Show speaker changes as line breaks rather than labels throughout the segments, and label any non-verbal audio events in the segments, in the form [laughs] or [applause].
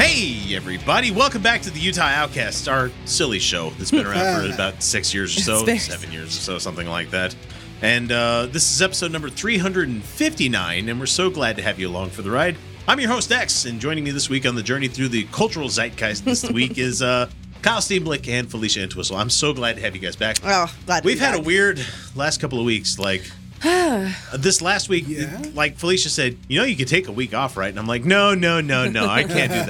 Hey, everybody, welcome back to the Utah Outcasts, our silly show that's been around for about six years or so,
It's been-
seven years or so, something like that. And uh, this is episode number 359, and we're so glad to have you along for the ride. I'm your host, X, and joining me this week on the journey through the cultural zeitgeist this week is uh, Kyle Steenblick and Felicia Entwistle. I'm so glad to have you guys back.
Oh, glad to
We've
be
had a
back.
weird last couple of weeks. Like
[sighs]
this last week,
Yeah?
like Felicia said, you know, you could take a week off, right? And I'm like, no, no, no, no, I can't do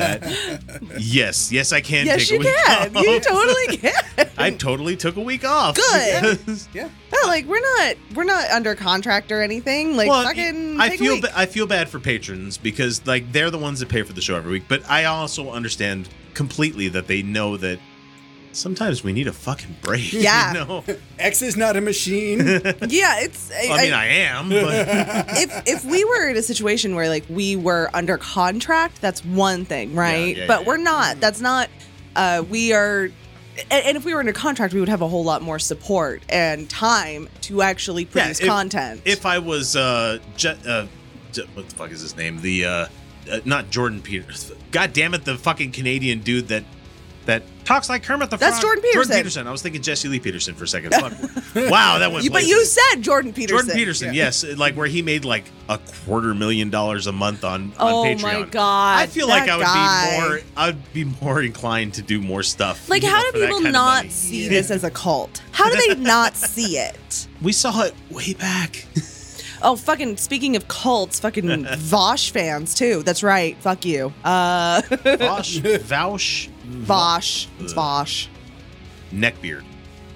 [laughs]
that. yes, yes, I can.
Yes,
take
you
a week
can.
Off.
You totally can.
[laughs] I totally took a week off.
Good.
because-
Yeah.
Well, [laughs] like we're not we're not under contract or anything.
[laughs]
Like
well,
fucking.
I
take a
feel
week.
ba- I feel bad for patrons because like they're the ones that pay for the show every week, but I also understand completely that they know that sometimes we need a fucking break. [laughs]
Yeah.
You
[laughs]
know?
X is not a machine.
yeah, it's. I,
I mean, I
[laughs]
am, but
if if we were in a situation where like we were under contract, that's one thing, right?
yeah,
but
yeah. Mm-hmm.
we're not. That's not. Uh, we are. And, and if we were under contract, we would have a whole lot more support and time to actually produce
if-
content.
if I was uh, Je- uh Je- what the fuck is his name? The uh, uh not Jordan Peters. God damn it, the fucking Canadian dude that that talks like Kermit the
That's
Frog.
Jordan Peterson.
I was thinking Jesse Lee Peterson for a second. Fuck.
[laughs]
wow, that went.
you, but
places.
you said Jordan Peterson.
Jordan Peterson,
Yeah.
yes, like where he made like a quarter million dollars a month on, on
Oh
Patreon.
my god!
I feel like
that
I would
guy.
be more. I'd be more inclined to do more stuff.
Like,
you know,
how do
for that
people
kind of
not
money.
see this as a cult? How do they not
[laughs]
see it?
We saw it way
[laughs]
back.
Oh, fucking, speaking of
[laughs]
cults, fucking Vosh fans, too. That's right. Fuck you.
[laughs]
Uh,
Vosh, Vouch,
Vosh. It's Vosh.
Neckbeard.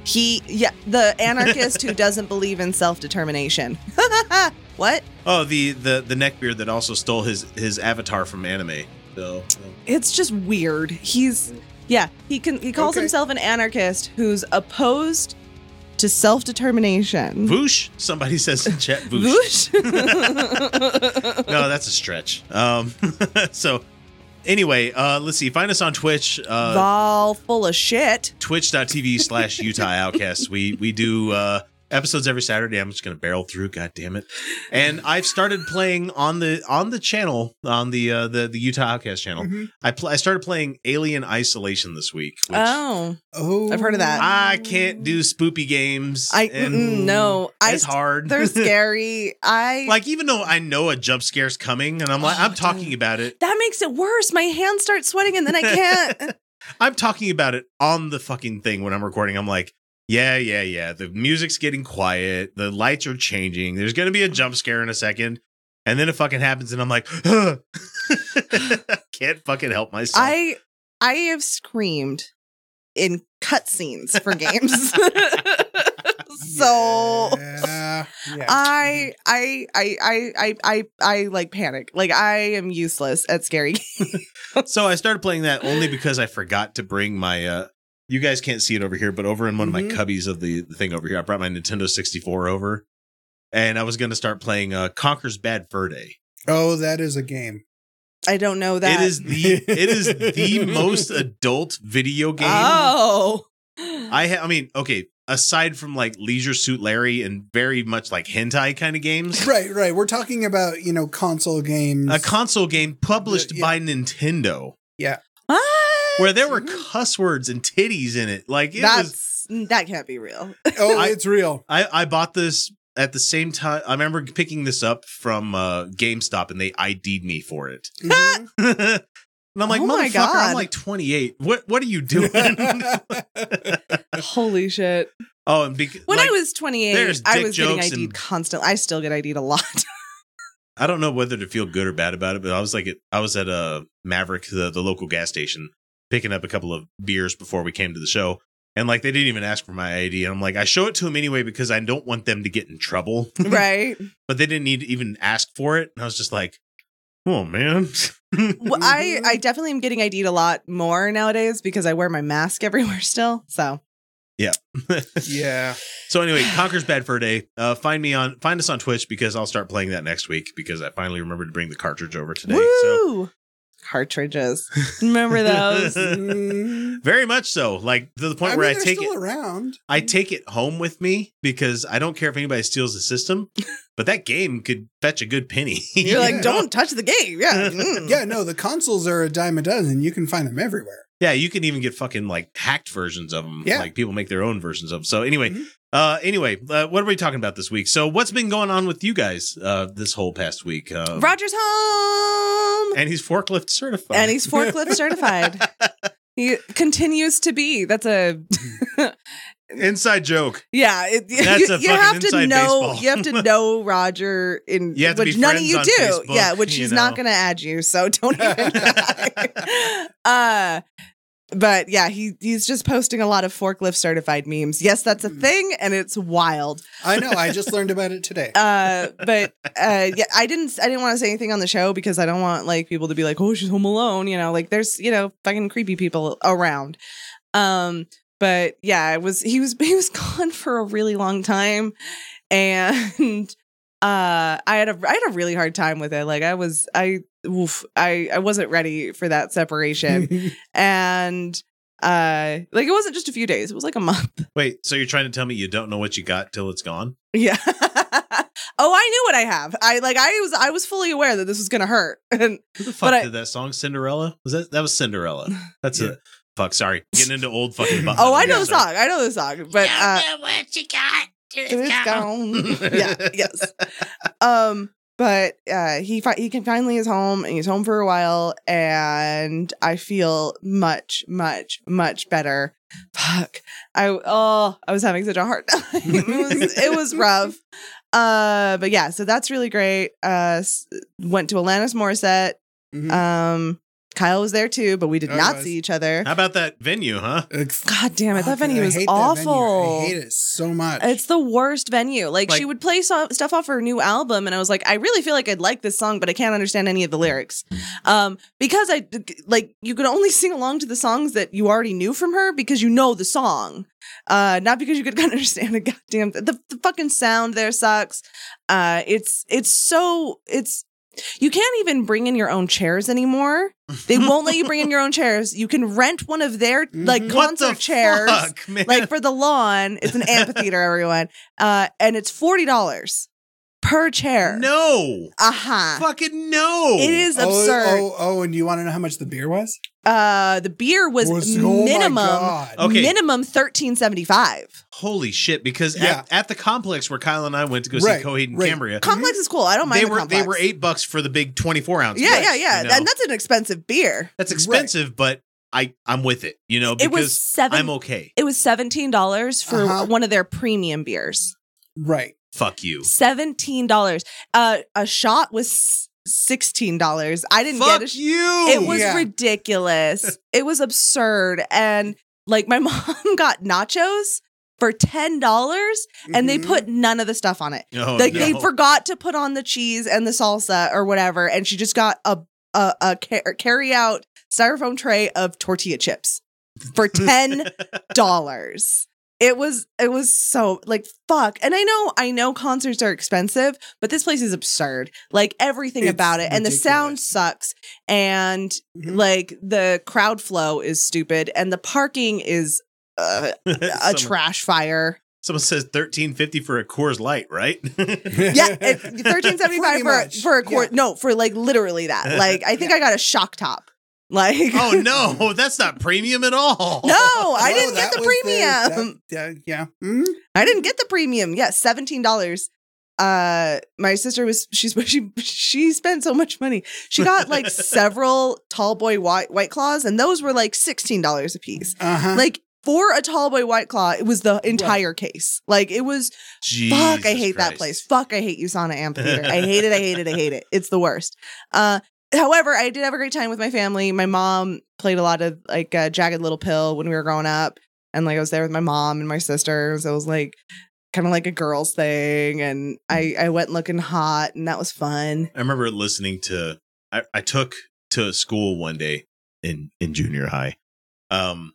He, yeah, the anarchist who doesn't believe in self determination. [laughs] what?
Oh, the the the neckbeard that also stole his his avatar from anime. So
It's just weird. He's, yeah, he can, he calls
Okay.
himself an anarchist who's opposed to self determination.
Voosh, somebody says in chat Voosh. No, that's a stretch. Um, [laughs] so anyway, uh, let's see. Find us on Twitch. Uh,
[laughs] Vol full of shit.
twitch.tv slash utah outcasts we we do uh episodes every saturday i'm just gonna barrel through god damn it and i've started playing on the on the channel on the uh the, the utah outcast channel
Mhm.
i pl- i started playing alien isolation this week which
Oh.
Oh,
I've heard of that.
i can't do spoopy games
I
and
mm, no, I
it's hard [laughs]
they're scary. I
like even though i know a jump scare's coming and i'm like
Oh,
i'm talking
dude.
about it
that makes it worse. My hands start sweating and then I
[laughs]
can't.
i'm talking about it on the fucking thing when i'm recording i'm like yeah, yeah, yeah. The music's getting quiet. The lights are changing. There's going to be a jump scare in a second. And then it fucking happens, and I'm like, [laughs] can't fucking help myself.
I I have screamed in cutscenes for games. [laughs] so
Yeah.
Mm-hmm.
yeah.
[laughs] I, I I I I I I like panic. Like I am useless at scary games.
so I started playing that only because I forgot to bring my. uh You guys can't see it over here, but over in one
Mhm.
of my cubbies of the, the thing over here, I brought my Nintendo 64 over, and I was going to start playing uh Conker's Bad Fur Day.
Oh, that is a game.
I don't know that.
It is the it is the most adult video game.
Oh.
I ha- I mean, okay, aside from like Leisure Suit Larry and very much like hentai kind of games,
Right, right. We're talking about you know console games.
a console game published
Yeah, yeah.
by Nintendo
[gasps] What?
where there were cuss words and titties in it. Like it was
That's that can't
[laughs]
be real.
oh,
I- [laughs]
it's real.
I I bought this at the same time I remember picking this up from uh GameStop and they ID'd me for it. [laughs]
Mhm.
and I'm like,
Oh my
"Motherfucker,
God.
I'm like 28. What what are you doing?" [laughs]
Holy shit.
oh, and because
When I was 28,
there's
I
dick
was getting
jokes
ID'd
and-
constantly. I still get ID'd
[laughs]
a lot. [laughs]
I don't know whether to feel good or bad about it, but I was like, at, I was at uh, Maverick, the, the local gas station, picking up a couple of beers before we came to the show, And like they didn't even ask for my ID. And I'm like, I show it to them anyway because I don't want them to get in trouble. [laughs]
right?
but they didn't need to even ask for it. And I was just like, oh man.
Well, I
Mm-hmm.
I definitely am getting ID'd a lot more nowadays because I wear my mask [laughs] everywhere still. So
Yeah.
so anyway, Conquer's Bad Fur Day. Uh, find me on find us on Twitch because I'll start playing that next week because I finally remembered to bring the cartridge over today. So
woo cartridges.
[laughs]
Remember those?
Mm.
very much so. Like to the point
I
where
mean,
I
they're
take it
still around.
I take it home with me because I don't care if anybody steals the
[laughs]
system, but that game could fetch a good penny. [laughs]
You're
Yeah.
like, don't touch the game. Yeah. Mm.
Yeah, no, the consoles are a dime a dozen. You can find them everywhere.
Yeah, you can even get fucking like hacked versions of them.
Yeah.
Like people make their own versions of them. So anyway,
Mm-hmm.
Mhm.
uh anyway, uh, what are we talking about this week? So what's been going on with you guys uh this whole past week? Uh
Roger's home.
and he's forklift certified.
And he's forklift certified. He continues to be. That's a
[laughs] inside joke.
yeah. It, [laughs]
That's a fucking
you have to
inside
know.
baseball.
You
[laughs]
have to know Roger in
You have to
which
be
none of
friends
you
on
do.
Facebook,
yeah, which
you
he's
know.
not going to add you, so [laughs] don't
[laughs]
even try. uh, but yeah, he he's just posting a lot of forklift certified memes. Yes, that's a
Mm.
thing, and it's wild.
I know. I just learned about
[laughs]
it today.
uh but uh yeah i didn't i didn't want to say anything on the show because i don't want like people to be like oh she's home alone you know like there's you know fucking creepy people around um but yeah it was he was [laughs] he was gone for a really long time and [laughs] uh i had a i had a really hard time with it like i was i oof, i i wasn't ready for that
[laughs]
separation
Mm-hmm.
and uh like it wasn't just a few days it was like a month
Wait, so you're trying to tell me you don't know what you got till it's gone?
yeah. [laughs] oh, I knew what I have. I like I was I was fully aware that this was gonna hurt. [laughs] And
Who the fuck
I-
did that song Cinderella? Was that that was
[laughs]
Cinderella. That's
Yeah.
a fuck, sorry. Getting into old fucking
oh, I know
Yeah,
the
sorry.
song. I know the song. But uh,
don't know what you got. till
it's
gone. [laughs]
gone. yeah. Yes. Um. But uh, he fi- he can finally is home and he's home for a while and I feel much much much better. Fuck. I oh I was having such a hard [laughs] time. it was it
[laughs]
was rough. Uh. But yeah. So that's really great. Uh. s- Went to Alanis Morissette.
Mhm.
Um, Kyle was there too, but we did
Oh,
not
nice.
see each other.
How about that venue, huh?
Like, Mm-hmm. fuck,
God damn it, that venue
I
was
hate that venue.
awful.
I hate it so much.
It's the worst venue. Like, she
Like-
would play so- stuff off her new album, and I was like, I really feel like I'd like this song, but I can't understand any of the lyrics, um, because I like you could only [laughs] sing along to the songs that you already knew from her because you know the song, uh, not because you could [laughs] understand a goddamn th- the the fucking sound there sucks. Uh, it's it's so it's. You can't even bring in your own chairs anymore. They won't let you bring
[laughs]
in your own chairs. You can rent one of their like
Mhm.
What
concert
the
chairs
fuck, man?
like for the lawn it's an
[laughs]
amphitheater everyone uh and it's $40 per chair
no.
uh-huh
Fucking no.
it is
oh,
absurd
Oh, oh, and you want to know how much the beer was?
uh the beer was
Was- oh my
minimum
God.
Okay.
minimum 1375
Holy shit! Because
Yeah.
at, at the complex where Kyle and I went to go
Right,
see Coheed and
right.
Cambria,
complex is cool i don't mind
they
the
were
complex.
they were eight bucks for the big twenty four ounce.
yeah
place,
yeah yeah
you know?
and that's an expensive beer
that's
Right.
expensive, but I I'm with it. You know because
it was seven
I'm okay.
it was $17 for
Uh-huh.
one of their premium beers
Right.
Fuck you.
$17 uh a shot was $16 i didn't
Fuck
get a sh-
you.
It was
Yeah.
ridiculous. it was absurd. And like my [laughs] mom got nachos for $10 dollars and they
Mhm.
put none of the stuff on it.
Oh,
like they
no. [laughs]
forgot to put on the cheese and the salsa or whatever. And she just got a, a, a car- carry out styrofoam tray of tortilla chips for $10. dollars. It was it was so like fuck. And I know I know concerts are expensive, but this place is absurd. Like everything
It's
about it and the sound
ridiculous.
sucks and
Mhm.
like the crowd flow is stupid and the parking is uh, a
someone,
trash fire.
someone says thirteen fifty for a Coors Light,
[laughs]
right? [laughs]
[laughs]
Yeah, it's 1375
Pretty
for a,
much,
for a quart.
yeah.
No, for like literally
[laughs]
that. Like I think I got a shock top. Like
oh no, that's not premium at all.
[laughs]
[laughs]
No, I
Oh, No,
didn't
that
get the
was that-
premium.
that- yeah. Mhm.
I didn't get the premium. Yes, seventeen dollars. Uh, my sister was she's [laughs] she she spent so much money. She got
[laughs]
like several tall boy white white claws, and those were like sixteen dollars a piece.
Uh-huh.
Like for a tall boy white claw, it was the entire case. Like it was fuck. I
Jesus
hate that
Christ.
place. Fuck. I hate Usana Amphitheater. I hate it. I hate it. I hate it. It's the worst. Uh, however, I did have a great time with my family. My mom played a lot of like uh, Jagged Little Pill when we were growing up. and like I was there with my mom and my sister, so it was like kind of like a girls thing, and I I went looking hot, and that was fun.
I remember listening to I, I took to school one day in in junior high. Um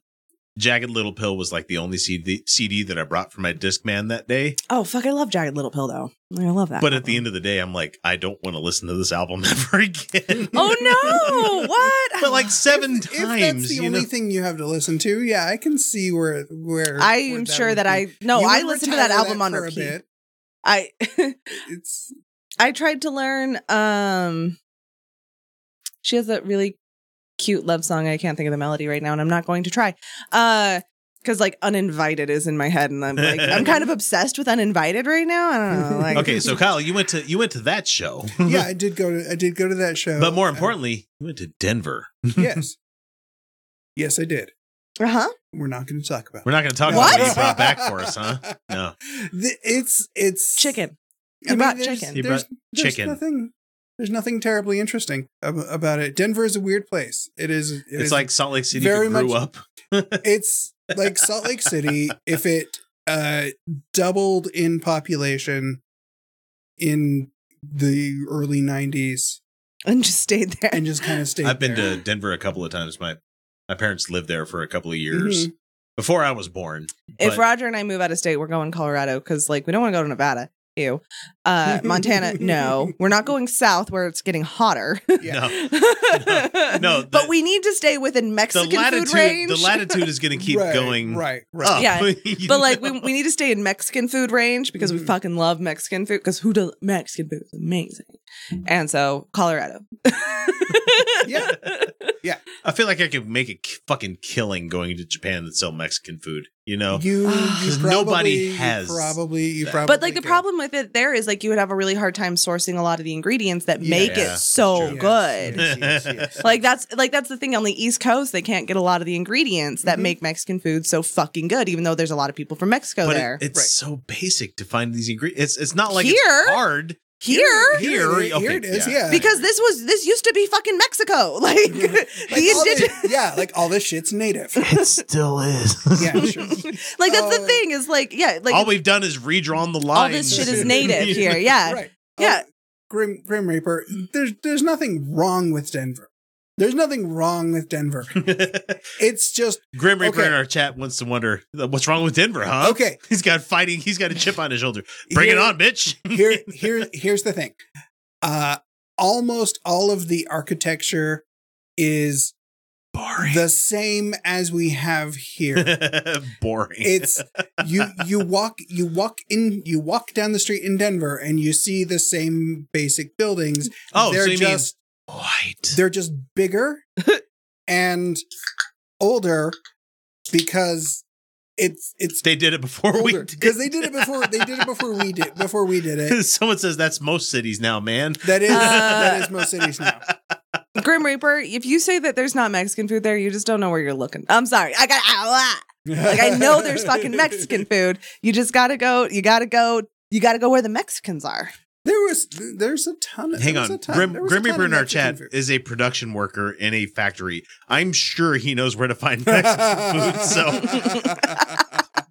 Jagged Little Pill was like the only CD, CD that I brought for my Discman that day.
Oh fuck, I love Jagged Little Pill though. Like, I love that.
But at the end of the day, I'm like, I don't want to listen to this album [laughs] ever again.
oh
[laughs]
no, what?
But like seven
If
times,
that's the
you
only
know?
thing you have to listen to, yeah, I can see where where
I
where
am sure
would
that
be.
I no,
You
I
would
listened to
retire
that album on
for a
repeat.
bit.
I [laughs]
It's
I tried to learn. Um, she has a really cute love song. I can't think of the melody right now, and I'm not going to try. Uh, because like uninvited is in my head, and I'm like I'm
[laughs]
kind of obsessed with uninvited right now. I don't know. Like, [laughs]
okay, so Kyle, you went to you went to that show,
[laughs] yeah, I did go to I did go to that show.
Mm-hmm. but more
Uh,
importantly, you went to Denver.
[laughs] yes, yes, I did.
uh huh.
We're not going to talk about.
We're not going to talk
What?
about what you brought back for us,
[laughs]
huh? No,
The- it's it's
Chicken. [laughs]
I
You brought
there's-
chicken.
You
there's-
brought
there's
chicken.
Nothing. There's nothing terribly interesting ab- about it. Denver is a weird place. It is. it
it's
is-
like Salt Lake City
very
grew
much-
up.
[laughs] it's like Salt
[laughs]
Lake City if it uh doubled in population in the early 90s
And just stayed there.
and just kind of stayed
I've been
there.
to Denver a couple of times. My my parents lived there for a couple of
Mm-hmm.
years before I was born.
if
but-
Roger and I move out of state, we're going Colorado because like we don't want to go to Nevada. Ew.
[laughs]
Uh, Montana. no, we're not going south where it's getting hotter.
Yeah.
[laughs] No, No, the-
[laughs] but we need to stay within
the
Mexican food
latitude
range.
the latitude is going to keep
Right,
going
Right, right.
[laughs]
up.
Yeah,
[laughs] You
but
[laughs]
like we,
know?
we need to stay in Mexican food range because we
Mhm.
fucking love Mexican food because who does Mexican food is amazing, and so Colorado.
[laughs] Yeah.
I feel like I could make a k- fucking killing going to Japan and sell Mexican food. You know,
You, you
Because
probably,
nobody
you
has
probably you
that.
probably
[laughs] Ah. But like the
could.
problem with it there is like you would have a really hard time sourcing a lot of the ingredients that
Yeah.
make
Yeah,
it so
true.
Yes, Mm-hmm.
good.
yes, yes,
[laughs]
yes.
Like that's like that's the thing on the East Coast they can't get a lot of the ingredients that
Mhm.
make Mexican food so fucking good even though there's a lot of people from Mexico
but it-
there.
it's
Right.
so basic to find these ingredients. It's it's not like
Here?
it's hard.
here
Here,
Here,
okay,
it is,
yeah.
yeah.
because this was this used to be fucking Mexico. [laughs] Like the
[laughs] Like, all
indigenous
this- yeah, like all this
[laughs]
shit's native.
[laughs] It still is.
[laughs] Yeah, sure.
like that's the
Oh.
thing is like yeah like
all we've done is redrawn the
all
lines.
this
[laughs]
shit is native here yeah
Right.
Yeah.
Oh, Grim Grim Reaper, there's there's nothing wrong with Denver. There's nothing wrong
[laughs]
with Denver. It's just
Grim Reaper
Okay.
in our chat wants to wonder "Uh, what's wrong with Denver, huh?
okay.
He's got fighting. He's got a chip on his shoulder. Bring it
Here-
on, [laughs] bitch.
here here here's the thing uh almost all of the architecture is
Boring. [laughs]
the same as we have here
Boring.
it's you you walk you walk in you walk down the street in denver and you see the same basic buildings
oh,
they're
so you
just
mean white?
they're just
[laughs]
bigger and older because it's it's
They did it before
older
we
because they did it before they did it before we did before we
[laughs]
did it
Someone says that's most cities now, man.
that is
Uh.
that is most cities now
Grim Reaper if you say that there's not Mexican food there you just don't know where you're looking I'm sorry I got ah, ah. [laughs] like I know there's fucking Mexican food you just gotta go you gotta go you gotta go where the Mexicans are
[laughs] There was there's a ton. Of,
Hang
there was
on.
a ton-
Grim,
there was
Grim
a ton
Reaper
of
in our
Mexican
chat
food.
is a production worker in a factory. I'm sure he knows where to find
[laughs]
Mexican food. So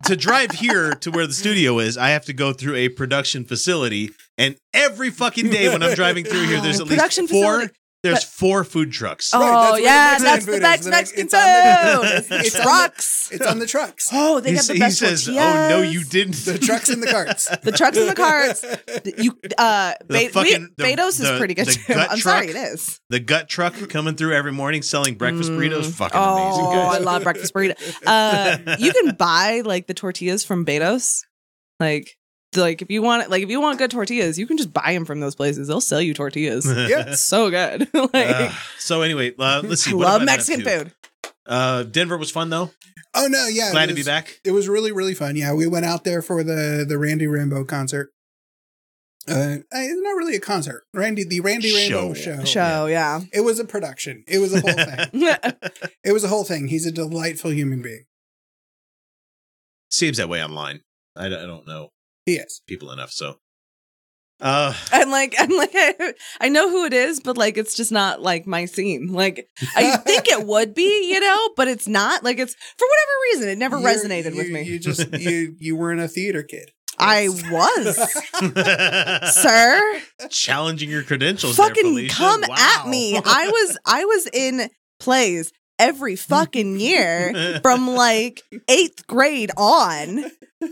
to drive here to where the studio is, I have to go through a production facility. And every fucking day when I'm driving through here, there's
Oh,
at least
production
four.
facility.
There's
But-
four food trucks.
Right, that's
oh
where the
yeah
Mexican
that's
food
the
is.
best
The-
Mexican
it's on
food
the-
it's
it's on
the-
trucks
[laughs] it's on the trucks.
oh they
he
got
sa-
the
he
best
says,
tortillas.
"Oh no, you didn't."
The trucks and the carts.
the trucks and
[laughs]
the carts you uh
The
Be-
fucking- the-
we, Beto's
the-
is pretty good
the
too.
gut
I'm sorry, it
truck.
is.
[laughs] the gut truck coming through every morning selling breakfast
Mm.
burritos. Fucking amazing,
Oh,
guys.
[laughs] I love breakfast burrito. Uh, you can buy like the tortillas from Beto's. Like, like if you want, like if you want good tortillas, you can just buy them from those places. They'll sell you tortillas.
[laughs] [laughs] Yeah.
It's so good. [laughs] like,
[laughs] Uh, so anyway, uh, let's see.
I
what
love
have I been up
Mexican
to?
food.
Uh, Denver was fun though.
[laughs] Oh no, yeah.
Glad
it
to be
was-
back.
It was really really fun. Yeah, we went out there for the the Randy Rambo concert. Uh, it's not really a concert. Randy, the Randy Rambo
Show.
show.
Show, yeah.
It was a production. It was a whole
[laughs]
thing. it was a whole thing. He's a delightful human being.
Seems that way online. I, don't- I don't know
He is.
people enough, so Uh,
[laughs]
[laughs]
And like I'm like [laughs] I, I know who it is, but like it's just not like my scene. Like
[laughs]
I think it would be, you know, but it's not. Like it's for whatever reason, it never
You're-
resonated with
you-
me. [laughs]
You just you you weren't a theater kid.
I was,
[laughs]
sir.
challenging your credentials. there,
fucking
Felicia.
come
Wow.
at
[laughs]
me. I was I was in plays every fucking year from like eighth grade on.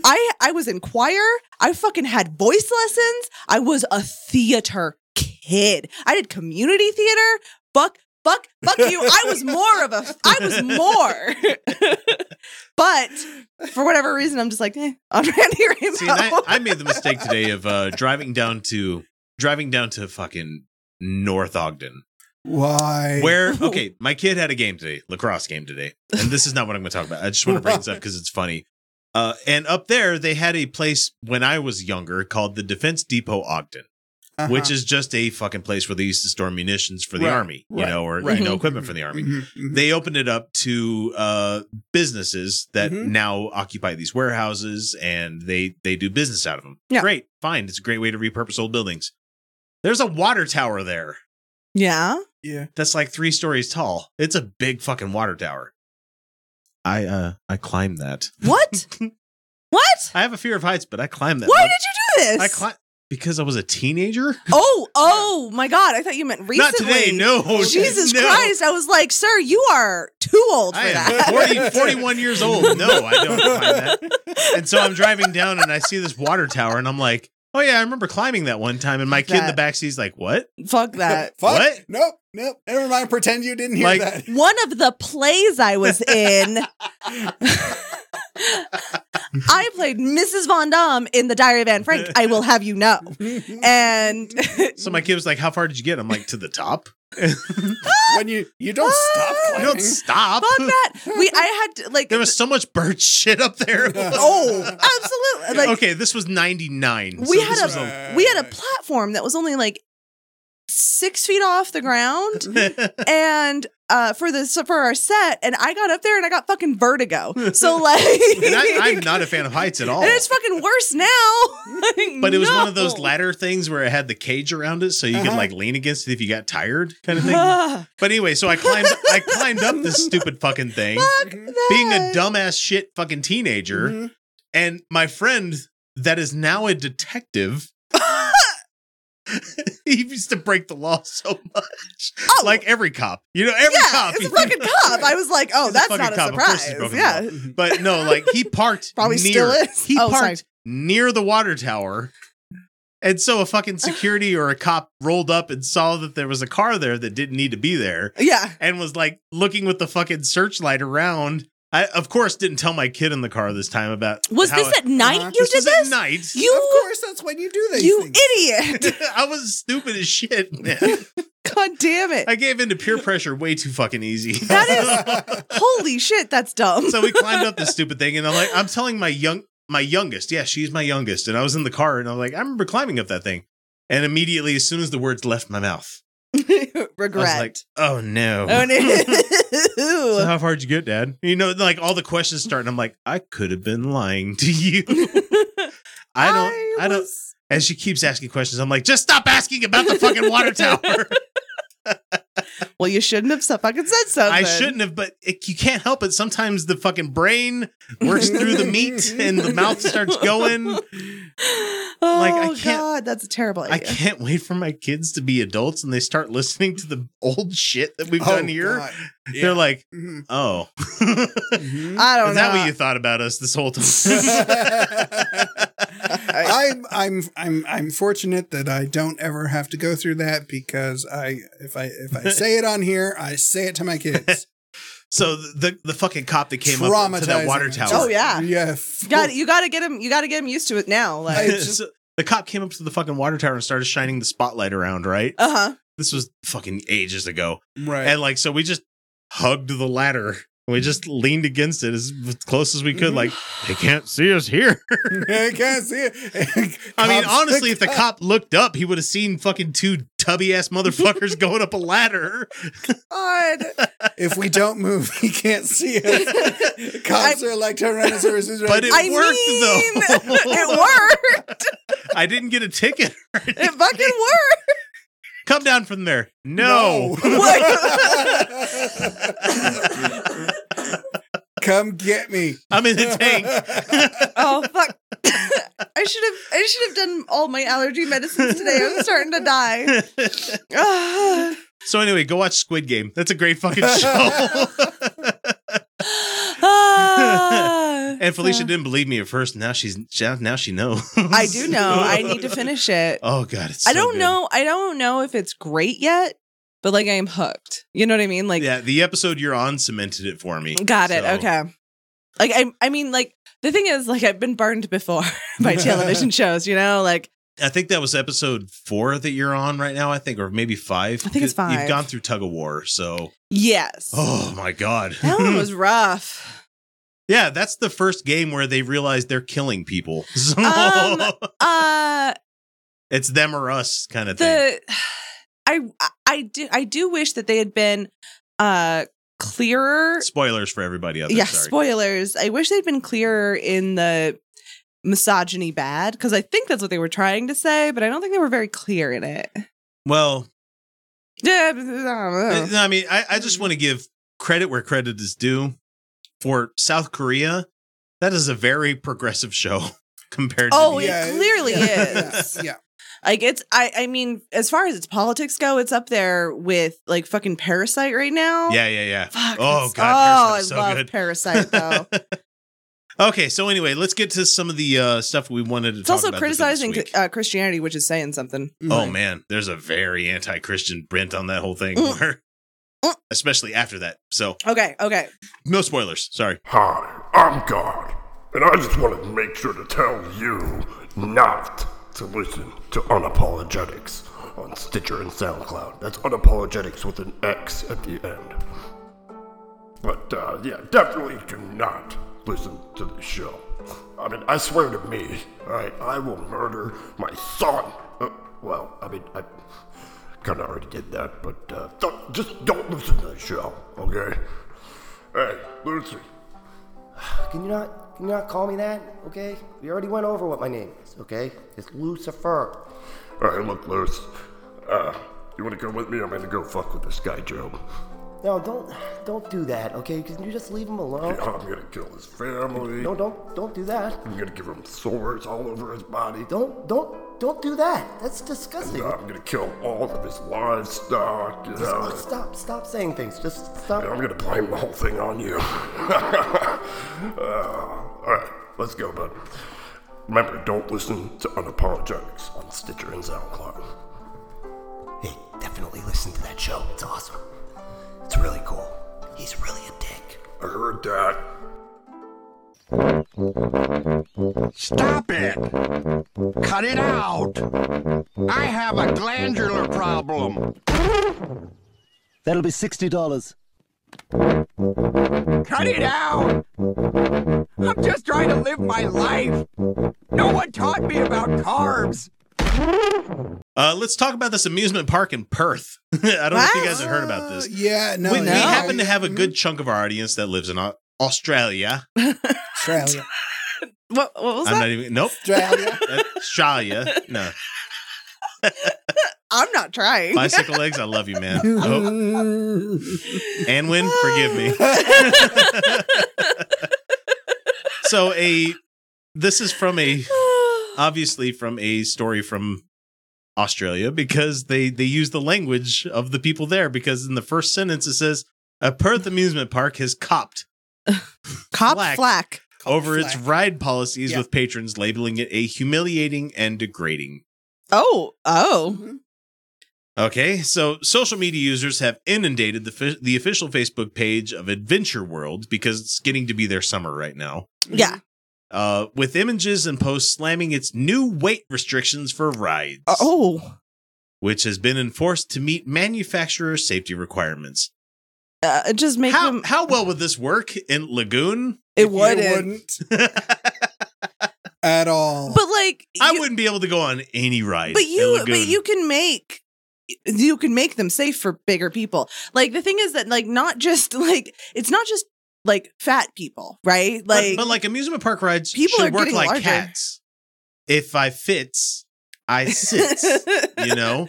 I I was in choir. I fucking had voice lessons. I was a theater kid. I did community theater. Fuck, fuck, fuck you. I was more of a. I was more.
[laughs]
but for whatever reason, I'm [laughs] just like eh, on Randy Rainbow.
See, and I, I made the mistake today of uh, driving down to driving down to fucking North Ogden.
Why?
Where okay, my kid had a game today, lacrosse game today, and this is not what I'm going to talk about. I just want to bring this up because it's funny. Uh, and up there, they had a place when I was younger called the Defense Depot Ogden,
Uh-huh.
which is just a fucking place where they used to store munitions for the
Right,
army, you
right,
know, or
right.
you
Mm-hmm.
know, equipment for the army.
Mhm, mhm.
They opened it up to uh, businesses that
Mhm.
now occupy these warehouses, and they they do business out of them.
Yeah.
Great, fine. It's a great way to repurpose old buildings. There's a water tower there
yeah.
yeah.
that's like three stories tall. It's a big fucking water tower. I uh I climbed that. [laughs]
What? what?
I have a fear of heights, but I climbed that.
Why
I-
did you do this?
I climbed because I was a teenager. [laughs]
Oh, oh my God! I thought you meant recently.
Not today, no. [laughs]
Jesus
No.
Christ! I was like, sir, you are too old for
I am [laughs]
that. [laughs]
40, 41 years old. No, I don't climb that. And so I'm driving down and I see this water tower and I'm like, oh yeah, I remember climbing that one time. And my kid in the
That-
backseat's like, what?
Fuck that.
Fuck.
What?
Nope. Nope. Never mind. Pretend you didn't hear
Like-
that.
One of the plays I was in, [laughs] I played Mrs. Von Dam in The Diary of Anne Frank. I will have you know.
[laughs]
And [laughs]
So my kid was like, how far did you get? I'm like, to the top.
[laughs] when you you don't stop
You
climbing.
don't stop.
fuck that. We, I had to,
[laughs]
like,
There was so much bird shit up there.
[laughs] oh, absolutely. Like,
okay, this was 99.
We had
this
a-
was
we had a platform that was only like six feet off the ground. [laughs] and uh for this for our set and i got up there and i got fucking vertigo
[laughs]
so like
and I, I'm not a fan of heights at all.
and it's fucking worse now Like,
But it was one of those
no.
ladder things where it had the cage around it, so you could
Uh-huh.
like lean against it if you got tired, kind of thing.
[laughs] Ah,
but anyway, so I climbed, I climbed up
[laughs]
this stupid fucking thing,
fuck
Mhm.
that.
being a dumbass shit fucking teenager,
Mm-hmm.
Mhm.
and my friend that is now a
[laughs]
detective. [laughs] he used to break the law so much,
Oh.
like every cop. You know, every
yeah
cop.
it's a fucking cop i was like oh
He's a
that's
fucking
not a
cop. Of course he's
surprise
broken the
yeah
law. [laughs] But no, like he parked
[laughs] Probably
near,
still is.
He
Oh,
parked
sorry.
near the water tower. And so a
[sighs]
fucking security or a cop rolled up and saw that there was a car there that didn't need to be there
yeah
and was like looking with the fucking searchlight around. I of course didn't tell my kid in the car this time about
was
how
this
it-
at night
Uh-huh.
you
this
did
was
this
at night. [laughs]
of
you
course, that's when you do these
you
things.
idiot [laughs]
I was stupid as shit, man.
god damn it
I [laughs] gave in to peer pressure way too fucking easy.
That holy shit that's
[laughs]
dumb
so we climbed up this stupid thing, and I'm like, I'm telling my young, my youngest, yeah, she's my youngest, and I was in the car, and I'm like, I remember climbing up that thing, and immediately, as soon as the words left my mouth, I was
[laughs] regret
like, oh no.
oh
[laughs]
[laughs]
So
no
how far would you get, Dad? You know, like all the questions start, and I'm like, I could have been lying to you. I don't, I, don't.
was-
And she keeps asking questions. I'm like, just stop asking about the fucking water tower.
Well, you shouldn't have so fucking said something.
I shouldn't have, but it, you can't help it. Sometimes the fucking brain works through the meat, and the mouth starts going.
oh
I can't-
God, that's a terrible idea.
I can't wait for my kids to be adults and they start listening to the old shit that we've
Oh,
done here.
God.
They're like, "Mm-hmm."
Mhm.
oh, is
Mhm.
[laughs]
I don't know.
that what you thought about us this whole time? [laughs]
I'm I'm I'm I'm fortunate that I don't ever have to go through that because I if I if I say it on here I say it to my kids.
[laughs] so the the fucking cop that came up to that water
Traumatizing.
tower. [laughs]
oh yeah,
yeah, full-
got you. Got to get him. You got to get him used to
[laughs]
it now. Like,
I just-
So the cop came up to the fucking water tower and started shining the spotlight around. Right,
uh huh.
this was fucking ages ago,
Oh, right. Mm-hmm.
and like so we just hugged the ladder And we just leaned against it as close as we could, like, they can't see us here. [laughs]
[laughs] I can't see it.
I mean,
[laughs] Cops
honestly, if the
picked
cop
up.
looked up, he would have seen fucking two tubby ass
[laughs]
motherfuckers going up a ladder.
God.
if we don't move, [laughs] he can't see
[laughs]
us. Cops are like turn around and say, "Is this right?"
But
[laughs]
it
I
worked
mean, [laughs]
though. [laughs]
it worked.
I didn't get a ticket. or [laughs]
It
anything.
fucking worked.
Come down from there. No.
No. [laughs] Come get
[laughs]
me.
I'm in the tank.
[laughs]
Oh fuck. [laughs] I should have I should have done all my allergy medicines today. I'm starting
[laughs]
to die. [laughs]
[laughs]
Ah.
so anyway, go watch Squid Game. That's a great fucking show. [laughs]
Ah.
and Felicia didn't believe me at first. Now she's now she knows.
I do know. I
[laughs]
need to finish it.
Oh god, it's.
I
so
don't
good.
know. I don't know if it's great yet, but like I'm hooked. You know what I mean? Like
yeah, the episode you're on cemented it for me.
got it.
So-
Okay. Like I I mean like the thing is like I've been burned before [laughs]
[laughs]
by television shows, you know, like
I think that was episode four that you're on right now. I think, or maybe five.
I think it's
You've
five.
gone through tug of war, so
yes.
oh my god,
That one was rough.
[laughs] yeah, that's the first game where they realize they're killing people. [laughs] So
Um, Uh
[laughs] it's them or us kind of thing.
the [sighs] I I do I do wish that they had been uh clearer.
Spoilers for everybody out there.
Yeah,
sorry.
spoilers. I wish they'd been clearer in the misogyny bad because I think that's what they were trying to say, but I don't think they were very clear in it. [laughs]
well,
Yeah, I don't know.
No, I mean, I, I just want to give credit where credit is due for South Korea. That is a very progressive show [laughs] compared to.
Oh,
the-
it clearly is.
[laughs] Yeah, yeah.
Like it's I I mean, as far as its politics go, it's up there with like fucking Parasite right now.
yeah, yeah, yeah.
Fuck.
Oh,
it's-
God, Parasite
oh,
was
I
so
love
good. [laughs]
Parasite though.
Okay, so anyway, let's get to some of the uh, stuff we wanted to
it's
talk
also
about this
criticizing
week.
uh, Christianity, which is saying something.
oh man, there's a very anti-Christian bent on that whole thing,
Mm.
where-
Mm.
especially after that. So
Okay, okay.
no spoilers. Sorry.
Hi, I'm God, and I just wanted to make sure to tell you not to listen to Unapologetics on Stitcher and SoundCloud. That's Unapologetics with an X at the end. But uh, yeah, definitely do not listen to the show. I mean, I swear to me, I I will murder my son. Uh, well, I mean, I kind of already did that, but uh, don't, just don't listen to the show, okay? Hey, Lucy.
Can you not can you not call me that? Okay? We already went over what my name is, okay? It's Lucifer.
All right, look, Luce. Uh, you want to come with me? I'm gonna go fuck with this guy, Joe.
No, don't don't do that, okay? Can you just leave him alone? [laughs]
Yeah, I'm gonna kill his family.
No, don't don't do that.
I'm gonna give him sores all over his body. Uh,
Don't don't don't do that. That's disgusting.
I'm gonna kill all of his livestock. You know.
Just- Stop stop saying things. Just stop.
I'm gonna blame the whole thing on you. [laughs] Uh, all right, let's go, bud. Remember, don't listen to Unapologetics on Stitcher and SoundCloud.
Hey, definitely listen to that show. It's awesome. It's really cool. He's really a dick.
I heard that.
Stop it! Cut it out! I have a glandular problem.
That'll be sixty dollars.
Cut it out! I'm just trying to live my life. No one taught me about carbs.
Uh, let's talk about this amusement park in Perth. [laughs] I don't know if you guys have heard about this.
Uh, Yeah, no.
we, we
yeah,
happen to have a
Mm-hmm.
Mhm.
good chunk of our audience that lives in Au- Australia. [laughs]
Australia.
What what was
I'm
that?
not even. Nope.
Australia.
Australia. No.
I'm not trying.
Bicycle legs. I love you,
[laughs]
man. Oh, Anwin, forgive me. so a this is from a obviously from a story from Australia because they they use the language of the people there because in the first sentence it says a Perth amusement park has copped
[sighs] Cop
Flack.
flack.
over
flack.
its ride policies
Yeah.
with patrons labeling it a humiliating and degrading.
Oh, oh.
Okay, so social media users have inundated the fi- the official Facebook page of Adventure World because it's getting to be their summer right now.
Yeah.
Uh, with images and posts slamming its new weight restrictions for rides,
Oh.
which has been enforced to meet manufacturer safety requirements.
uh, just make
how
them.
how well would this work in Lagoon?
It
You
wouldn't.
at all.
But like,
I
you-
wouldn't be able to go on any ride.
But
in
you,
Lagoon.
but you can make you can make them safe for bigger people. Like the thing is that like not just [laughs] like it's not just like fat people, right?
But-
Like,
but, like amusement park rides
People
should
are
work
getting
like
larger.
cats. If I fits, I
[laughs]
sits. you know,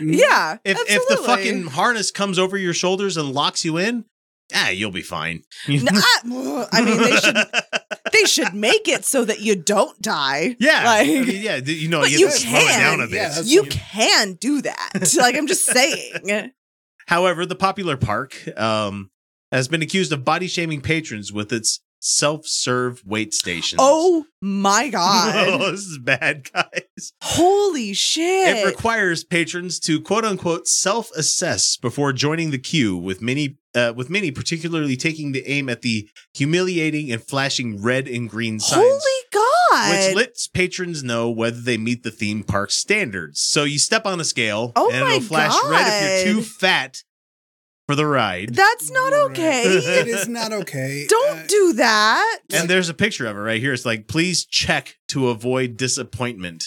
Mm.
yeah.
if if the
absolutely.
fucking [laughs] harness comes over your shoulders and locks you in, ah, you'll be fine. You [laughs]
No,
know?
I, ah, I mean, they should they should make it so that you don't die.
[laughs] [laughs] Yeah,
like
I
[laughs]
mean, yeah, you know,
But
you,
you
have to slow it
can,
down a bit.
yeah.
you can
[laughs]
do that. like I'm just saying.
However, the popular park um, has been accused of body shaming patrons with its self-serve wait stations. [laughs]
Oh my god!
Whoa, this is bad, guys.
Holy shit!
It requires patrons to quote unquote self-assess before joining the queue, with many uh, with many particularly taking the aim at the humiliating and flashing red and green signs.
Holy god!
which lets patrons know whether they meet the theme park standards. So you step on a scale
Oh
and
my
it'll flash red if you're too
God.
fat for the ride.
That's not
Right.
okay.
it is not okay.
[laughs] Don't
Uh,
do that.
and there's a picture of it right here. It's like, please check to avoid disappointment.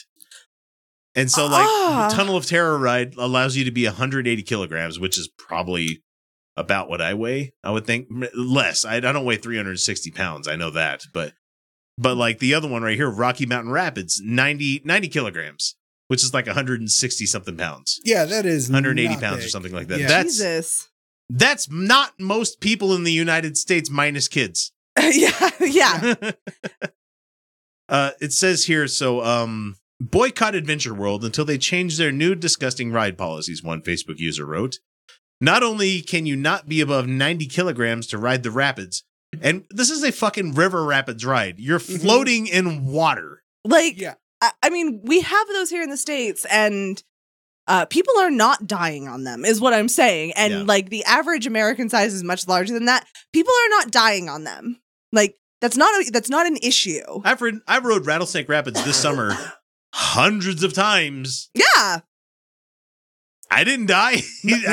And so, like,
Ah.
the Tunnel of Terror ride allows you to be 180 kilograms, which is probably about what I weigh. I would think M- less. I, I don't weigh 360 pounds. I know that, but but like the other one right here, Rocky Mountain Rapids, 90 90 kilograms, which is like 160 something pounds,
Yeah, that is
180
not
pounds or
big.
something like that.
Yeah.
That's
Jesus. [laughs]
that's not most people in the United States, minus kids.
yeah, yeah.
[laughs] uh, it says here so um, boycott Adventure World until they change their new disgusting ride policies, one Facebook user wrote. Not only can you not be above 90 kilograms to ride the rapids, and this is a fucking river rapids ride. You're
Mm-hmm.
Mhm.
floating in water.
Like,
Yeah.
I, I mean, we have those here in the States, and uh, people are not dying on them, is what I'm saying. And
Yeah.
like, the average American size is much larger than that. People are not dying on them. Like, that's not a, that's not an issue.
I've rid- I rode Rattlesnake Rapids this
[gasps]
summer hundreds of times.
yeah,
I didn't die. [laughs] I,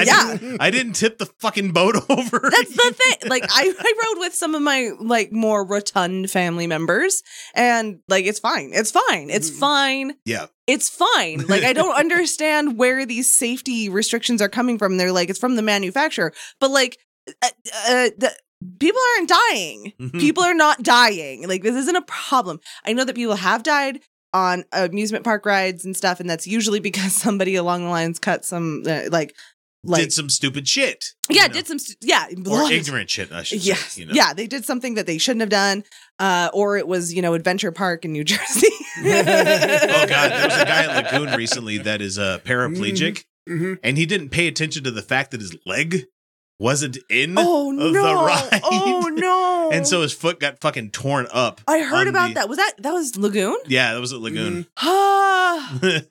Yeah.
didn't, I didn't tip the fucking boat [laughs] over.
that's the thing. Like, I, I rode with some of my like more rotund family members, and like, it's fine. It's fine. It's
Mhm.
fine.
Mm. yeah.
it's fine. Like
[laughs]
I don't understand where these safety restrictions are coming from. They're like it's from the manufacturer, but like uh, uh, the, people aren't dying.
Mhm.
people are not dying. Like this isn't a problem. I know that people have died on amusement park rides and stuff, and that's usually because [laughs] somebody along the lines cut some uh, like like
did some stupid shit.
yeah
you know?
did some st- yeah
or
blood.
ignorant shit. I should
Yes.
say. You know?
Yeah, they did something that they shouldn't have done. Uh, or it was, you know, Adventure Park in New [laughs] Jersey. oh
Oh god, there was a guy at Lagoon recently that is uh, paraplegic,
Mm.
Mhm.
and he didn't pay attention to the fact that his leg wasn't in,
[laughs] oh
the
no!
ride.
Oh no!
[laughs] and so his foot got fucking torn up.
I heard
on
about
the-
that. Was that that was Lagoon? [sighs]
Yeah, that was at Lagoon.
Ah,
[laughs]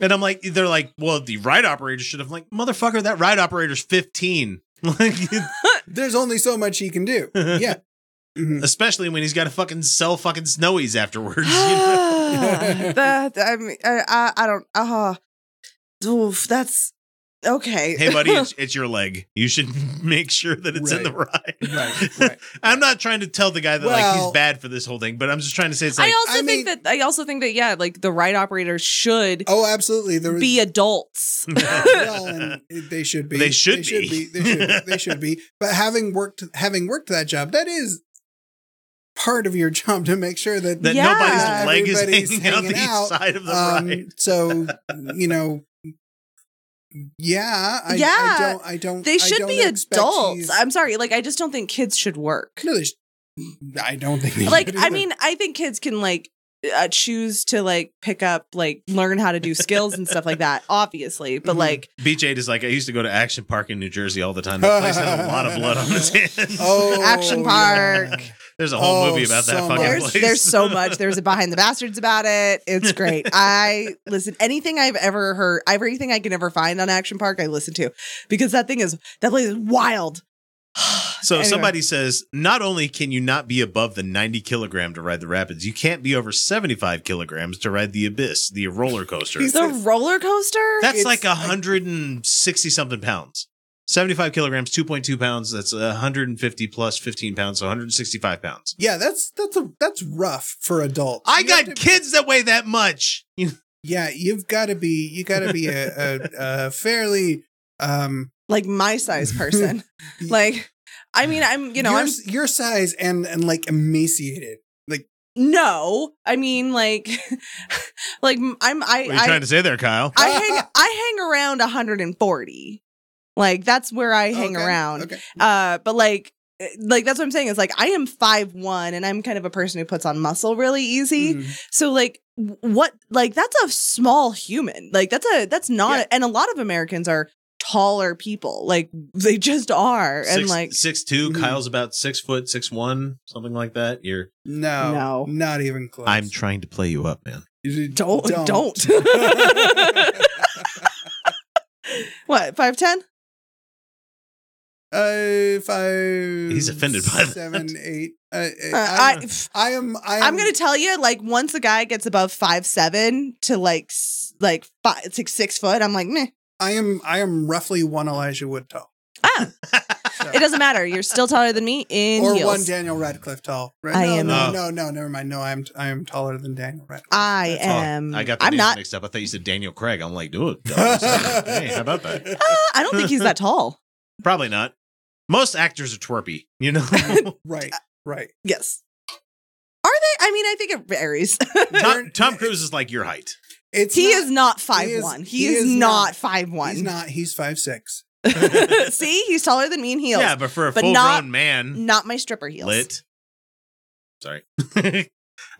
and I'm like, they're like, well, the ride operator should have. I'm like, motherfucker, that ride operator's 15. [laughs] Like,
There's only so much he
[laughs]
can do. Yeah. Mhm.
especially when he's got to fucking sell fucking snowies
[gasps]
afterwards. you know?
Ah, [sighs] that I mean, I, I, I don't. Uh, oof, that's okay.
hey buddy
[laughs]
[laughs]
it's, it's your leg you should [laughs] make sure that it's in the ride
Right, right.
[laughs] i'm not trying to tell the guy that like he's
Well-
bad for this whole thing but i'm just trying to say it's like
I also
I
think
mean-
that I also think that yeah, like the ride operators should
Oh, absolutely. There was,
be adults.
[laughs]
well, and they should be.
They should be.
They should be. They
[laughs]
should be. But having worked, having worked that job, that is part of your job to make sure that
that
Yeah.
nobody's leg is
Everybody's
hanging out the
hanging out,
side of the ride
um, so
[laughs]
you know, yeah, I,
Yeah,
I don't. I don't. I
They should
don't
be
expect
adults.
he's-
I'm sorry, like I just don't think kids should work.
no, they sh- I don't think. They
like
should
I
either.
mean, I think kids can like uh, choose to like pick up like learn how to do skills and stuff
[laughs]
like that. Obviously, but
Mm-hmm.
Mhm.
like
beach aid is like i used to go to action park in new jersey all the time that place had a lot of blood on
[laughs]
its hands
oh,
Action
yeah.
Park.
[laughs] there's a whole
Oh,
movie about that fucking
so much.
There's,
place
there's so much. There's a behind the bastards about it. It's great. I listen anything I've ever heard, everything I can ever find on Action Park, I listen to because that thing is that place is wild.
[laughs] so
Anyway.
somebody says not only can you not be above the 90 kilogram to ride the rapids you can't be over 75 kilograms to ride the abyss the roller coaster
He's-
The roller coaster.
That's
It's
like
like-
160 something pounds. 75 kilograms, 2.2 pounds. That's 150 plus 15 pounds, so 165 pounds.
Yeah, that's that's a that's rough for adults.
I
You have
got
to-
kids that weigh that much.
Yeah, you've got to be you got to be a, a, a fairly um
like
[laughs]
my size person. like, I mean, I'm, you know,
your,
I'm
s- your size and and like emaciated.
no, I mean, like, [laughs] like I'm, I,
What are you
I,
trying to say there, Kyle?
I
[laughs]
hang, I hang around 140. Like that's where I hang
Okay,
around.
Okay.
Uh, but like, like that's what I'm saying is like I am five one, and I'm kind of a person who puts on muscle really easy.
Mhm.
So like w- what like that's a small human. Like that's a that's not
Yeah.
and a lot of Americans are taller people. Like they just are. and
Six-
like
six two.
Mhm.
Kyle's about six foot, six one, something like that. You're.
Mm-hmm. No,
No.
not even close.
I'm trying to play you up, man.
You
don't don't. what, 5'10?
[laughs] uh, five.
He's offended by that.
seven, eight. Uh,
Uh,
I,
I pff,
I am. I am
I'm gonna tell you, like, once a guy gets above five seven to like s- like five like six foot, I'm like, meh.
I am. I am roughly one Elijah Wood tall,
[laughs]
Ah,
So-
it doesn't matter. You're still taller than me in
or
heels.
one Daniel Radcliffe tall. Right?
I
no,
am-
No,
Oh.
no, no. Never mind. No, I'm. I am taller than Daniel Radcliffe.
I
Oh,
am.
I got the
I'm
names
not.
mixed up. I thought you said Daniel Craig. I'm like,
[laughs]
dude. Oh, hey, how about that?
Uh, I don't think he's that tall.
Probably not. Most actors are twerpy, you
[laughs]
know.
[laughs] Right. Right.
Yes. Are they? I mean, I think it varies.
Tom, Tom Cruise is like your height.
It's
he
not-
is not five
he is-
one. He,
he
is,
is
not
not.
five one.
[laughs]
He's not. He's five six.
[laughs] See, he's taller than me in heels.
Yeah, but for a
But
full
not-
grown man,
Not my stripper heels.
lit. Sorry, [laughs]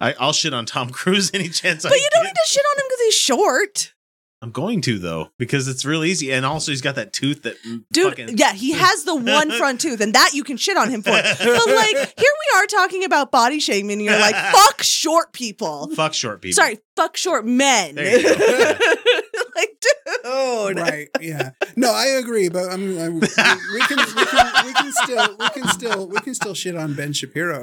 I, I'll shit on Tom [laughs] Cruise any chance I
But you don't
get.
need
[laughs]
to shit on him because he's short,
I'm going to though because it's real easy, and also he's got that tooth that
dude.
Fucking, [laughs]
Yeah, he has the one front tooth, and that you can shit on him for. But like, here
[laughs]
we are talking about body shaming. And you're like, fuck short people.
fuck short people.
Sorry, fuck short men.
There you [laughs]
[laughs] like, dude.
Right. Yeah. No, I agree, but I'm. i we, we can. We can. We can still. We can still. We can still shit on Ben Shapiro,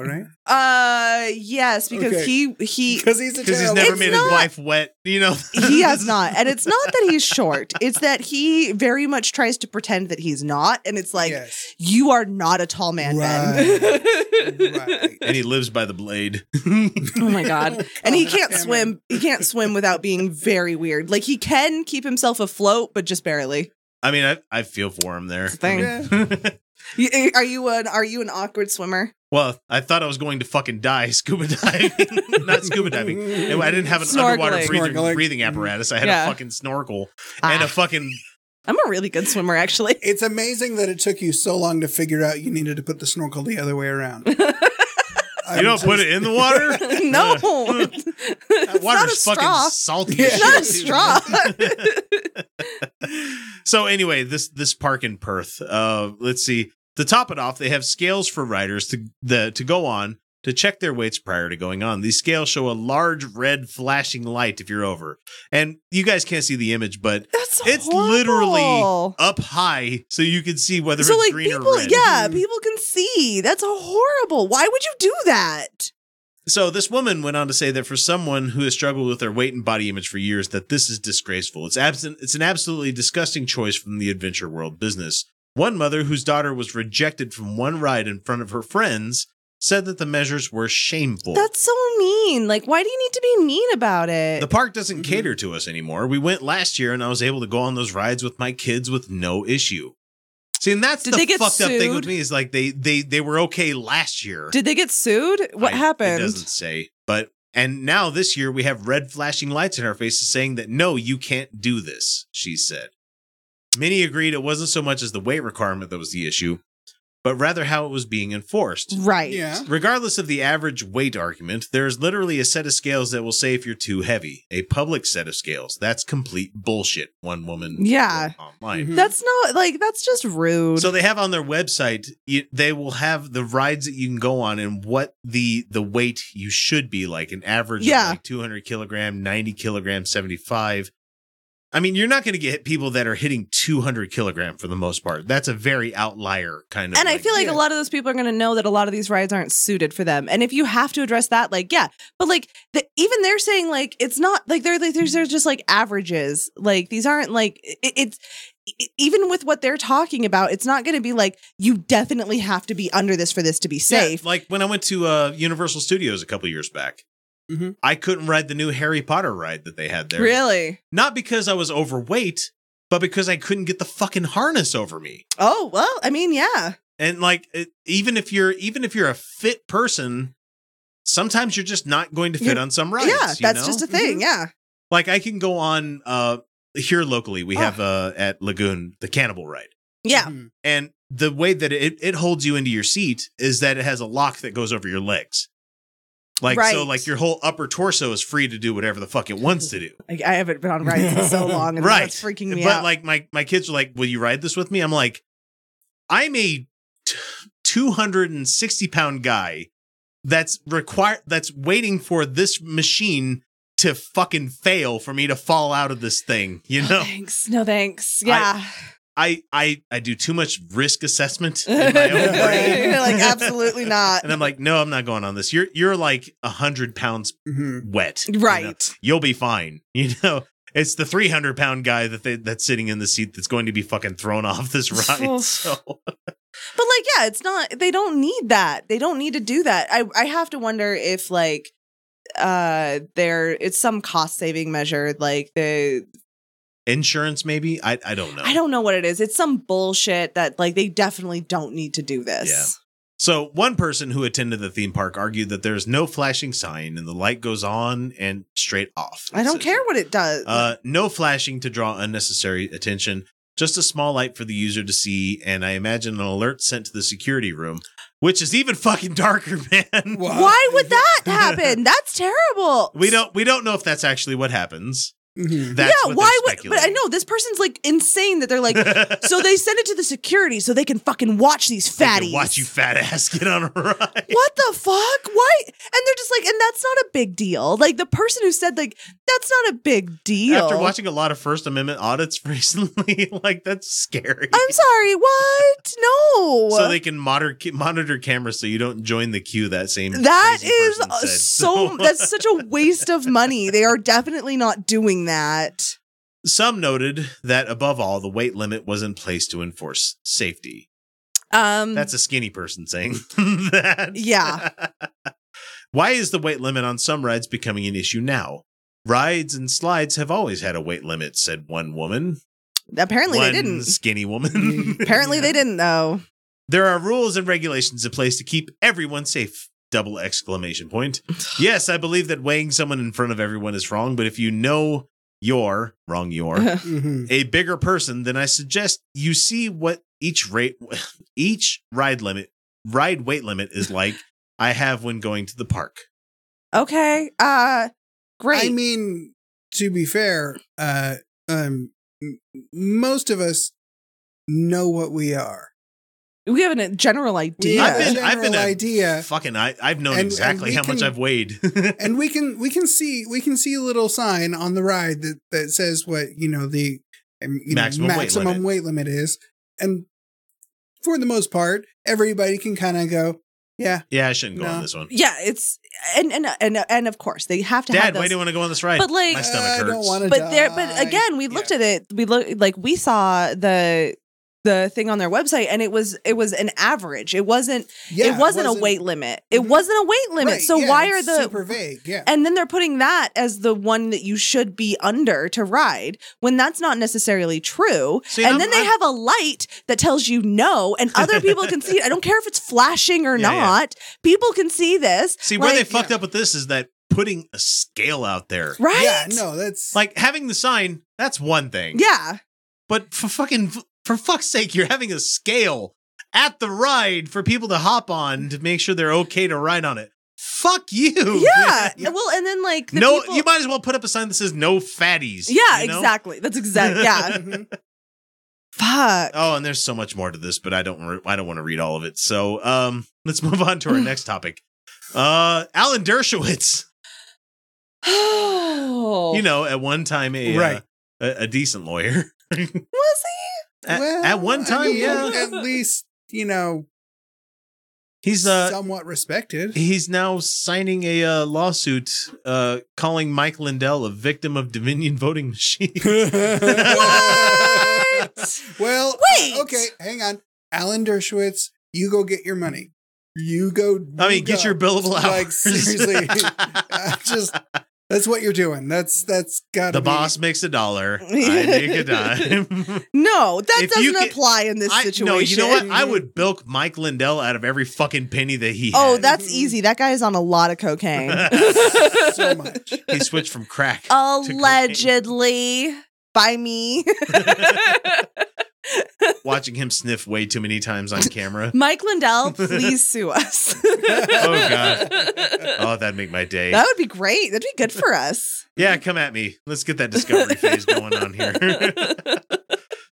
[laughs]
right?
Uh, yes, because
Okay.
he he
Because he's a
because he's
terrible.
never
It's
[laughs]
made
not-
his wife wet. You know, [laughs]
he has not. And it's not that he's short. It's that he very much tries to pretend that he's not. And it's like,
yes.
you are not a tall man, Ben.
Right.
[laughs]
[laughs]
Right.
and he lives by the blade. [laughs]
oh my God. [laughs] And
[laughs]
he can't
Damn it.
swim. He can't swim without being very weird. Like he can keep himself afloat, but just barely.
I mean, I, I feel for him there.
It's a thing.
Yeah.
You- Are you an are you an awkward swimmer?
[laughs] well, I thought I was going to fucking die [laughs] scuba diving, [laughs] not scuba diving. No, I didn't have an underwater
Snorkeling.
breathing,
Snorkeling.
breathing apparatus. I had
Yeah.
a fucking snorkel and a
Ah,
fucking
I'm a really good swimmer, actually.
It's amazing that it took you so long to figure out you needed to put the snorkel the other
[laughs]
way around.
You don't put it in the water.
[laughs] no, it's
[laughs] That
it's not a
water's fucking
straw.
salty.
Yeah.
as
It's not a
shit, too. [laughs]
straw. [laughs]
so anyway, this this park in Perth. Uh, let's see. To top it off, they have scales for riders to the to go on to check their weights prior to going on. These scales show a large red flashing light if you're over, and you guys can't see the image, but
That's
it's literally
horrible.
up high, so you can see whether
so
it's
like
green
people
or red.
yeah
Mhm.
people can see that's horrible why would you do that
So this woman went on to say that for someone who has struggled with their weight and body image for years, that this is disgraceful. It's absent. It's an absolutely disgusting choice from the adventure world business. One mother whose daughter was rejected from one ride in front of her friends said that the measures were shameful.
that's so mean like why do you need to be mean about it
the park doesn't cater to us anymore. We went last year, and I was able to go on those rides with my kids with no issue. See, and that's
Did
the
they get
fucked up thing
sued?
with me is like they they they were okay last year.
did they get sued what
I- It
happened
doesn't say. But and now this year we have red flashing lights in our faces saying that no, you can't do this, she said. Many agreed it wasn't so much as the weight requirement that was the issue, but rather how it was being enforced.
right
Yeah.
Regardless of the average weight argument, there is literally a set of scales that will say if you're too heavy. A public set of scales. That's complete bullshit, one woman
Yeah.
wrote online.
Mhm.
that's not like that's just rude
So they have on their website you, they will have the rides that you can go on and what the the weight you should be like an average
Yeah.
of like 200 kilogram, 90 kilogram, 75. I mean, you're not going to get people that are hitting 200 kilogram for the most part. That's a very outlier kind of.
and I feel like
yeah.
a lot of those people are going to know that a lot of these rides aren't suited for them. And if you have to address that, like, yeah, but like, the, even they're saying like it's not like they're like these are just like averages. Like these aren't like it, it's e- even with what they're talking about, it's not going to be like you definitely have to be under this for this to be safe.
Yeah, like when I went to uh, Universal Studios a couple years back,
Mhm.
I couldn't ride the new Harry Potter ride that they had there.
Mm-hmm. Really?
Not because I was overweight, but because I couldn't get the fucking harness over me.
Oh well, I mean, yeah.
And like, it, even if you're even if you're a fit person, sometimes you're just not going to fit
You're-
on some rides.
yeah,
you
that's
know? Mm-hmm.
just a thing. Yeah.
like I can go on uh here locally. We
Oh.
have uh at Lagoon the Cannibal ride. [laughs]
Yeah.
Mhm.
And the way that it, it holds you into your seat is that it has a lock that goes over your legs. Like so,
Right.
like your whole upper torso is free to do whatever the fuck it wants to do.
Like, I haven't been on rides in
[laughs]
so long and
right.
that's freaking me
but
out.
like my my kids are like, Will you ride this with me? I'm like, I'm a two hundred and sixty pound guy that's required that's waiting for this machine to fucking fail for me to fall out of this thing, you
no [laughs]
know?
Oh, thanks. No thanks. Yeah.
I I I do too much risk
[laughs]
assessment in my own brain. [laughs]
You're like, absolutely not.
And I'm like, no, I'm not going on this. You're you're like a hundred pounds
Mhm.
wet, you know?
Right.
You'll be fine. [laughs] You know, it's the 300 pound guy that they, that's sitting in the seat that's going to be fucking thrown off
[laughs]
this ride. [laughs]
Oof.
so
But like, yeah, it's not. They don't need that. They don't need to do that. I I have to wonder if like, uh, there it's some cost saving measure. Like the
insurance, maybe I I don't know.
I don't know what it is. It's some bullshit that like they definitely don't need to do this.
So one person who attended the theme park argued that there's no flashing sign and the light goes on and straight off.
I don't
Says-
care what it does.
Uh, no flashing to draw unnecessary attention, just a small light for the user to see, and I imagine an alert sent to the security room, which is even fucking darker, [laughs] man.
Wow.
Why would that happen? That's terrible.
We don't we don't know if that's actually what happens.
Mhm.
That's
yeah,
what
why
they're
would? But I
speculating.
know this person's like insane that they're
[laughs]
like. so they send it to the security so they can fucking watch these
They can
fatties.
Watch you fat ass get on a [laughs] ride.
what the fuck? Why? And they're just like, and that's not a big deal. Like the person who said, like, that's not a big deal.
After watching a lot of First Amendment audits [laughs] recently, like that's scary.
I'm
[laughs]
sorry, what? No.
so they can moder- monitor cameras so you don't join the queue that same
that
crazy
is
person
uh,
said.
so [laughs] that's such a waste of money. They are definitely not doing that.
Some noted that above all, the weight limit was in place to enforce safety.
Um
That's [laughs] a skinny person saying that.
Yeah.
Why is the weight limit on some rides becoming an issue now? Rides and slides have always had a weight limit, said one woman.
apparently
one [laughs]
they didn't.
Skinny woman. [laughs]
Apparently they didn't though.
There are rules and regulations in place to keep everyone safe. Double exclamation
[laughs]
point. Yes, I believe that weighing someone in front of everyone is wrong, but if you know you're wrong, you're
[laughs]
Mhm.
a bigger person, then I suggest you see what each rate, [laughs] each ride limit, ride weight limit is like. I have when going to the park.
Okay. Uh great.
I mean, to be fair, uh, um, m- most of us know what we are.
we have a general idea.
Yeah.
I've been, I've been a
General idea.
Fucking, I, I've known
Uh, And- and
exactly
we
how much
can-
I've weighed. [laughs]
and we can we can see we can see a little sign on the ride that that says what you know the um, you know,
Maximum weight
maximum
limit.
weight limit is, and for the most part, everybody can kind of go, yeah,
yeah, I shouldn't go
No.
on this one.
yeah, it's and and and and of course they have to have
Dad,
those
why do you want to go on this ride?
But, like-
my stomach
I
hurts.
don't want to.
but there but again we looked at it we look like we saw the the thing on their website and it was it was an average it wasn't it wasn't, a weight limit it
Mm-hmm.
Mhm.
wasn't a weight limit
Right,
so
yeah,
why are
it's
the
super vague? Yeah,
and then they're putting that as the one that you should be under to ride when that's not necessarily true
See,
and
I'm-
then they
I'm-
have a light that tells you no and other people can see it i don't care if it's flashing
[laughs]
or
Yeah, yeah.
not people can see this
See, where they
Like-
fucked up with this is that putting a scale out there.
right
yeah, no, that's
Like having the sign, that's one thing.
yeah
But for fucking for fuck's sake, you're having a scale at the ride for people to hop on to make sure they're okay to ride on it. Fuck you. [laughs]
yeah, well and then like the
No,
people-
you might as well put up a sign that says no fatties.
Yeah,
you know?
exactly. That's exact.
[laughs]
Yeah.
Mhm.
Fuck.
[sighs] Oh, and there's so much more to this, but I don't re- I don't want to read all of it. So, um, let's move on
[laughs]
to our next topic. Uh, Alan Dershowitz.
Oh.
you know, at one time a uh,
Right.
a, a decent lawyer. [laughs] at,
was
Well,
at
I
one time,
mean,
yeah,
at least you know
he's uh
somewhat respected.
he's now signing a uh, lawsuit uh [laughs] calling Mike Lindell a victim of Dominion voting machine.
he? What?
Well,
Wait!
okay, hang on. Alan Dershowitz, you go get your money. You go.
I mean,
you
get
go.
your
[laughs]
billable hours.
Like,
[laughs]
seriously. I just, that's what you're doing. That's, that's got
the boss makes a
[laughs]
dollar. I make a dime.
No, that
If you
doesn't
can-
apply in [laughs] this
I,
situation.
no, you know what? I would bilk Mike Lindell out of every fucking penny that he
Oh,
had.
Mm-hmm.
that's easy. That guy is on a lot of
[laughs]
cocaine. [laughs]
so much.
he switched from crack. to cocaine.
Allegedly by me. [laughs]
Watching him sniff way too many times on
[laughs]
camera.
Mike
[laughs]
Lindell, please sue us.
Oh, God. Oh, that'd make my day.
[laughs] That would be great. That'd be good for us. [sighs]
Yeah, come at me. Let's get that discovery phase going on here.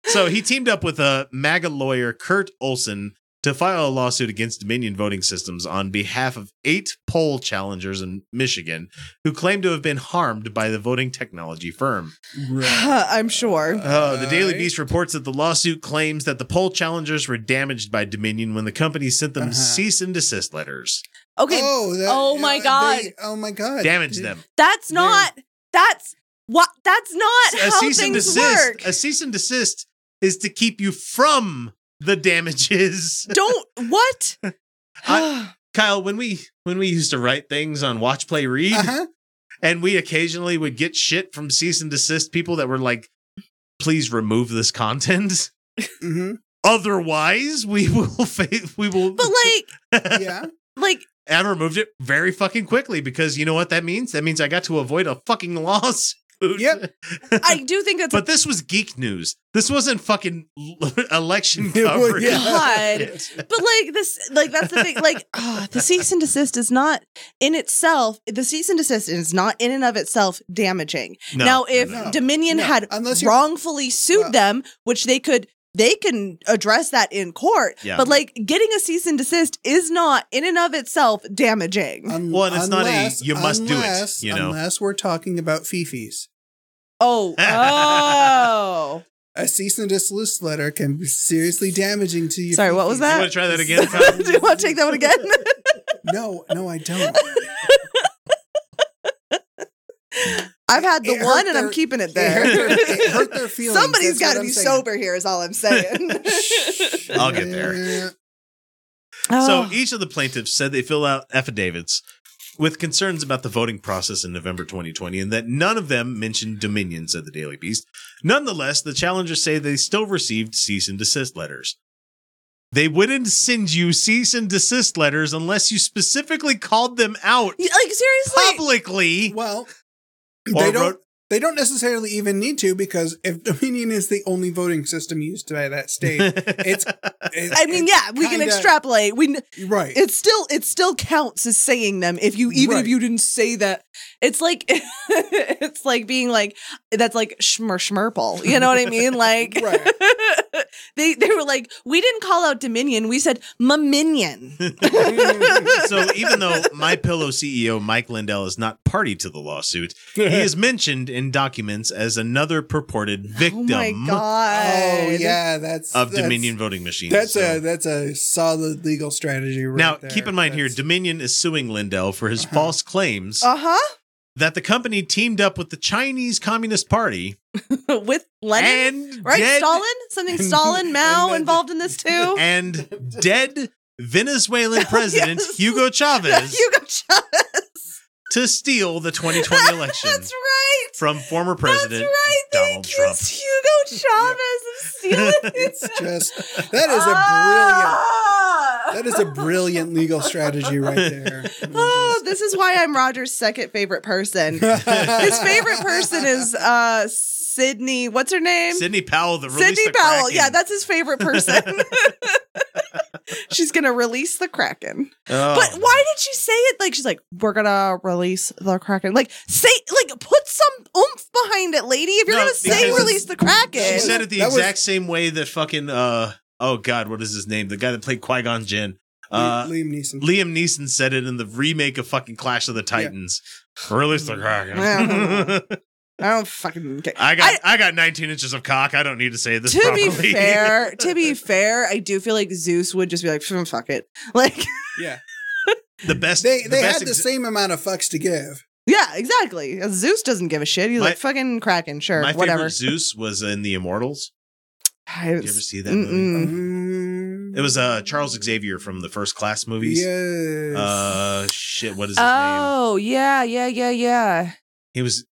so he teamed up with a MAGA lawyer, Kurt Olson, to file a lawsuit against Dominion Voting Systems on behalf of eight poll challengers in Michigan who claim to have been harmed by the voting technology firm. [laughs]
Right.
[sighs]
I'm sure.
Oh, the Daily
Right.
Beast reports that the lawsuit claims that the poll challengers were damaged by Dominion when the company sent them
Uh-huh.
cease and desist letters.
Okay,
Oh, that-
Oh my
they-
God.
oh my god.
Damage them.
that's not. That's what. That's not
a
how
cease and
things
desist.
work.
A cease and desist is to keep you from the damages.
Don't what?
I- Kyle, when we when we used to write things on Watch Play Read,
Uh-huh.
and we occasionally would get shit from cease and desist people that were like, "Please remove this content, [laughs]
hmm
otherwise we [laughs] will fa- we will."
but like,
Yeah.
like
I removed it very fucking quickly because you know what that means? That means I got to avoid a fucking lawsuit.
Yep.
I do think
[laughs]
that's
But this was geek news. This wasn't fucking election
It was-
coverage. [laughs]
yeah.
God. But like this, like that's the thing.
[laughs]
Like ah, the cease and desist is not in itself. The cease and desist is not in and of itself damaging.
No,
now, if
no,
no.
Dominion
No,
had
unless you're-
wrongfully sued
Well-
them, which they could, they can address that in court.
Yeah.
But like getting a cease and desist is not in and of itself damaging.
Un-
Well, and it's not a you must do it, you know.
Unless we're talking about fifis. [laughs]
oh, oh.
A cease and desist letter can be seriously damaging to you.
Sorry, what was
You
that?
want to try that again? Kyle?
[laughs] Do you want to take that one again?
No, no,
[laughs]
I don't.
I've had the
It hurt
one, and
their-
I'm keeping it
It
there.
hurt their, it hurt their feelings.
Somebody's
That's
got
what
to
I'm
be
saying.
sober here, is all I'm [laughs] saying.
I'll get there.
Oh.
So
e-,
each of the plaintiffs said they fill out affidavits with concerns about the voting process in November 2020 and that none of them mentioned Dominion, said the Daily Beast. Nonetheless, the challengers say they still received cease and desist letters. They wouldn't send you cease and desist letters unless you specifically called them out
Y- like seriously, [laughs]
publicly.
Well,
Or
they don't.
wrote-
they don't necessarily even need to because if Dominion is the only voting system used by that state,
[laughs]
it's. it-
I mean,
it
yeah, we can
kinda-
extrapolate. We kn- [laughs]
Right.
it still it still counts as saying them if you even if
Right.
you didn't say that. It's like [laughs] it's like being like that's like schmer schmerple. You know what I mean? [laughs] Like
Right.
they they were like we didn't call out Dominion. We said Maminion.
so even though my pillow CEO Mike Lindell is not party to the lawsuit, he is mentioned in documents as another purported
Oh
victim
my god!
[laughs] oh yeah, that's
of
that's-
Dominion voting machines.
That's
So-
a that's a solid legal strategy. Right
now
there.
keep in mind here,
That's- Uh-huh.
Dominion is suing Lindell for his false claims
Uh huh.
that the company teamed up with the Chinese Communist Party
[laughs] With Lenin,
and
right?
dead
Stalin, something Stalin, Mao
and then-
involved in this too. [laughs]
and dead Venezuelan president
Oh. yes. [laughs]
Hugo Chavez
Hugo Chavez.
to steal the 2020 election
[laughs] That's right.
from former president
That's right. They
Donald Trump.
accused Hugo Chavez of stealing. Ah!
it's just that
[laughs]
is a brilliant that is a brilliant legal strategy right there.
Oh, this is why I'm Roger's second favorite person. [laughs] His favorite person is uh Sydney. What's her name?
Sydney Powell, the release
Sydney
the
Powell.
Kraken.
Yeah, that's his favorite person. [laughs] She's gonna release the Kraken.
Oh.
But why did she say it? Like she's like, we're gonna release the Kraken. Like say, like put some oomph behind it, lady. If you're
No,
gonna say
because-
release the Kraken,
She said it the
That was-
exact same way that fucking uh oh god, what is his name? The guy that played Qui Gon Jinn. Uh,
Liam Neeson.
Liam Neeson said it in the remake of fucking Clash of the Titans. Release the [laughs]
Yeah.
Kraken.
I don't fucking. Get-
I got I, got 19 inches of cock. I don't need to say this.
to
properly. [laughs]
be fair, to be fair, I do feel like Zeus would just be like, "Phew, fuck it. [laughs] Like,
yeah,
the best
they
the
they
best
had the
ex-
same amount of fucks to give.
yeah, exactly. Zeus doesn't give a shit. He's
My-
like, fucking Kraken, sure,
My favorite
whatever.
Zeus was in the Immortals.
I haven't
Did you ever
s-
see that movie?
Mm-mm.
Mm,
Mm-hmm. It was uh Charles Xavier from the first class movies.
Yes.
Uh shit, what is his name?
Oh yeah, yeah, yeah, yeah.
He was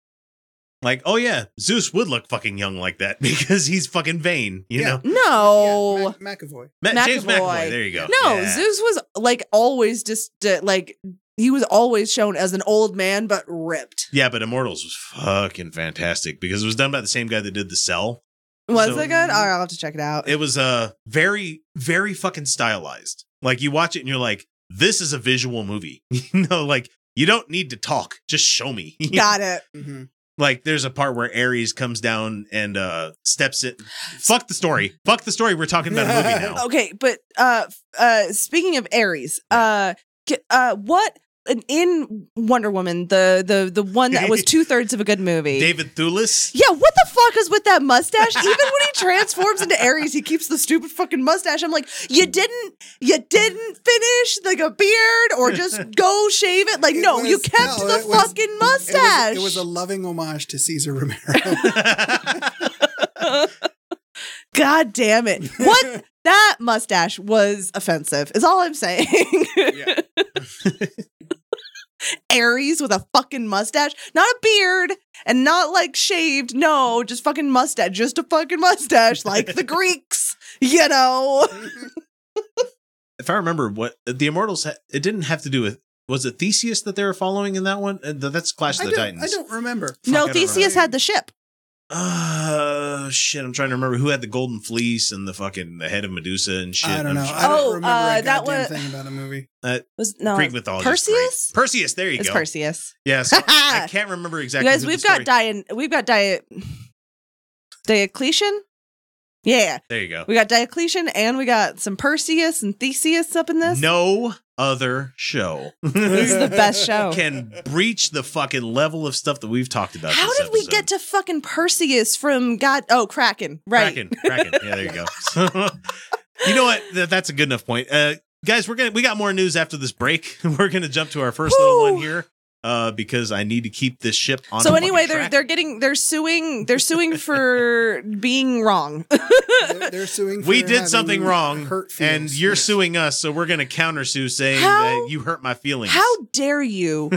like, oh yeah, Zeus would look fucking young like that [laughs] because he's fucking vain, you
Yeah.
know.
No,
Yeah, Mac- McAvoy.
Ma- James
McAvoy.
McAvoy, there you go.
no.
Yeah.
Zeus was like always just uh, like he was always shown as an old man, but ripped.
Yeah, but Immortals was fucking fantastic because it was done by the same guy that did the Cell.
Was
So-
it good? All right, I'll have to check
[laughs]
it out.
It was uh very very fucking stylized. Like you watch it and you're like, this is a visual movie. [laughs] you know, like you don't need to talk, just show me. [laughs]
Got it.
Mhm.
like there's a part where Ares comes down and uh steps it. Fuck the story. Fuck the story. We're talking about a
[laughs]
movie now.
Okay, but uh f- uh speaking of Aries, uh ki- uh what and in Wonder Woman, the the the one that
[laughs]
was two thirds of a good movie.
David Thewlis.
yeah, what the fuck is with that mustache? Even when he transforms into Aries, he keeps the stupid fucking mustache. I'm like, you didn't, you didn't finish like a beard, or
[laughs]
just go shave it. Like,
It
no, you
was-
kept
no,
the
it was-
fucking
It was,
mustache.
it was a loving homage to Caesar Romero.
[laughs]
God damn it! [laughs] What that mustache was offensive. Is all I'm saying.
Yeah.
[laughs] Aries with a fucking mustache, not a beard, and not like shaved. No, just fucking mustache, just a fucking mustache, like [laughs] the Greeks. You know.
if I remember what the Immortals, ha- it didn't have to do with. Was it Theseus that they were following in that one? Uh, th- that's Clash
I,
of the
don't,
Titans.
I don't remember.
no,
Fuck, I don't
Theseus
remember.
had the ship.
Uh, shit. I'm trying to remember who had the golden fleece and the fucking the head of Medusa and shit.
I don't
I'm
know.
sure-
I don't
Oh,
remember
uh,
a
that
goddamn
was-
thing about
[laughs]
the movie.
Was no
Greek mythology. is great.
Oh, Perseus.
Perseus. There you
It's
go. [laughs]
Perseus.
Yeah. So
[laughs]
I can't remember exactly.
you guys,
who
we've
the
got
story-
Dian, we've got Dia, Diocletian. Yeah,
there you go.
we got Diocletian, and we got some Perseus and Theseus up in this.
No other
[laughs]
show
this is the best
[laughs]
show.
can breach the fucking level of stuff that we've talked about.
How
this
did we
episode.
get to fucking Perseus from God? Oh, Kraken, right?
Kraken, Kraken. Yeah, there you
[laughs]
go. [laughs] you know what? Th- That's a good enough point. Uh, guys, we're gonna we got more news after this break. [laughs] We're gonna jump to our first little
Whew.
one here. Uh, because I need to keep this ship on.
So
a
anyway,
fucking
they're
track.
they're getting they're suing they're suing
[laughs]
for being wrong.
They're, they're suing. For
we did
having
something wrong,
Hurt
and
feelings.
you're suing us. So we're gonna countersue, saying
How-
that you hurt my feelings.
How dare
[laughs]
you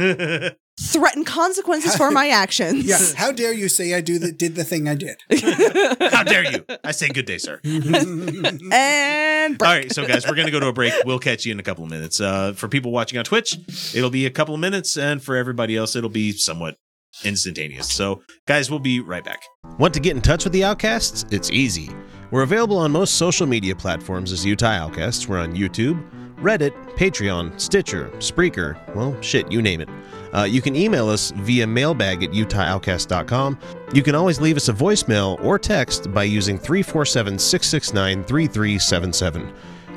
threaten consequences for my actions?
Yeah. [laughs] How dare you say I do the, did the thing
[laughs]
I did?
[laughs] How dare you? I say good day, sir.
Mm-hmm.
and [laughs]
All right, so guys, we're going to go to a break. We'll catch you in a couple of minutes. Uh, for people watching on Twitch, it'll be a couple of minutes, and for everybody else, it'll be somewhat instantaneous. So, guys, we'll be right back. Want to get in touch with the Outcasts? It's easy. We're available on most social media platforms as Utah Outcasts. We're on YouTube, Reddit, Patreon, Stitcher, Spreaker, well, shit, you name it. Uh, you can email us via mailbag at utahoutcast.com. You can always leave us a voicemail or text by using 347 669 3377.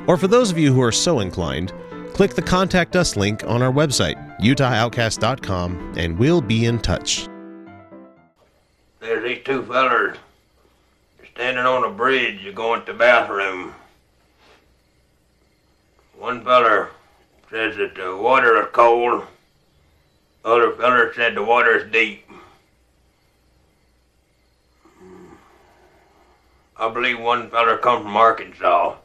Or for those of you who are so inclined, click the Contact Us link on our website, utahoutcast.com, and we'll be in touch.
There's these two fellers standing on a bridge going to the bathroom. One feller says that the water is cold. Other feller said the water is deep. I believe one feller come from Arkansas.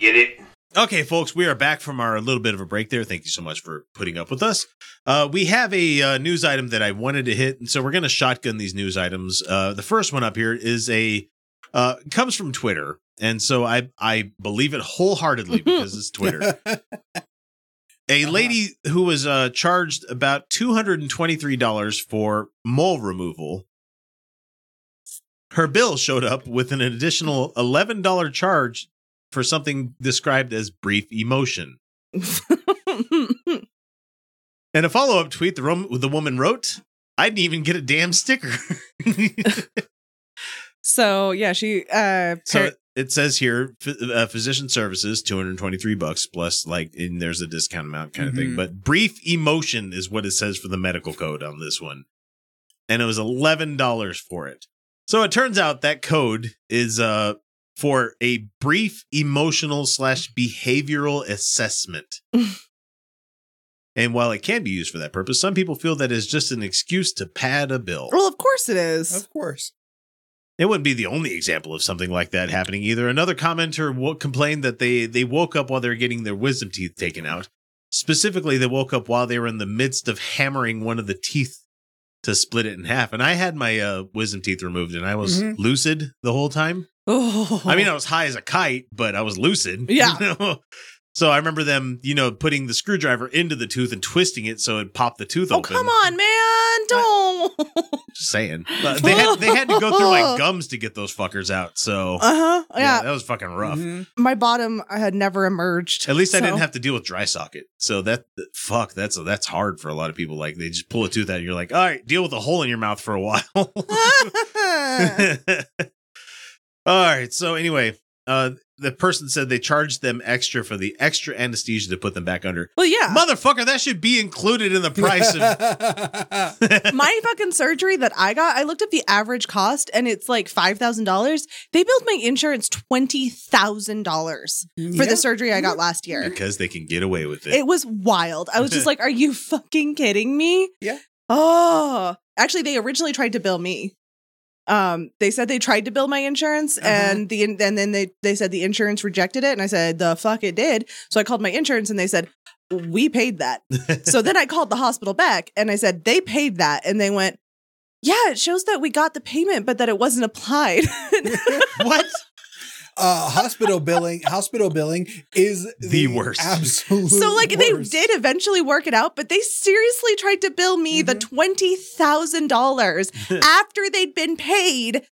Get it?
Okay, folks, we are back from our little bit of a break there. Thank you so much for putting up with us. Uh, we have a uh, news item that I wanted to hit, and so we're going to shotgun these news items. Uh, the first one up here is a uh, comes from Twitter, and so I I believe it wholeheartedly because it's Twitter. a lady who was uh, charged about two hundred and twenty three dollars for mole removal. Her bill showed up with an additional eleven dollar charge for something described as brief emotion. In a follow up tweet, the, rom- the woman wrote, "I didn't even get a damn sticker." [laughs]
so yeah, she uh
so it- it says here, ph- uh, physician services, two hundred twenty three bucks plus like, and there's a discount amount kind of thing.
Mhm.
But brief emotion is what it says for the medical code on this one, and it was eleven dollars for it. So it turns out that code is uh for a brief emotional slash behavioral assessment. and while it can be used for that purpose, some people feel that is just an excuse to pad a bill.
well, of course it is.
of course.
It wouldn't be the only example of something like that happening either. Another commenter wo- complained that they, they woke up while they were getting their wisdom teeth taken out. Specifically, they woke up while they were in the midst of hammering one of the teeth to split it in half. And I had my uh, wisdom teeth removed and I was
Mhm.
lucid the whole time.
Mm-hmm. Oh,
I mean, I was high as a kite, but I was lucid. [laughs]
Yeah.
You know? So I remember them, you know, putting the screwdriver into the tooth and twisting it so it popped the tooth
oh,
open.
come on, man! Don't.
Just saying. But they had they had to go
[laughs]
through like gums to get those fuckers out. So
Uh huh. Yeah.
that was fucking rough.
Mhm.
my bottom had never emerged.
At least I
so-
didn't have to deal with dry socket. So that fuck, that's that's hard for a lot of people. Like they just pull a tooth out and you're like, all right, deal with a hole in your mouth for a while. [laughs] All right. So anyway, uh, the person said they charged them extra for the extra anesthesia to put them back under.
[laughs] well, yeah.
Motherfucker, that should be included in the price of.
[laughs] my fucking surgery that I got, I looked up the average cost and it's like $5,000. They billed my insurance $20,000 for the surgery I got last year.
[laughs] because they can get away with it.
It was wild. I was just
[laughs]
like, are you fucking kidding me?
Yeah.
Oh, actually, they originally tried to bill me. Um, they said they tried to bill my insurance
Uh-huh.
and the and then they they said the insurance rejected it and I said the fuck it did. So I called my insurance and they said we paid that so then I called the hospital back and I said, they paid that. And they went, yeah, it shows that we got the payment, but that it wasn't applied.
what?
uh, hospital billing. Hospital billing is
The worst.
[laughs] Absolute.
[laughs]
so, like, they
worst.
did eventually work it out, but they seriously tried to bill me the
Mm-hmm. [laughs]
$20,000 after they'd been paid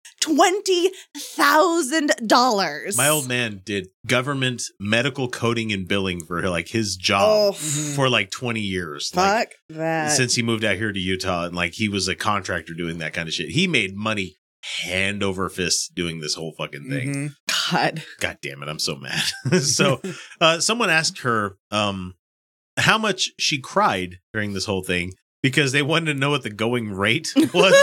$20,000.
My old man did government medical coding and billing for like his job
Oh,
for like 20 years. Like,
fuck that.
since he moved out here to Utah and like he was a contractor doing that kind of shit. He made money hand over fist doing this whole fucking thing.
Mhm.
[laughs] God.
God damn it, I'm so mad. [laughs] so uh, someone asked her um, how much she cried during this whole thing because they wanted to know what the going rate was.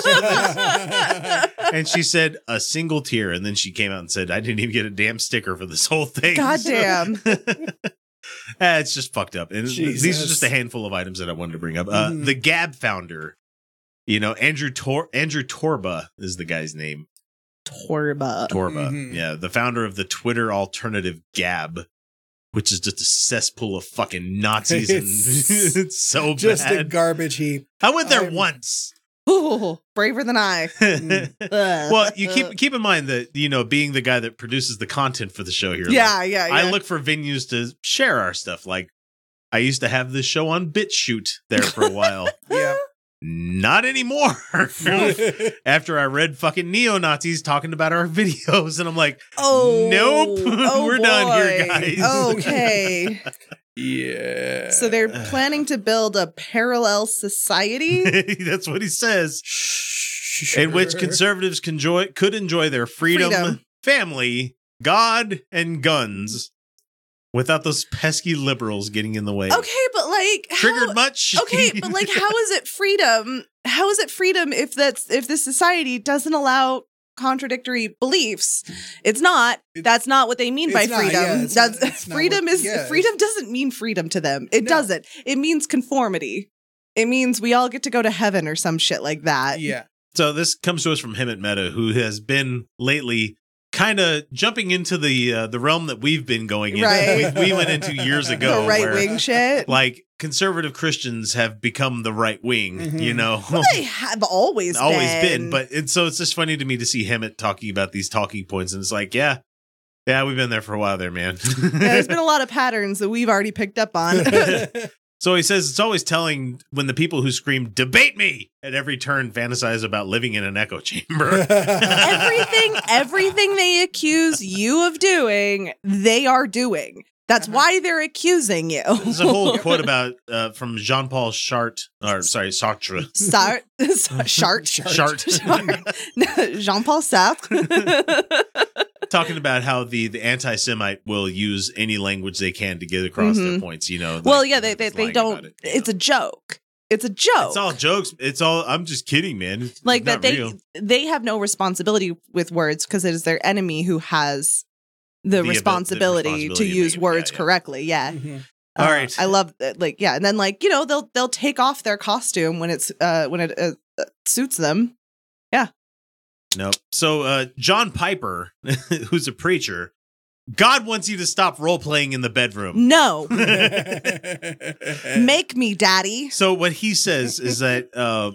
[laughs]
and she said a single tear, and then she came out and said, "I didn't even get a damn sticker for this whole thing." [laughs]
God
So-
damn.
Ah, it's just fucked up. And these are
Jesus.
just a handful of items that I wanted to bring up. Uh,
Mhm.
The Gab founder, you know, Andrew Tor- Andrew Torba is the guy's name.
Torba.
Torba.
Mhm.
Yeah, the founder of the Twitter alternative Gab, which is just a cesspool of fucking Nazis and [laughs]
It's [laughs]
it's so
just a
bad.
garbage heap.
[laughs]
I went there
I'm-
once. [laughs]
Ooh, braver than I.
[laughs] Mm.
well, you
[laughs]
keep keep in mind that you know being the guy that produces the content for the show here. like,
Yeah, yeah, yeah.
I look for venues to share our stuff. Like I used to have this show on BitChute there for a
[laughs]
while. [laughs]
Yeah.
Not anymore. [laughs] After I read fucking neo Nazis talking about our [laughs] videos, and I'm like, [laughs]
Oh,
Nope. [laughs]
Oh,
We're done here,
boy.
guys. [laughs]
Okay.
yeah.
so they're planning to build a parallel
[laughs]
society.
that's what he says.
Sure.
in which conservatives can joy, could enjoy their freedom,
Freedom.
family, God, and guns without those pesky liberals getting in the way.
Okay, but like how-
Triggered much? [laughs]
[laughs]
Okay, but like how is it freedom? How is it freedom if that's if this society doesn't allow contradictory beliefs? It's not.
It-
that's not what they mean by
it's not,
freedom.
yeah, it's
that's
not- it's not
freedom
what-
is
yeah.
freedom doesn't mean freedom to them. It
No.
doesn't. It means conformity. It means we all get to go to heaven or some shit like that. [laughs]
Yeah.
so this comes to us from Hemet Meta, who has been lately kind of jumping into the uh, the realm that we've been going into.
Right.
We, we went into years
[laughs]
ago.
the
where,
right wing
[laughs]
shit.
Like conservative Christians have become the right wing,
Mhm.
you know.
Mm-hmm.
[laughs]
they have always
always been. But it's so it's just funny to me to see Hemet talking about these talking points, and it's like, yeah, yeah, we've been there for a while there, man.
Yeah,
[laughs]
there's been a lot of patterns that we've already picked up
[laughs]
on.
so he says it's always telling when the people who scream "debate me" at every turn fantasize about living in an echo chamber.
everything, everything they accuse you of doing, they are doing. That's why they're accusing you.
There's a
[laughs]
whole quote about uh, from Jean Paul Chart, or sorry, Sartre. [laughs]
Sart, Shart, [laughs]
Chart.
Jean Paul Sartre.
[laughs] talking about how the, the anti Semite will use any language they can to get across their
Mhm.
points, you know. like,
well, yeah, they they,
lying
they
about
don't.
it, you know.
it's a joke. It's a joke.
It's all jokes. It's all. I'm just kidding, man. It's
like that
not
they
real.
they have no responsibility with words because it is their enemy who has the,
The abi- the
responsibility, to
responsibility to
use
make it,
words
yeah, yeah.
correctly yeah
All
Uh,
right.
i love that like yeah and then like you know they'll they'll take off their costume when it's uh when it uh, uh, suits them
Nope. So uh, John Piper, [laughs] who's a preacher, God wants you to stop role playing in the bedroom. [laughs]
No, make me, daddy.
So what he says
[laughs]
is that uh,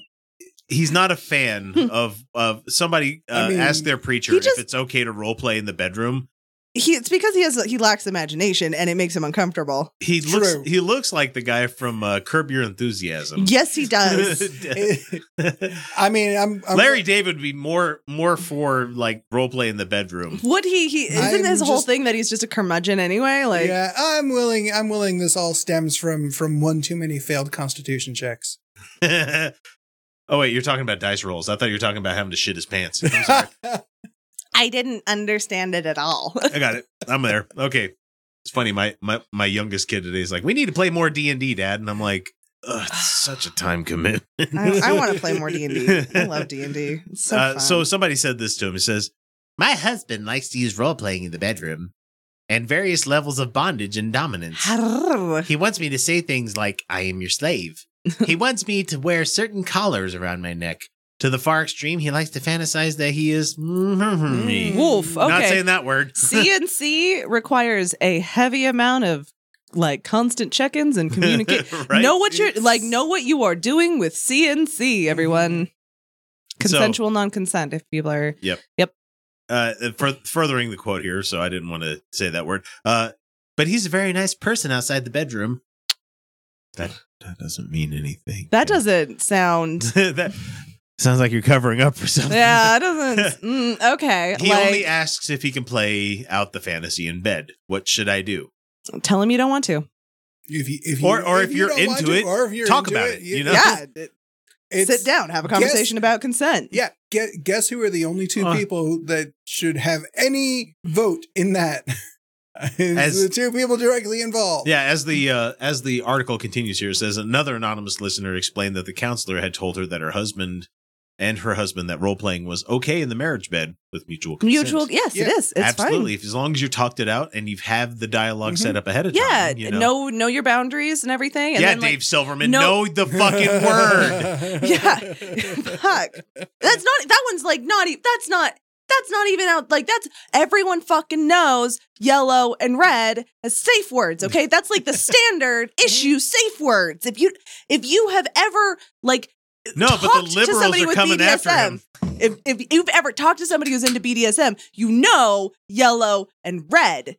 he's not a fan of of somebody uh,
I mean,
ask their preacher
Hmm. he just-
if it's okay to role play in the bedroom.
He, it's because he has he lacks imagination and it makes him uncomfortable.
He looks
True.
he looks like the guy from uh, Curb Your Enthusiasm.
Yes, he does.
Eh, I mean, I'm, I'm
[laughs] Larry David would be more more for like role play in the bedroom.
Would he? He isn't
I'm
his whole
just-
thing that he's just a curmudgeon anyway. Like,
yeah, I'm willing. I'm willing. This all stems from from one too many failed Constitution checks.
oh wait, you're talking about dice rolls. I thought you were talking about having to shit his pants. [laughs]
[laughs]
I'm sorry.
I didn't understand it at all. [laughs]
I got it. I'm there. Okay. It's funny. My my my youngest kid today is like, we need to play more D and D, Dad, and I'm like, Ugh, it's
[sighs]
such a time commitment.
I, I want to play more D
[laughs]
and I love D and D. So,
uh,
fun.
so somebody said this to him. He says, "My husband likes to use role playing in the bedroom and various levels of bondage and dominance. He wants me to say things like, I am
[laughs]
your slave. He wants me to wear certain collars around my neck. To the far extreme, he likes to fantasize that he is me.
Wolf. Mm. Okay.
Not saying that word. [laughs]
CNC requires a heavy amount of like constant check-ins and communicate.
[laughs] Right?
Know what you're like. Know what you are doing with CNC, everyone.
Mm-hmm. So-
Consensual non-consent. If people are
uh, for furthering the quote here, so I didn't want to say that word. Uh, but he's a very nice person outside the bedroom. That that doesn't mean anything.
that doesn't
[laughs]
sound.
that sounds like you're covering up for something.
Yeah, it doesn't. Mm, okay,
He
like
only asks if he can play out the fantasy in bed. What should I do?
tell him you don't want to.
If you, if
Or- or if
you
you're
don't want
into it,
or if you're
talk
into
about it, you know?
Yeah,
[laughs] it's-
sit down, have a conversation about consent.
Yeah, guess, guess who are the only two
Uh.
people that should have any vote in that? [laughs]
As-
As the two people directly involved.
Yeah, as the uh, as the article continues here, it says another anonymous listener explained that the counselor had told her that her husband and her husband that role playing was okay in the marriage bed with mutual consent.
Mutual. Yes, it
Yeah,
is. It's
Absolutely, if, as long as you talked it out and you've have the dialog
Mhm.
set up ahead of
fine. Yeah,
time. you know?
know know your boundaries and everything. And
yeah,
then, like,
Dave Silverman,
no-
know the fucking
[laughs]
[laughs]
word.
Yeah. [laughs] Fuck. That's not that one's like not e- that's not that's not even out like that's everyone fucking knows yellow and red as safe words, okay? That's like
[laughs]
the standard
Mm-hmm.
issue safe words. If you if you have ever like
No, but the
talked to
liberals
somebody
are
with
coming after
BDSM,
him.
If if you've ever talked to somebody who's into BDSM, you know yellow and
[laughs]
red.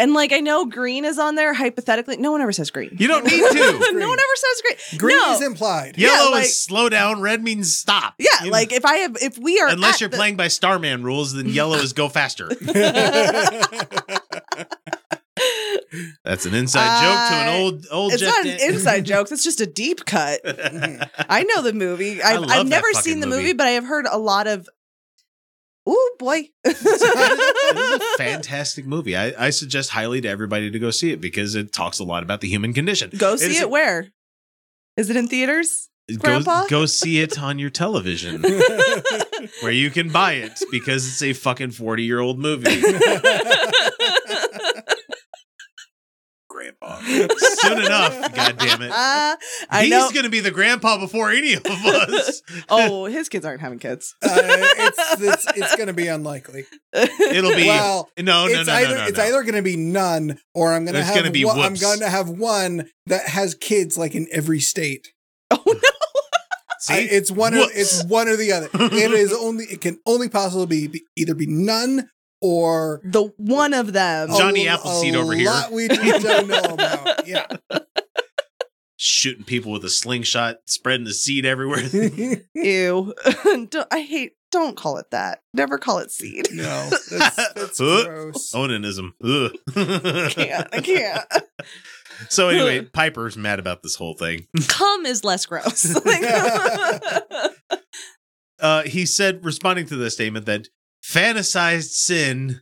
and like I know green is on there hypothetically. No one ever says green. [laughs]
You don't need to.
no one ever says green.
Green
no. [laughs]
is implied. [laughs]
Yeah,
Yellow
like-
is slow down. Red means stop.
Yeah,
You-
like if I have, if we are
unless
at
you're
the-
playing by Starman rules, then yellow is go faster. That's an inside joke to
I-
an old old.
Uh, It's
Jeff
not
Dan-
an
[laughs]
inside joke. It's just a deep cut. I know the movie. I've,
love
I've
that
never
fucking
seen the
movie.
movie. but I have heard a lot of. Ooh boy! [laughs]
it is a [laughs] fantastic movie. I, I suggest highly to everybody to go see it because it talks a lot about the human condition.
Go
It
see
is-
it, where? Is it in theaters?
Go,
Grandpa?
go see it on
[laughs]
your television where you can buy it because it's a fucking 40 year old movie. grandpa. Soon enough, God damn it.
Ah, [laughs] I
He's
know.
going to be the grandpa before any of us.
oh, his kids aren't having kids.
Uh, it's it's, it's going to be unlikely.
It'll be
Well,
no, no, Oh, no,
it's
no,
either
no,
it's
no.
either going to be none, or I'm going to
There's
have
gonna be
one, I'm
whoops.
going to have one that has kids like in every state.
[laughs] oh no!
See?
I- it's one. Or,
Whoops.
it's one or the other. It is
[laughs]
only. It can only possibly be, be- either be none or
The one of them.
Oh. Johnny
a-
Appleseed
a
over here.
Lot we just don't
[laughs]
know about. Yeah.
shooting people with a slingshot, spreading the seed everywhere.
[laughs] [laughs] Ew! [laughs] don't, I hate. Don't call it that. Never call it seed.
No, that's, that's
Huh? Oh.
gross.
Onanism. Ugh.
I can't. I can't.
[laughs] So anyway, Piper's mad about this whole thing.
Cum is less
[laughs]
gross. [laughs]
Uh, he said, responding to the statement that fantasized sin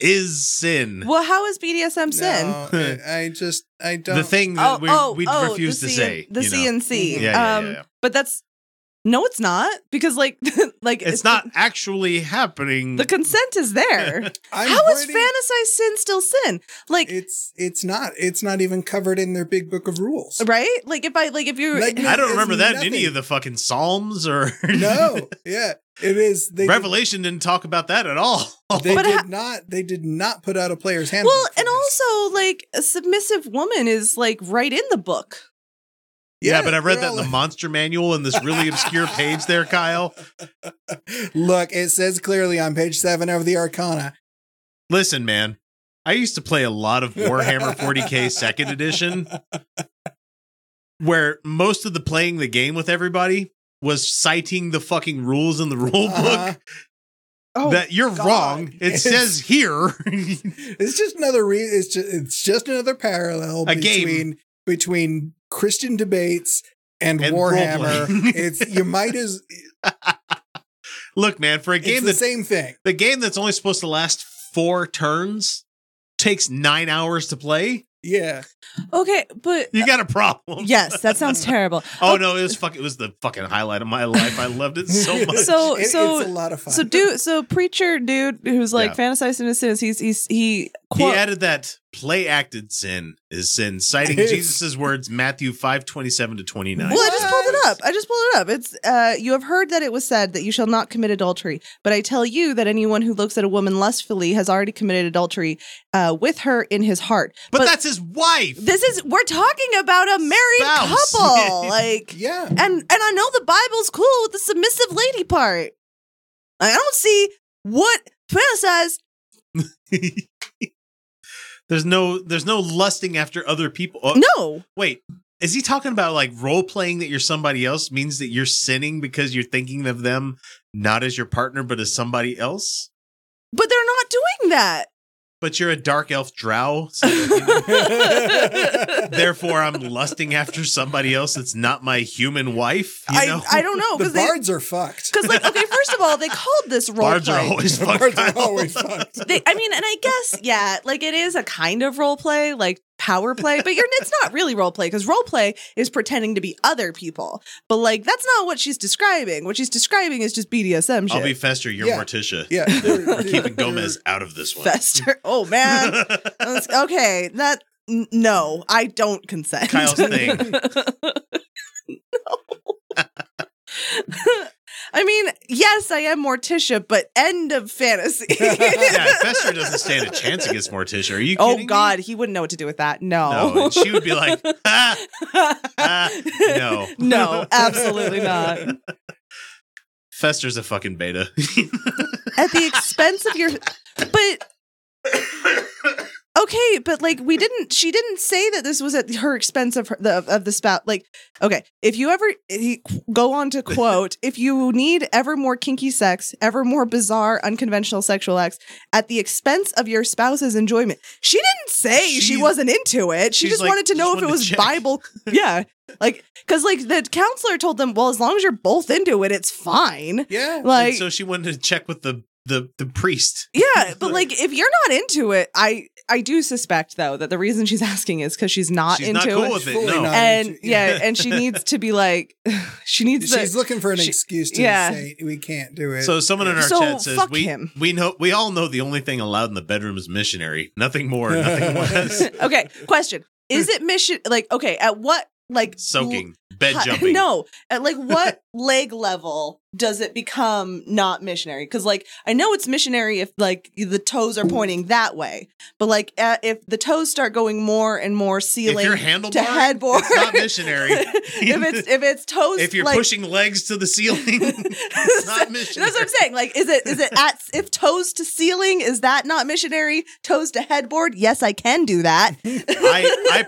is sin.
well, how is BDSM sin?
No, I, I just I don't.
The thing that we, we refuse
Oh, the CN
to say.
The
you know?
CNC.
Yeah, yeah, yeah,
um,
yeah.
But that's no, it's not because like [laughs] Like
It's not actually happening.
The consent is
[laughs]
there.
I'm
How is
pretty-
fantasized sin still sin? Like
It's it's not it's not even covered in their big book of rules.
right? Like if I like if you
Like,
I don't
It's
remember that in any
nothing.
of the fucking Psalms or [laughs]
No, yeah, it is. They
Revelation didn't talk about that at all.
Did, they
But
did
ha-
not. They did not put out a player's handbook.
well,
for
and
this.
also like a submissive woman is like right in the book.
[laughs] Yeah, but I read
they're
that in
all
the Monster Manual in this
[laughs]
really obscure page there, Kyle.
like- Look, it says clearly on page seven of the Arcana.
Listen, man, I used to play a lot of Warhammer 40K Second Edition, where most of the playing the game with everybody was citing the fucking rules in the
[laughs]
rule
Uh-huh.
book that you're
Oh, God.
wrong. It
It's-
says here. [laughs]
It's just another re- it's just it's just another parallel
A game.
between between Christian debates and,
And
Warhammer.
role-playing.
[laughs] it's you might as
Look, man, for [laughs] a
it's
game
the
that
same thing.
the game that's only supposed to last four turns takes nine hours to play,
Yeah,
Okay,
[laughs]
but
you got a problem.
yes,
[laughs]
that sounds terrible.
Oh no, it was fuck. It was the fucking highlight of my life. I loved
[laughs]
it so much.
So-
It-
so-
it's a lot of fun.
So dude, so preacher dude who's like
Yeah.
fantasized in his sins, he's he's he
he
quote
added that play acted sin is sin, citing
Yes.
Jesus' words Matthew five twenty seven to twenty nine.
Well, I just pulled it up. I just pulled it up. It's uh you have heard that it was said that you shall not commit adultery, but I tell you that anyone who looks at a woman lustfully has already committed adultery uh with her in his heart.
But, that's his wife.
this is we're talking about a married
Spouse.
couple. like
yeah,
and and I know the Bible's cool with the submissive lady part. I don't see what fantasized
[laughs] There's no there's no lusting after other people. Oh,
no.
Wait, is he talking about like role playing that you're somebody else means that you're sinning because you're thinking of them not as your partner but as somebody else?
But they're not doing
[laughs]
that. [laughs]
But you're a dark elf drow. so therefore, I'm lusting after somebody else that's not my human wife. You know?
I, I don't know
the
because they
bards are fucked.
because like okay first of all they called this role
Bards are
play.
always
[laughs] The
fucked.
bards are
Kyle.
always
[laughs]
fucked.
they, I mean, and I guess yeah, like it is a kind of role play, like power play, but you're, it's not really role play because role play is pretending to be other people. But like that's not what she's describing. What she's describing is just BDSM shit.
I'll [laughs] be Fester. You're
Yeah.
Morticia.
Yeah, they're-
We're
they're-
keeping Gomez out of this
[laughs]
one.
Fester. Oh [laughs]
[laughs]
man. That's- okay, that n- no, I don't consent.
Kyle's thing.
[laughs] I mean, yes, I am Morticia, but end of fantasy.
[laughs] yeah, Fester doesn't stand a chance against Morticia. Are you kidding
Oh
me?
God, he wouldn't know what to do with that. No,
No, and she would be
[laughs]
like, ah, ah, no.
no, absolutely not.
[laughs] Fester's a fucking
[laughs]
beta.
At the expense of your, but okay, but like we didn't. She didn't say that this was at her expense of her, the of the spout. Like, okay, if you ever he, go on to quote, if you need ever more kinky sex, ever more bizarre, unconventional sexual acts at the expense of your spouse's enjoyment. She didn't say she,
She's-
wasn't into it. She
she's
just
like-
wanted to
just
know if
wanted
it
to
was
check.
Bible. Yeah. Like, because like the counselor told them, well, as long as you're both into it, it's fine.
yeah,
And
Like,
so she wanted to check with the the the priest.
yeah, but like if you're not into it, I I do suspect though that the reason she's asking is because she's not
She's
into
not cool
it,
with it.
Fully
No.
not.
and
[laughs]
into-
yeah.
yeah.
and she needs to be like, [sighs] she needs to.
she's looking for an
she-
excuse to
yeah.
say we can't do it.
So someone in our
So,
chat says
fuck
we
him.
we know we all know the only thing allowed in the bedroom is missionary. Nothing more,
[laughs]
nothing less.
[laughs] okay, question: Is it mission? Like, okay, at what like
Soaking,
l-
bed
hi-
jumping.
No, at
[laughs]
like what leg level does it become not missionary? Because like I know it's missionary if like the toes are pointing that way, but like uh, if the toes start going more and more
If
ceiling
you're handlebar,
to headboard,
it's
[laughs]
not missionary.
if it's if it's toes,
if you're
like- [laughs]
pushing legs to the ceiling, [laughs]
that's
not missionary.
what I'm saying. Like, is it is it at if toes to ceiling is that not missionary? Toes to headboard? Yes, I can do that.
[laughs] I, I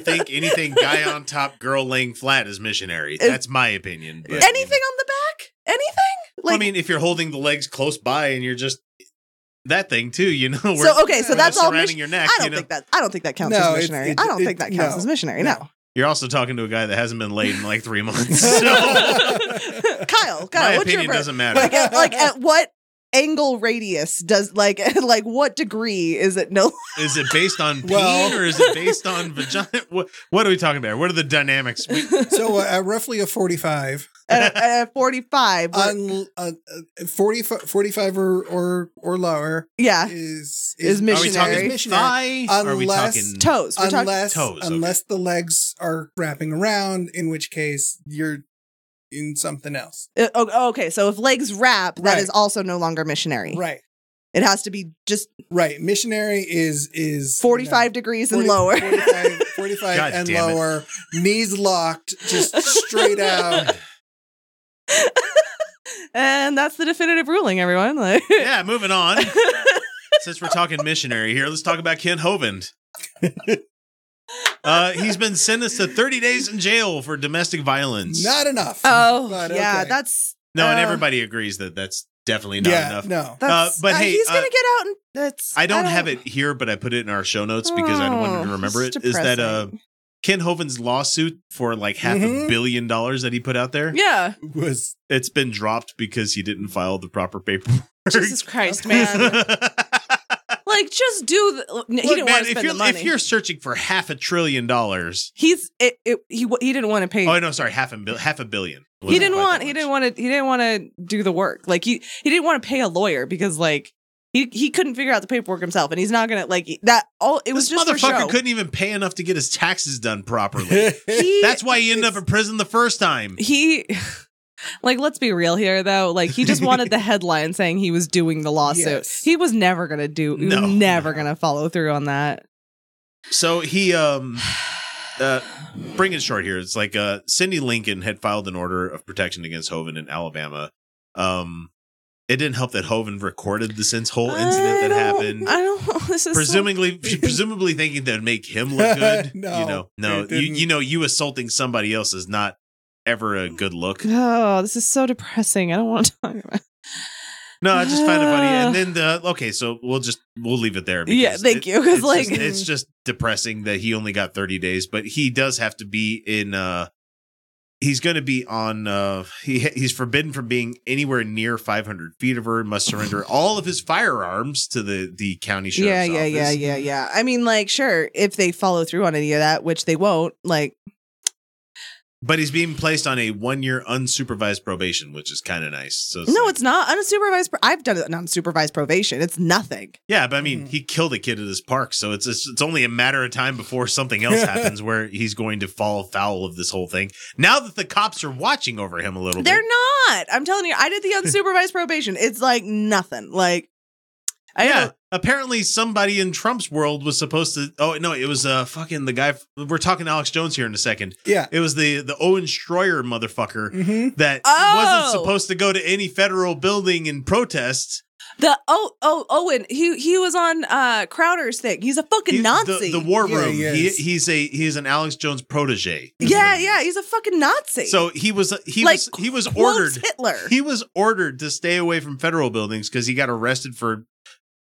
[laughs]
think anything guy on top, girl laying flat is missionary. That's my opinion. But,
Anything on the back? Anything? Like,
I mean, if you're holding the legs close by and you're just that thing too, you know. [laughs] where
so okay, so
it's
that's all. Mis-
surrounding your neck.
I don't
you know?
think that I don't think that counts
No,
as
it's-
missionary.
it-
I don't
it-
think that counts
no.
as missionary.
[laughs]
No, [laughs]
You're also talking to a guy that hasn't been laid in like three months. So
Kyle, Kyle,
my
what's your
opinion
ver- [laughs]
doesn't matter. [laughs]
Like, at, like at what angle radius does like [laughs] like what degree is it no [laughs]
Is it based on peen
Well-
or is it based on vagina? What, what are we talking about? What are the dynamics?
[laughs]
We-
so uh, at roughly
[laughs]
a 45
at, at 45 we're-
un, uh, uh, 40, 45 or, or or lower
yeah
is
Uh, Is
are we
missionary.
talking thigh? are we
Unless-
talking
toes we're talking
unless
Toes, okay.
unless the legs are wrapping around in which case you're in something else
Uh, oh, oh, okay so if legs wrap that
Right.
is also no longer missionary
right
it has to be just
right missionary is is you know,
45 degrees
40
and lower
45, 45
God
and
damn it.
lower knees locked just
[laughs]
straight out
[laughs] and that's the definitive ruling everyone like
Yeah, moving on. Since we're talking missionary here, let's talk about Ken Hovind. Uh, he's been sentenced to 30 days in jail for domestic violence.
not enough
[laughs] oh
But
yeah
okay.
that's
no, and
uh,
everybody agrees that that's definitely not
yeah
enough.
no
that's,
but
uh,
hey,
he's
uh,
gonna get out and that's
I don't have it here, but I put it in our show notes because I don't want to
Oh,
remember it.
it's
Is that uh,
depressing.
Ken Hovind's lawsuit for like half a
Mhm.
billion dollars that he put out there?
[laughs]
[laughs]
yeah
[laughs] was
It's been dropped because he didn't file the proper paperwork.
jesus christ
[laughs]
man like just do the, he
Look,
didn't
man,
want to
if
spend
you're
the money
if you're searching for half a trillion dollars,
he's it, it he, w- he didn't want to pay
oh no, sorry, half a bil- half a billion.
he didn't
Wasn't quite
want
that
he
much.
didn't want to he didn't want to do the work like he he didn't want to pay a lawyer because like he he couldn't figure out the paperwork himself and he's not gonna like that all it was
this
just for
motherfucker
show
couldn't even pay enough to get his taxes done properly.
he
he,
That's why he ended up in prison the first time.
he [laughs] like let's be real here though like he just wanted
[laughs]
the headline saying he was doing the lawsuit
Yes.
he was never gonna do he was
No,
never
no.
gonna follow through on that
So he um uh bring it short here. It's like uh Cindy Lincoln had filed an order of protection against Hovind in Alabama. Um it didn't help that Hovind recorded the since whole
I
incident that
don't-
happened.
i don't [laughs] this is so- [laughs]
Presumably, [laughs] presumably thinking that would make him look good.
No,
you know, no,
it
you,
didn't.
you know, you assaulting somebody else is not ever a good look.
oh this is so depressing i don't want to talk about it.
No, I just found it funny.
Ah.
And then
[sighs]
the okay, so we'll just we'll leave it there.
Yeah,
because
thank
it-
you, 'cause,
it's
like-
just, it's just depressing that he only got thirty days, but he does have to be in. uh He's going to be on. uh He he's forbidden from being anywhere near five hundred feet of her. and Must surrender all of his firearms to the the county sheriff's
[laughs] yeah yeah yeah
office.
yeah yeah i mean like sure if they follow through on any of that which they won't like
But he's being placed on a one year unsupervised probation, which is kind of nice. So
no
like-
it's not unsupervised pro- i've done it on unsupervised probation it's nothing
yeah, but I mean,
Mhm.
he killed a kid at his park, so it's just, it's only a matter of time before
[laughs]
something else happens where he's going to fall foul of this whole thing. Now that the cops are watching over him a little
they're
bit,
not i'm telling you i did the unsupervised [laughs] probation it's like nothing like i
yeah.
yeah.
Apparently, somebody in Trump's world was supposed to. Oh no, it was uh fucking the guy. f- We're talking Alex Jones here in a second.
yeah
It was the the Owen Stroyer
[laughs]
motherfucker
hmm
that
Oh.
wasn't supposed to go to any federal building and protest.
the oh oh owen he he was on uh crowder's thing he's a fucking
He-
nazi
The, the war
Yeah,
room.
he
he
is.
he's a he's an Alex Jones protege.
yeah yeah he's a fucking nazi
So he was he
Like,
was he was
Quotes
ordered
hitler
he was ordered to stay away from federal buildings because he got arrested for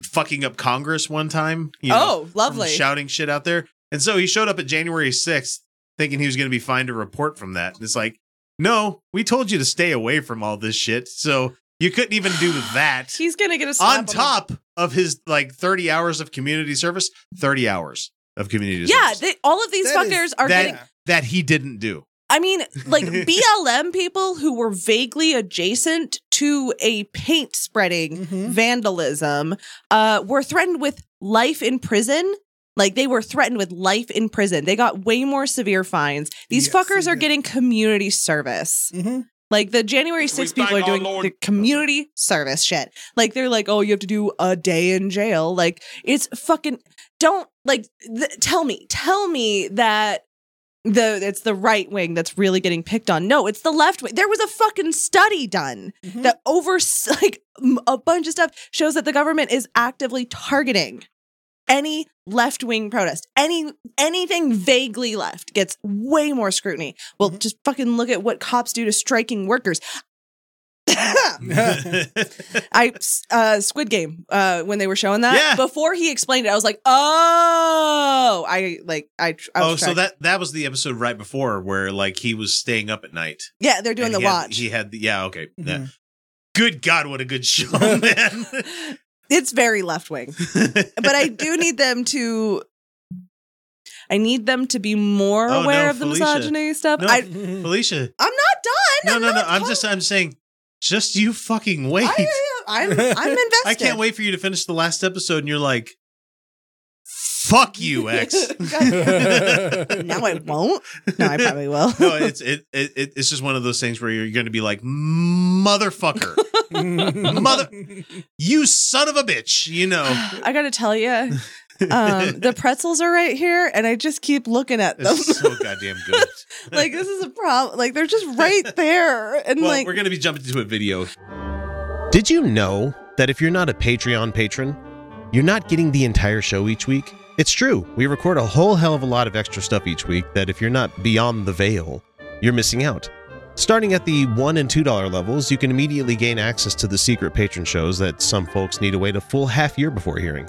fucking up Congress one time. You know,
oh
from
lovely
shouting shit out there. And so he showed up at January sixth thinking he was going to be fined a report from that. And it's like, no, we told you to stay away from all this shit, so you couldn't even do that.
he's gonna get a slap
on
the-
top of his like thirty hours of community service, thirty hours of community
Yeah,
service
they, all of these
That
fuckers
is-
are
that
getting.
that he didn't do.
I mean,
[laughs]
like BLM people who were vaguely adjacent to a paint spreading
Mhm.
vandalism uh, were threatened with life in prison. Like they were threatened with life in prison. They got way more severe fines. These
Yes,
fuckers
they
are
did.
getting community service.
hmm
Like the January 6th people are doing the community service shit. Like they're like, oh, you have to do a day in jail. Like it's fucking don't like th- tell me, tell me that the it's the right wing that's really getting picked on. No, it's the left wing. There was a fucking study done that over [laughs] like m- a bunch of stuff shows that the government is actively targeting any left wing protest, any anything vaguely left gets way more scrutiny. Well,
Mm-hmm.
Mhm.
just fucking look at what cops do to striking workers. I uh, Squid Game uh, when they were showing that
Yeah.
before he explained it, I was like, oh, I like I. I was
oh, so
trying-
that that was the episode right before where like he was staying up at night
yeah, they're doing
and
the
he had-
watch.
He had the, yeah okay. Yeah. Good God, what a good show, man.
It's very left wing, but I do need them to. I need them to be more
Oh, no,
aware of the
Felicia.
misogyny stuff.
No,
I, I'm
[laughs] Felicia.
not done.
No,
I'm
no, no.
not
I'm
done.
just I'm saying, just you fucking wait.
I, I'm, I'm invested.
[laughs] I can't wait for you to finish the last episode and you're like,
[laughs]
fuck you, X.
now I won't. No, I probably will.
no, it's it, it it- it's just one of those things where you're going to be
[laughs]
like, motherfucker,
[laughs]
Mm-hmm. mother, you son of a bitch,
[sighs]
you know.
I gotta tell you,
[laughs]
um, the pretzels are right here, and I just keep looking at them.
It's so goddamn good.
[laughs] like this is a problem. Like they're just right
[laughs]
there, and
Well,
like
we're going to be jumping to a video. Did you know that if you're not a Patreon patron, you're not getting the entire show each week? It's true. We record a whole hell of a lot of extra stuff each week that if you're not beyond the veil, you're missing out. Starting at the $1 and $2 levels, you can immediately gain access to the secret patron shows that some folks need to wait a full half year before hearing.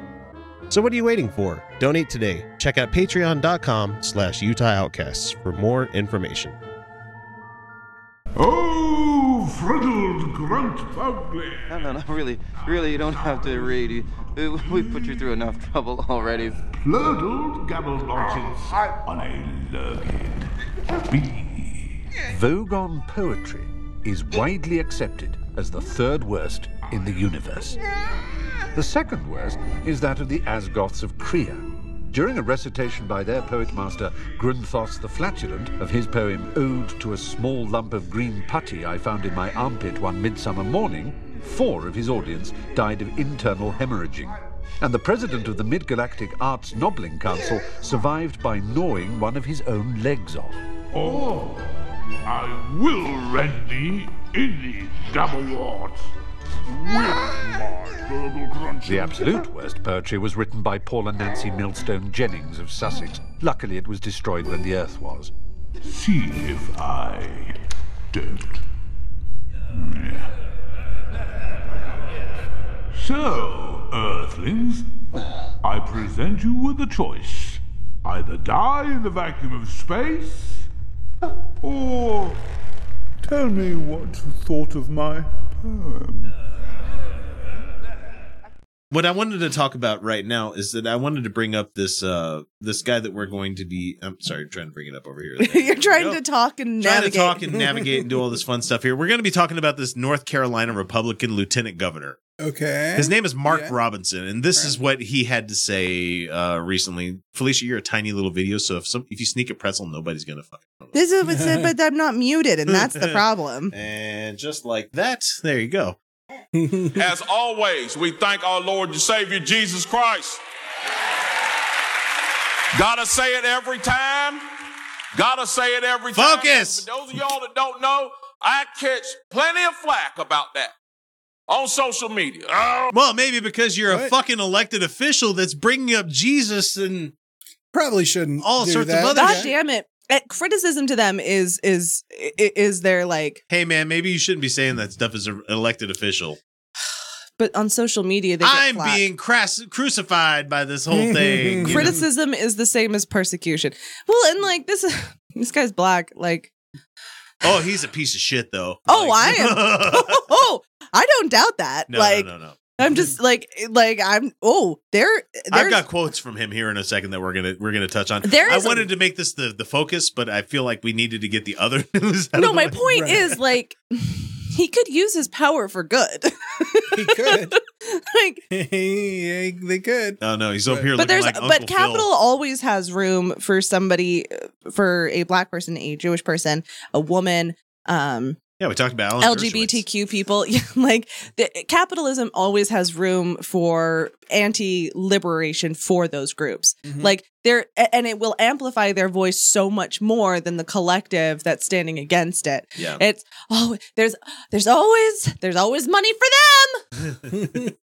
So what are you waiting for? Donate today. Check out patreon.com slash Utah Outcasts for more information.
Oh, friddled grunt fugly.
No, no, no, really, really, you don't have to read. You- uh, We've put you through enough trouble already.
Plurdled gabble nonsense on a lurgid bee.
Vogon poetry is widely accepted as the third worst in the universe. The second worst is that of the Asgoths of Krea. During a recitation by their poet master, Grunthos the Flatulent, of his poem Ode to a Small Lump of Green Putty I Found in My Armpit One Midsummer Morning, four of his audience died of internal hemorrhaging. And the president of the Mid Galactic Arts Nobbling Council survived by gnawing one of his own legs off.
Oh, I will rend thee in these gabberworts with my verbal crunch.
The absolute worst poetry was written by Paula Nancy Millstone Jennings of Sussex. Luckily, it was destroyed when the earth was.
See if I don't. So, Earthlings, I present you with a choice. Either die in the vacuum of space, or tell me what you thought of my poem.
what I wanted to talk about right now is that I wanted to bring up this uh this guy that we're going to be. I'm sorry, I'm trying to bring it up over here.
[laughs] you're trying
Nope.
to talk and
Trying
navigate.
to talk and navigate and do all this fun stuff here. We're going to be talking about this North Carolina Republican Lieutenant Governor.
okay.
His name is Mark
Yeah.
Robinson, and this is what he had to say uh, recently. Felicia, you're a tiny little video, so if some if you sneak a pretzel, nobody's going to fucking. know.
This is what
[laughs]
said, but I'm not muted, and that's the problem.
And just like that, there you go.
As always, we thank our Lord and Savior Jesus Christ. Gotta say it every time. Gotta say it every time.
Focus.
For those of y'all that don't know, I catch plenty of flack about that on social media. Oh,
Well, maybe because you're a
What?
fucking elected official that's bringing up Jesus and
Probably shouldn't.
All
do
sorts of
that.
other
God damn it! Uh, Criticism to them is is i- i- is their like,
hey, man, maybe you shouldn't be saying that stuff as an elected official.
but on social media they get
I'm
flack.
being cras- crucified by this whole thing. you know?
criticism is the same as persecution. Well, and like this [laughs] is this guy's black.
[laughs]
Like, [laughs]
Oh, he's a piece of shit, though.
Oh,
Like- [laughs]
I am. oh, I don't doubt that.
no,
like,
no, no, no.
I'm just like eh, like I'm. Oh, there.
Mm-hmm. I've
there's-
got quotes from him here in a second that we're gonna we're gonna touch on.
There
I
is a-
wanted to make this the the focus, but I feel like we needed to get the other [laughs] news. Out
No,
of
my
the way.
point
Right.
is like [laughs] he could use his power for good. [laughs]
He could. [laughs]
like
Yeah, they could.
Oh no, he's up here.
but
looking
there's
like Uncle
but
Phil.
capital always has room eh, for somebody uh, for a black person, a Jewish person, a woman, um
Yeah, we talked about Alan Dershowitz.
LGBTQ people. [laughs] Yeah, like the, eh, capitalism always has room for anti liberation for those groups.
Mm-hmm.
Mhm.
Like there, and it will amplify their voice so much more than the collective that's standing against it.
Yeah.
It's oh, there's there's always there's always money for them.
[laughs]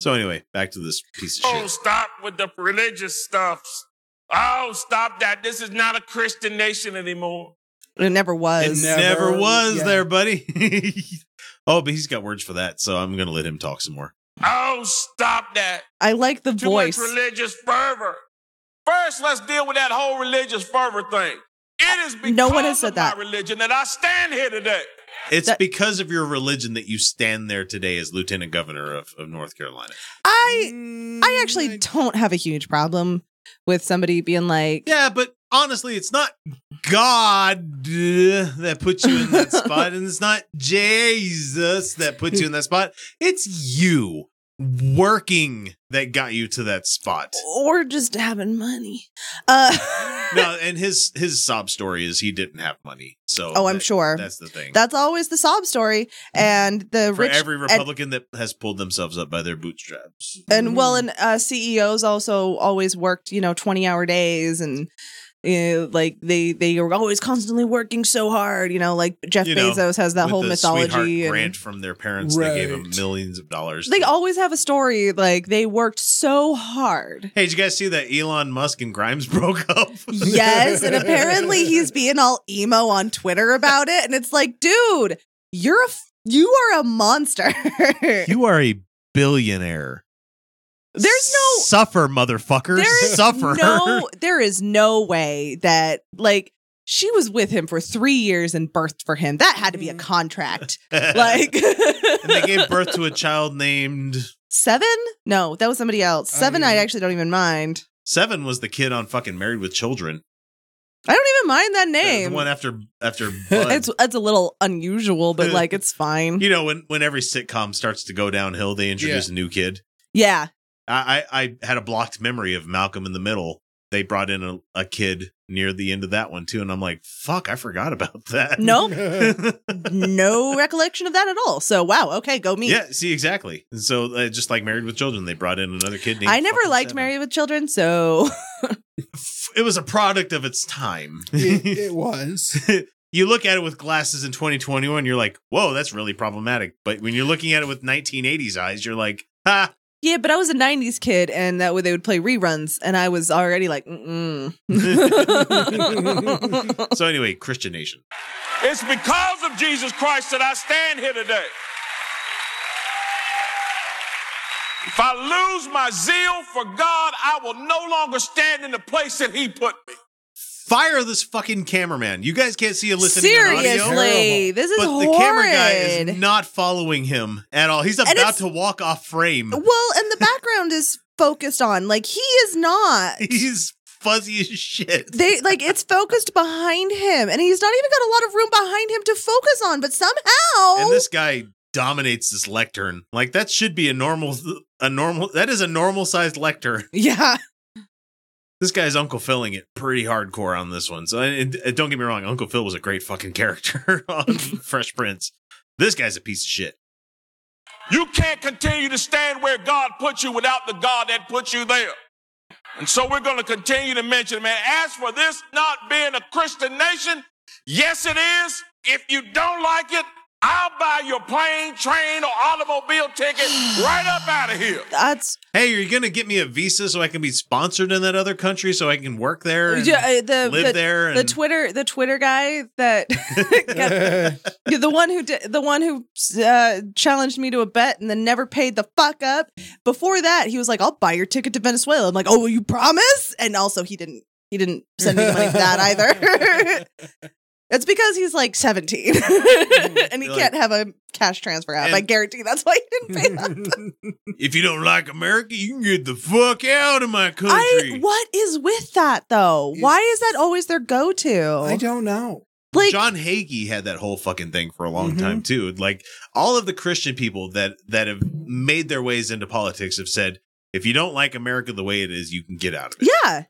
So anyway, back to this piece of
Oh,
shit.
stop with the religious stuffs. Oh, stop that. This is not a Christian nation anymore.
It never was.
It never, was
yeah.
there, buddy. [laughs] oh, but he's got words for that, so I'm gonna let him talk some more.
Oh, stop that.
I like the
Too
voice.
much religious fervor. First, let's deal with that whole religious fervor thing. It is because
No one has said
of my religion that I stand here today.
It's because of your religion that you stand there today as lieutenant governor of, of North Carolina.
I I
Mm,
Mm,
actually don't have a huge problem with somebody being like,
yeah, but honestly, it's not God uh, that puts you in
[laughs]
that spot, and it's not Jesus that puts you in that spot. It's you working that got you to that spot.
or just having money. Uh, [laughs]
No, and his his sob story is he didn't have money. So
oh, I'm
that-
sure
that's the thing.
That's always the sob story, and the
for
rich
every
and-
Republican that has pulled themselves up by their bootstraps.
And, well,
Mm-hmm.
and uh, CEOs also always worked, you know, twenty hour days, and uh, like they they were always constantly working so hard. You know, like Jeff
You know,
Bezos has that
with
whole
the
mythology.
sweetheart
and-
grant from their parents. They gave him millions of dollars.
they always have a story like they worked so hard.
Hey, did you guys see that Elon Musk and Grimes [laughs] broke up?
Yes, and
[laughs]
apparently he's being all emo on Twitter about it, and it's like, dude, you're a f- you are a monster.
you are a billionaire.
There's no
Suffer, motherfucker.
there is
Suffer. [laughs]
no there is no way that like she was with him for three years and birthed for him. That had to be a
[laughs]
contract. like
Mm. and they gave birth to a child named
[laughs] seven? No, that was somebody else. Seven, I actually don't even mind.
Seven. Was the kid on fucking Married with Children?
I don't even mind that
The
name.
one after after
[laughs]
Bud.
It's it's a little unusual, but
[laughs]
like it's fine.
you know when when every sitcom starts to go downhill, they introduce a new kid.
Yeah,
I, I I had a blocked memory of Malcolm in the Middle. They brought in a, a kid near the end of that one too, and I'm like, fuck, I forgot about that.
Nope.
[laughs]
no recollection of that at all. So wow, okay, go me.
Yeah, see, exactly. And so, uh, just like Married with Children, they brought in another kid. Named
I never
fucking
liked
Seven.
Married with Children, so [laughs]
It was a product of its time.
[laughs] It,
[laughs]
it was.
you look at it with glasses in 2021, you're like, whoa, that's really problematic. But when you're looking at it with 1980s eyes, you're like, ha,
yeah. But I was a '90s kid, and that way they would play reruns, and I was already like, mm.
[laughs] so anyway, Christian Nation.
It's because of Jesus Christ that I stand here today. If I lose my zeal for God, I will no longer stand in the place that He put me.
Fire this fucking cameraman. You guys can't see it listening on audio.
Seriously, this is
but the camera guy
horrid.
is not following him at all. He's
And
about
it's-
to walk off frame.
well, and the background is focused on like he is not.
[laughs] He's fuzzy as shit.
They like it's focused behind him, and he's not even got a lot of room behind him to focus on. But somehow,
and this guy dominates this lectern. Like that should be a normal, a normal. That is a normal sized lectern. [laughs]
yeah.
This guy's Uncle Philling it pretty hardcore on this one. So and, and don't get me wrong, Uncle Phil was a great fucking [laughs] character
[laughs]
on Fresh Prince. This guy's a piece of shit.
You can't continue to stand where God put you without the God that put you there. And so we're going to continue to mention, man, as for this not being a Christian nation, yes, it is. If you don't like it, I'll buy your plane, train, or automobile ticket right up out of here.
That's
Hey, are you gonna get me a visa so I can be sponsored in that other country so I can work there, and
Yeah, uh, the,
live
the,
there, and
the
[laughs]
Twitter [laughs] the Twitter guy that [laughs] got- the one who did, the one who uh, challenged me to a bet and then never paid the fuck up. Before that, he was like, "I'll buy your ticket to Venezuela." I'm like, "Oh, will you promise?" And also, he didn't he didn't send me the money for that
[laughs]
either. It's because he's like 17 and he
You're
can't have a cash transfer app. I
And-
guarantee that's why he
[laughs]
didn't pay up.
if you don't like America, you can get the fuck out of my
I,
country.
what is with that though? Why is that always their go to?
I don't know.
John Hagee had that whole fucking thing for a long
Mm-hmm.
time too. Like all of the Christian people that that have made their ways into politics have said, if you don't like America the way it is, you can get out of it.
Yeah.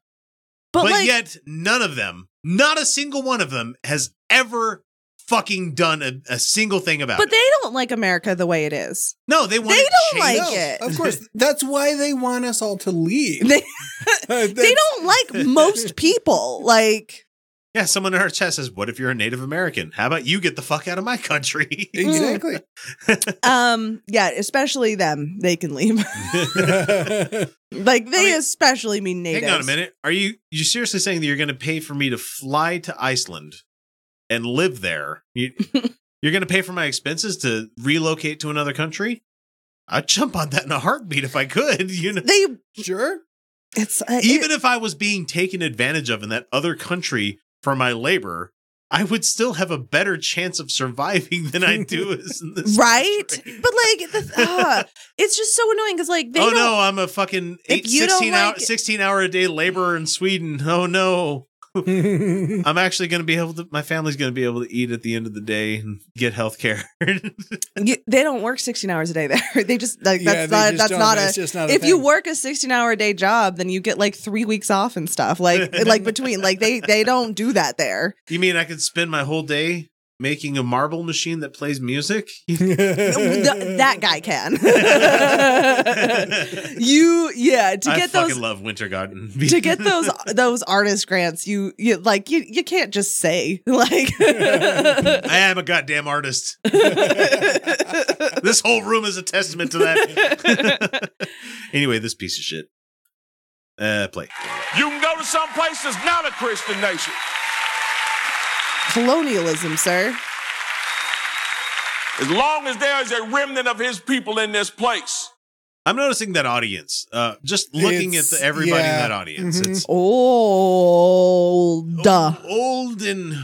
But,
But,
like,
yet, none of them, not a single one of them, has ever fucking done a, a single thing about
But
it.
they don't like America the way it is.
No, they want
They
it
don't
changed.
like it.
Of course, that's why they want us all to leave.
[laughs]
[laughs]
They, they don't like most people. Like
Yeah, someone in our chat says, "What if you're a Native American? How about you get the fuck out of
[laughs]
my country?" [laughs]
Exactly.
um yeah, especially them. They can leave. [laughs] like they especially mean natives.
Hang on a minute. Are you you seriously saying that you're going to pay for me to fly to Iceland and live there?
[laughs]
You, you're going to pay for my expenses to relocate to another country? I'd jump on that in a heartbeat if I could. [laughs] You know,
They
sure.
It's uh,
even if I was being taken advantage of in that other country for my labor, I would still have a better chance of surviving than
[laughs]
I do as in this.
right? But like, the, uh, it's just so annoying because like they
oh
don't.
no, I'm a fucking eight,
you don't
16 hour,
like-
16 hour a day laborer in Sweden. Oh no. I'm actually going to be able to, my family's going to be able to eat at the end of the day and get health care.
You, they don't work 16 hours a day there. [laughs] They just like
Yeah,
that's
they
not
just
that's
don't.
not a,
It's just not a
If you
thing.
work a 16 hour a day job, then you get like 3 weeks off and stuff. Like like between like they they don't do that there.
[laughs] you mean I could spend my whole day making a marble machine that plays music?
Th- that guy can. [laughs] you yeah, to
I
get
fucking
those
love Winter Garden.
[laughs] to get those those artist grants, you you like you you can't just say [laughs] like
[laughs] I am a
[laughs]
goddamn artist. this whole room is a testament
[laughs]
to that. anyway, this piece of shit. Uh, play.
You can go to some place that's not a Christian nation.
colonialism, sir.
As long as there is a remnant of his people in this place.
I'm noticing that audience. Uh, just looking
It's-
at the, everybody
yeah.
in that audience.
Mhm.
It's
Old
old and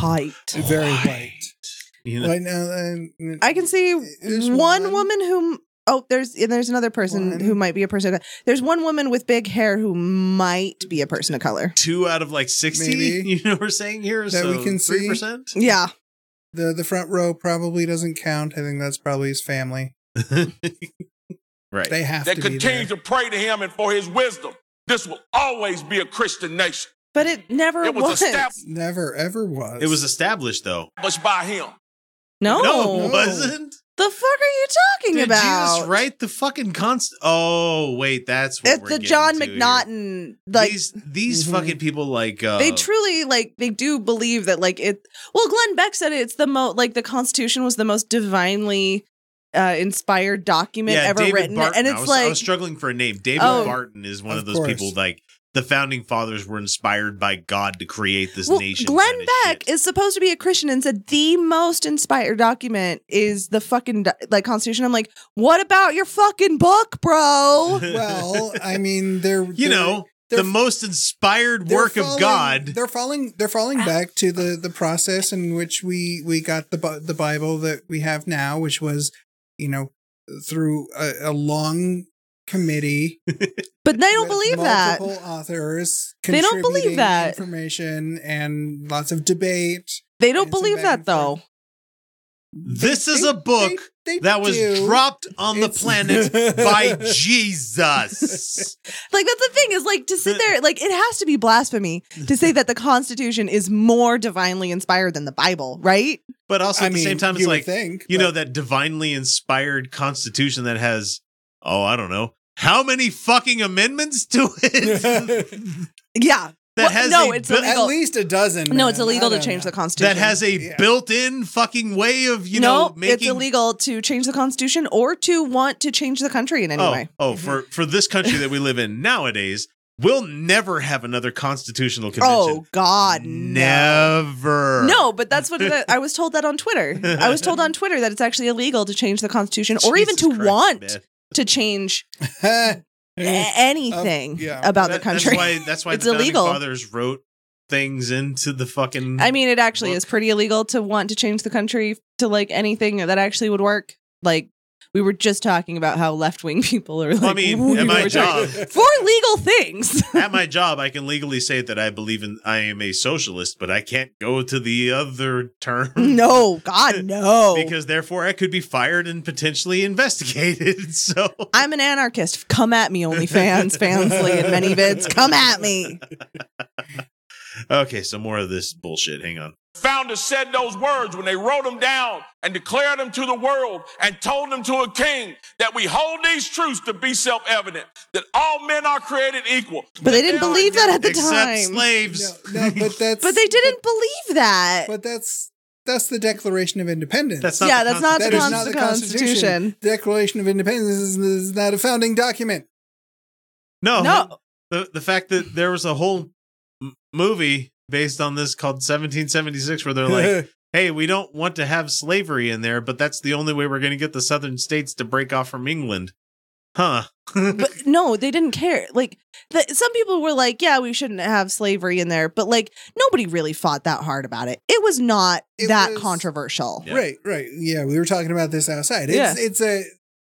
white.
Very white.
you know,
Right now, uh,
I can see
There's
one,
one.
woman who. Oh, there's and there's another person
One.
who might be a person. Of, there's one woman with big hair who might be a person of color.
two out of like sixty.
Maybe.
[laughs] You know, what we're saying here
That
so
we can see.
three [laughs] percent.
Yeah,
the the front row probably doesn't count. I think that's probably his family.
Right.
They have
that
to be
continue
there.
to pray to him and for his wisdom. This will always be a Christian nation.
but it never
It was
was.
established
Never ever was.
It was established though.
by him.
No,
No, it [laughs] wasn't.
the fuck are you talking
Did
about?
Jesus write the fucking const? Oh wait, that's what
it's
we're
the
getting
John
to here.
McNaughton. Like
these these
Mhm.
fucking people like uh,
they truly like they do believe that like it. Well, Glenn Beck said it's the most like the Constitution was the most divinely uh inspired document ever
David
written,
Barton.
and
I
it's
was, I
like
was struggling for a name. David
Oh.
Barton is one
Of
of, those people
course.
like the founding fathers were inspired by God to create this nation.
Glenn
kinda [laughs]
Beck
shit.
is supposed to be a Christian and said the most inspired document is the fucking do- like Constitution. I'm like, what about your fucking book,
[laughs]
bro? [laughs]
well, I mean, they're
you
they're-
know
they're-
the most inspired
they're
work of
falling-
God.
They're falling. They're falling
Ah.
back to the the process in which we we got the Bi- the Bible that we have now, which was, you know, through a, a long committee.
But they don't
with
believe that.
multiple authors.
They don't believe
contributing
that.
information and lots of debate.
They don't
It's a
believe
back
that
and forth.
though.
this is
They-
a book
they- they
that was
do. [laughs]
dropped on the
It's-
planet
[laughs]
by Jesus.
Like that's the thing is like to sit there like it has to be blasphemy to
[laughs]
say that the Constitution is more divinely inspired than the Bible, right?
But also
I
at the
mean,
same time,
you
it's
would
like
think,
you know
but-
that divinely inspired constitution that has oh I don't know how many fucking amendments to
[laughs]
it
Yeah.
That
Well,
has
no,
a
it's
bu-
at
illegal.
least a dozen.
no, it's
man.
illegal
I
to
don't
change
know.
the Constitution.
[laughs] that has a
Yeah.
built-in fucking way of you
no,
know making
it's illegal to change the Constitution or to want to change the country in any
oh
way.
oh
Mm-hmm.
for for this country that we live in nowadays we'll never have another constitutional
Oh
convention
God, no.
never
No, but that's what
[laughs]
it, I was told that on Twitter. I was told on Twitter that it's actually illegal to change the Constitution or even to
Jesus Christ,
want
man.
to change
[laughs]
a-
Eh,
anything
Of- yeah.
about
um, That-
the country.
that's why that's
[laughs]
why
It's
the founding
illegal.
fathers wrote things into the fucking
I mean, it actually
Look.
is pretty illegal to want to change the country to like anything that actually would work. Like we were just talking about how left wing [laughs] people are. Like,
I mean,
"Ooh,
at my
we're trying-" [laughs]
job,
for legal
[laughs]
things.
[laughs]
[laughs]
at my job, I can legally say that I believe in I am a socialist, but I can't go to the other term.
[laughs] no,
[laughs]
God, no.
Because therefore, I could be fired and potentially investigated. [laughs] So
I'm an anarchist.
[laughs]
Come at me, OnlyFans, Fansly, and many vids. Come at me.
Okay, some more of this bullshit. Hang on.
Founders said those words when they wrote them down and declared them to the world and told them to a king that we hold these truths to be self evident that all men are created equal.
But they didn't believe that at the time.
slaves.
No, no, but that's
But they didn't believe that.
but that's that's the Declaration of Independence.
[laughs] That's not
yeah,
the
that's not the,
That is not the
Constitution.
Constitution. Declaration of Independence is, is not a founding document.
No,
No.
The the fact that there was a whole m- movie based on this called 1776, where
[laughs]
they're like, "Hey, we don't want to have slavery in there, but that's the only way we're going to get the Southern states to break off from England." Huh? [laughs]
[laughs]
but no, they didn't care. Like the, some people were like, "Yeah, we shouldn't have slavery in there," but like nobody really fought that hard about it. It was not
It
that
was-
controversial.
Yeah.
Right, right. Yeah, we were talking about this outside. It's,
Yeah.
it's a.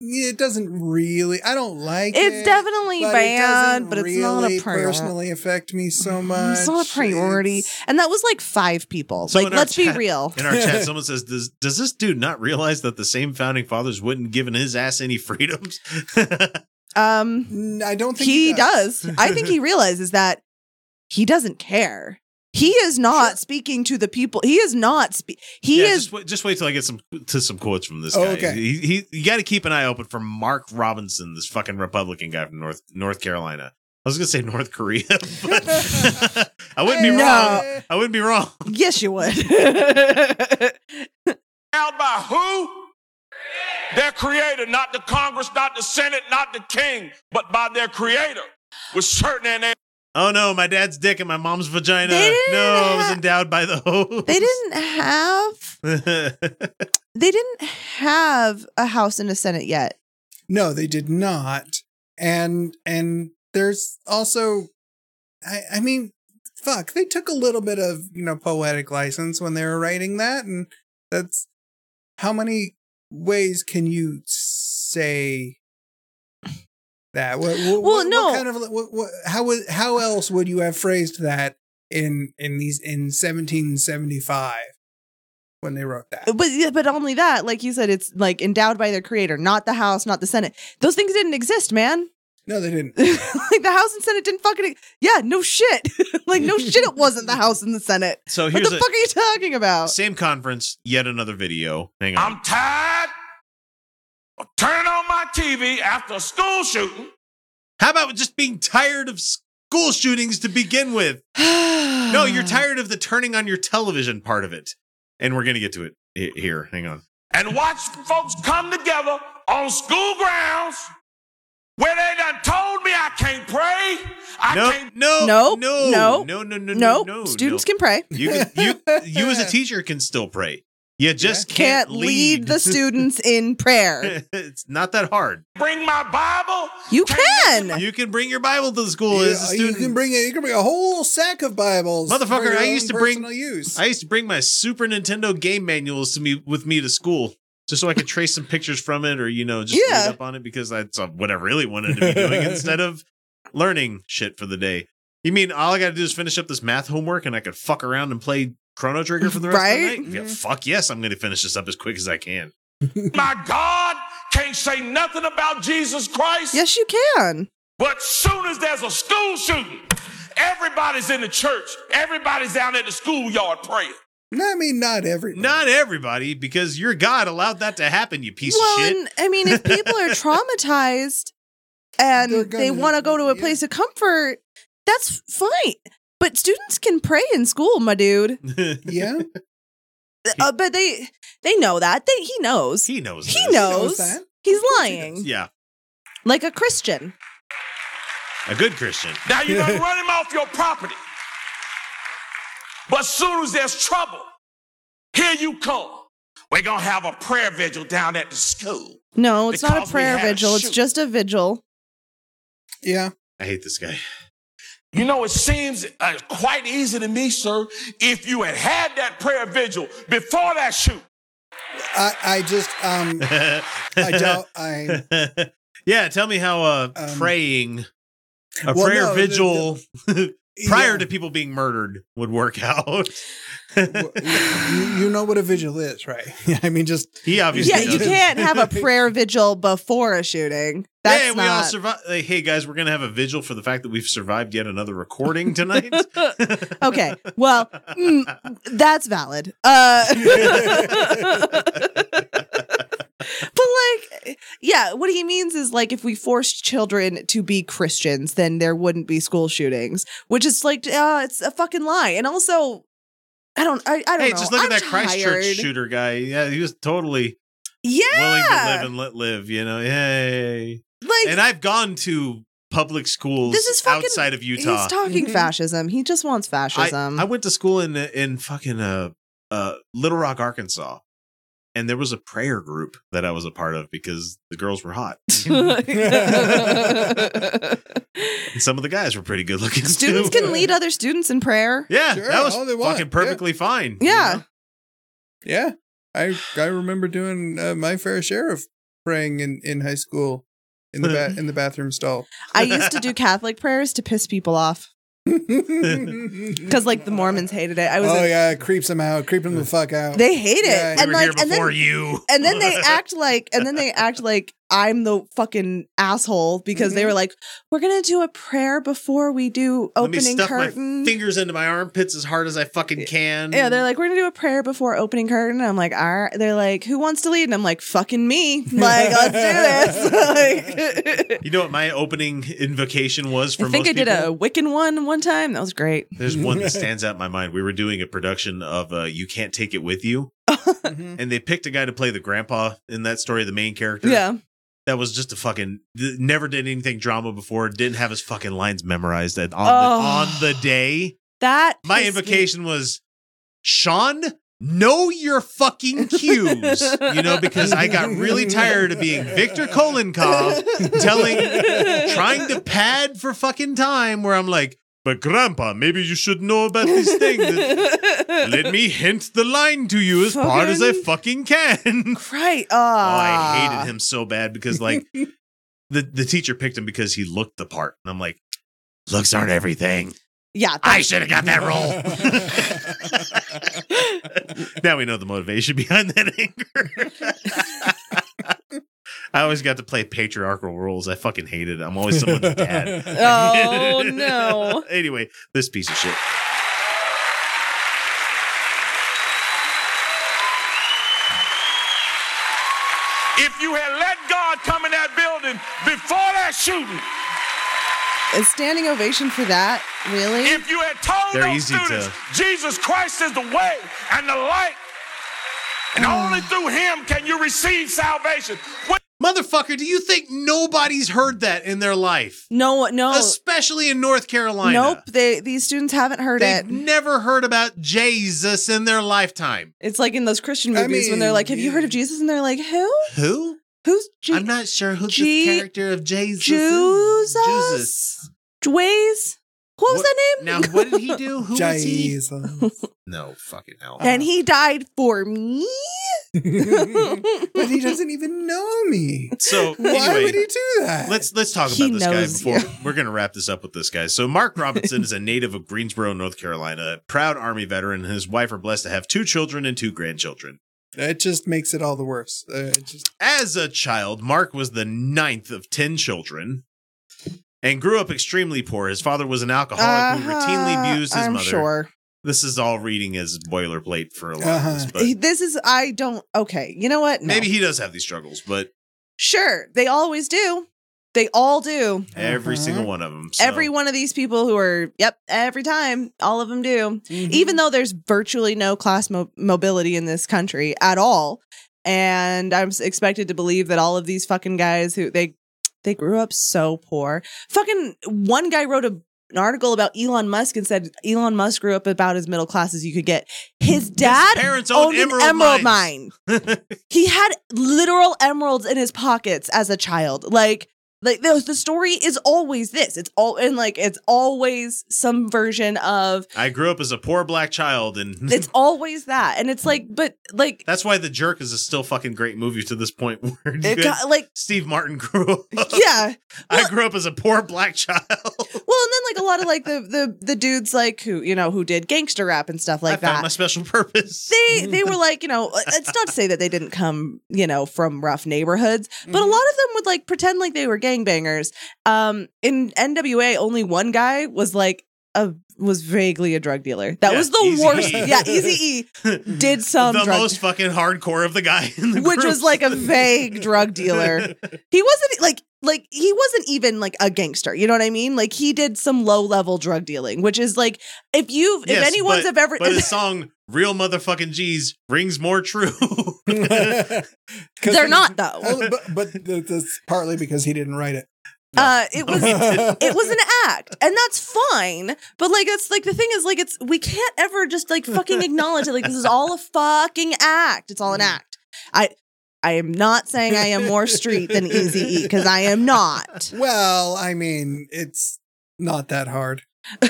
It doesn't really. I don't like it.
It's definitely
eh, but it
banned,
doesn't
but it's not
really
a priority.
personally affect me so much.
It's not a priority,
It's-
and that was like five people.
So
like,
in our
let's be
chat-
real.
In our chat, someone says, "Does does this dude not realize that the same founding fathers wouldn't given his ass any freedoms?" [laughs]
Um,
N- I don't think
he does. I think
[laughs]
he realizes that he doesn't care. He is not speaking to the people. He is not. Spe- he
Yeah,
is
Just wait, just wait till I get some to some quotes from this
Oh,
guy.
okay.
He, he, you got to keep an eye open for Mark Robinson, this fucking Republican guy from North North Carolina. I was gonna say North Korea, [laughs] but I wouldn't
[laughs]
be
No.
wrong. I wouldn't be wrong.
Yes, you
[laughs]
would. [laughs]
Held by who? Their creator, not the Congress, not the Senate, not the king, but by their creator. With certain and
Oh no, my dad's dick and my mom's vagina.
They didn't
No, I was
have-
endowed by the host.
they didn't have.
didn't.
They didn't have a house and a senate yet.
No, they did not. And and there's also, I I mean, fuck, they took a little bit of you know poetic license when they were writing that, and that's how many ways can you say that? What, what,
Well,
what- what
no.
kind of what, what, how would how else would you have phrased that in in these in 1775 when they wrote that?
But yeah, but only that, like you said, it's like endowed by their creator, not the house, not the senate. Those things didn't exist, man. [laughs]
No, they didn't.
like the house and senate didn't fucking. ex- Yeah, no shit. [laughs] like no shit, it wasn't the house and the senate.
[laughs] So
What
here's
the
a
fuck are you talking [sighs] about?
same conference, yet another video. Hang on.
Uh, I'm tired of turning on my TV after a school shooting
How about just being tired of school shootings to begin with? No,
no,
[sighs]
you're tired of the turning on your television part of it. And we're going to get to it he- here. Hang on.
and watch folks come together on school grounds where they done told me I can't pray, I
No,
can't
no,
Nope,
no,
nope,
no, no, no, no,
Nope.
no.
Students
no.
can pray.
You, can, you, you
[laughs]
as a teacher can still pray. You just
Can't lead the students in prayer.
[laughs] it's not that hard.
bring my Bible.
You can.
You can bring your Bible to the school
Yeah,
as a
you
student.
can bring a, you can bring a whole sack of Bibles,
Motherfucker,
for your
I
own
used to bring-
personal use.
I used to bring my Super Nintendo game manuals to me with me to school just so I could trace some pictures from it or you know just
Yeah.
read up on it because that's uh, what I really wanted to
[laughs]
be doing instead of learning shit for the day. You mean all I got to do is finish up this math homework and I could fuck around and play Chrono Trigger for the rest
Right?
of the night?
Mm-hmm.
Yeah, fuck yes, I'm going to finish this up as quick as I can.
My God can't say nothing about Jesus Christ.
Yes, you can.
But soon as there's a school shooting, everybody's in the church. Everybody's down at the schoolyard praying.
No, I mean not every.
Not everybody because your god allowed that to happen, you piece
well,
of shit.
and I mean, if people
[laughs]
are traumatized and
They're
they
gonna-
want to go to a
yeah.
place of comfort, that's fine. But students can pray in school, my dude.
[laughs] yeah,
Uh, but they they know that. They he knows. He,
[laughs] he knows. this.
knows.
that.
He's
course he
lying.
knows.
Yeah,
Like a Christian.
a good Christian.
Now you done run him off your property. But soon as there's trouble, here you come. We're gonna have a prayer vigil down at the school.
No, it's not
Because
a
we
prayer
had a
vigil. It's
shoot.
just a vigil.
yeah.
I hate this guy.
You know, it seems uh, quite easy to me, sir, if you had had that prayer vigil before that shoot.
I I just um
[laughs]
I doubt I
yeah, tell me how uh,
Um,
praying a
well,
prayer
no, the-
vigil prior
Yeah.
to people being murdered would work [laughs] out.
you, you know what a vigil is, right? [laughs] I mean, just
he obviously
yeah, you
doesn't.
can't have
[laughs]
a prayer vigil before a shooting. That's
hey, we all
not.
survived. Like, hey, guys, we're gonna have a vigil for the fact that we've survived yet another recording tonight.
[laughs]
[laughs]
okay, well, mm, that's valid. Uh, [laughs] mm.
[laughs]
but like, yeah, what he means is like if we forced children to be Christians, then there wouldn't be school shootings, which is like, uh, it's a fucking lie. And also, I don't, I, I don't
hey,
know.
just look
I'm
at that Christchurch
tired.
shooter guy. Yeah, he was totally willing to
Yeah,
live and let live. You know, yay.
like
and I've gone to public schools
This is fucking-
outside of Utah.
He's talking fascism. He just wants fascism. [laughs]
I, I went to school in in fucking uh, uh Little Rock, Arkansas, and there was a prayer group that I was a part of because the girls were hot. [laughs] And some of the guys were pretty good looking.
students
too.
can lead other students in prayer.
[laughs] Yeah,
Sure,
that was
all they
fucking
want, yeah.
perfectly fine.
Yeah.
Yeah, I I remember doing uh, my fair share of praying in in high school in the
[laughs]
ba- in the bathroom stall. [laughs]
I used to do Catholic prayers to piss people off because like the Mormons hated it. I was
oh
in-
yeah, it creeps them out, creep
[laughs]
them the fuck out.
Oh,
They hate it.
Yeah,
and
you were
like
here
and
before
then,
you.
And then
[laughs]
they act like and then they act like I'm the fucking asshole because they were like, We're gonna do a prayer before we do
Mm-hmm. Let me
opening
stuff
curtain.
my fingers into my armpits as hard as I fucking can.
yeah, they're like, we're gonna do a prayer before opening curtain. And I'm like, all right. They're like, who wants to lead? And I'm like, fucking me. Like, let's
[laughs]
do this. [laughs] like,
you know what my opening invocation was for
I think
most
I did
people?
a Wiccan one one time. That was great.
There's one
[laughs]
that stands out in my mind. We were doing a production of uh, You Can't Take It With You.
Mm-hmm.
and they picked a guy to play the grandpa in that story, the main character.
Yeah.
That was just a fucking, th- never did anything drama before, didn't have his fucking lines memorized. And on,
Oh.
the, on the day,
That
my
pissed me [laughs]
invocation was Sean, know your fucking cues. you know, because I got really tired of being
[laughs]
Victor
[laughs]
Kolenkov telling, trying to pad for fucking time where I'm like, but grandpa, maybe you should know about this thing.
[laughs]
that- Let me hint the line to you as hard as I fucking can. [laughs]
Right. Oh,
Oh, I hated him so bad because like the, the teacher picked him because he looked the part. And I'm like, looks aren't everything.
Yeah.
I should have got that
[laughs]
[laughs]
role. [laughs] now we know the motivation behind that anger. [laughs] I always got to play patriarchal roles. I fucking hated it. I'm always someone's dad.
Oh,
[laughs]
no.
anyway, this piece of shit.
If you had let God come in that building before that shooting,
A standing ovation for that, really?
if you had told
They're
those
easy
students
to-
Jesus Christ is the way and the light, and only through him can you receive salvation. What
Motherfucker, do you think nobody's heard that in their life?
No, no.
Especially in North Carolina.
Nope. They these students haven't heard
They've
it.
never heard about Jesus in their lifetime.
It's like in those Christian
I
movies when they're
mean,
like, "Have you heard of Jesus?" and they're like, "Who?
Who?
Who's Je-
I'm not sure who
Je-
the character of Jesus
Jesus?
is. Jesus.
Dways? What was that name?"
Now, what did
[laughs]
he do? Who was he?
Jesus. [laughs]
No fucking hell.
and he died for me.
but he doesn't even know me.
[laughs]
[laughs]
So
Why
anyway,
would he do that?
Let's let's talk
He
about this guy
knows
before
you.
we're going to wrap this up with this guy. So
[laughs]
Mark Robinson is a native of Greensboro, North Carolina, a proud Army veteran, and his wife are blessed to have two children and two grandchildren.
It just makes it all the worse. Uh, it just
As a child, Mark was the ninth of 10 children and grew up extremely poor. His father was an alcoholic who
Uh-huh,
routinely abused his
I'm
mother.
sure. Uh-huh.
This is all reading as boilerplate for a lot of this, but
He- This is I don't. Okay, you know what? No.
maybe he does have these struggles, but
Sure, they always do. They all do.
every single one of them. so-
Uh-huh. Every one of these people who are, yep, every time, all of them do. [laughs]
[laughs]
Mm-hmm.
Even though there's virtually no class mo- mobility in this country at all, and I'm s- expected to believe that all of these fucking guys who they they grew up so poor. Fucking one guy wrote a, an article about Elon Musk and said Elon Musk grew up about as middle class as you could get. His dad
parents
owned,
owned
an
emerald
emerald mine. [laughs]
mines.
he had literal emeralds in his pockets as a child. Like, like the, the story is always this. It's all and like it's always some version of
[laughs] I grew up as a poor black child, and [laughs]
it's always that. And it's like, but like
that's why The Jerk is a still fucking great movie to this point. [laughs] Where
It
good
got, like-
[laughs] Steve Martin grew up.
[laughs] yeah.
I grew up as a poor black child.
Well, and then like a lot of like the the the dudes like who you know who did gangster rap and stuff [laughs] like
I found
that.
my special purpose.
they they were like you know uh, it's not to say that they didn't come you know from rough neighborhoods but
Mm-hmm.
a lot of them would like pretend like they were gangbangers um in nwa only one guy was like a was vaguely a drug dealer that
Yeah,
was the
Eazy-E. Mm-hmm.
worst yeah
[laughs]
easy e did some
[laughs] the
drug
most fucking hardcore of the guy in the
which
group.
was
[laughs]
like a vague drug dealer. He wasn't e, like like he wasn't even like a gangster. You know what I mean? Like he did some low level drug dealing, which is like if you've if
Yes,
anyone's
but,
have ever [laughs]
but his song "Real Motherfucking G's" rings more true.
[laughs] they're not though.
Oh, but, but th- that's partly because he
[laughs]
didn't write it.
Uh, it
[laughs]
was it was an act, and that's fine. But like, it's like the thing is like it's we can't ever just like fucking acknowledge it. Like this is all a fucking act. It's all an act. I I am not saying I am more street than Easy E because I am not.
Well, I mean, it's not that hard.
[laughs]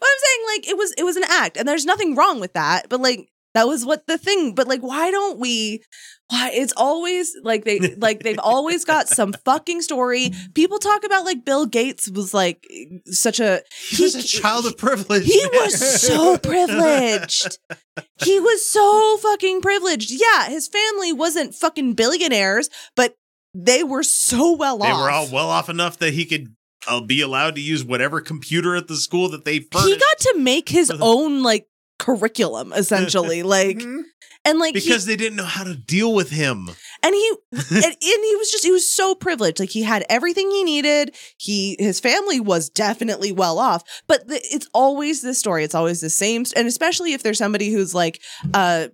But I'm saying like it was it was an act, and there's nothing wrong with that. But like that was what the thing. But like, why don't we? Why it's always like they like they've always got some fucking story. People talk about like Bill Gates was like such a
he was a child of privilege. [laughs]
he was so privileged. He was so fucking privileged. Yeah, his family wasn't fucking billionaires, but they were so well
They
off.
were all well off enough that he could uh, be allowed to use whatever computer at the school that they furnished.
he got to make his own like curriculum essentially like and like he-
because they didn't know how to deal with him.
and he and, and he was just he was so privileged like he had everything he needed he his family was definitely well off but the, it's always this story it's always the same and especially if there's somebody who's like uh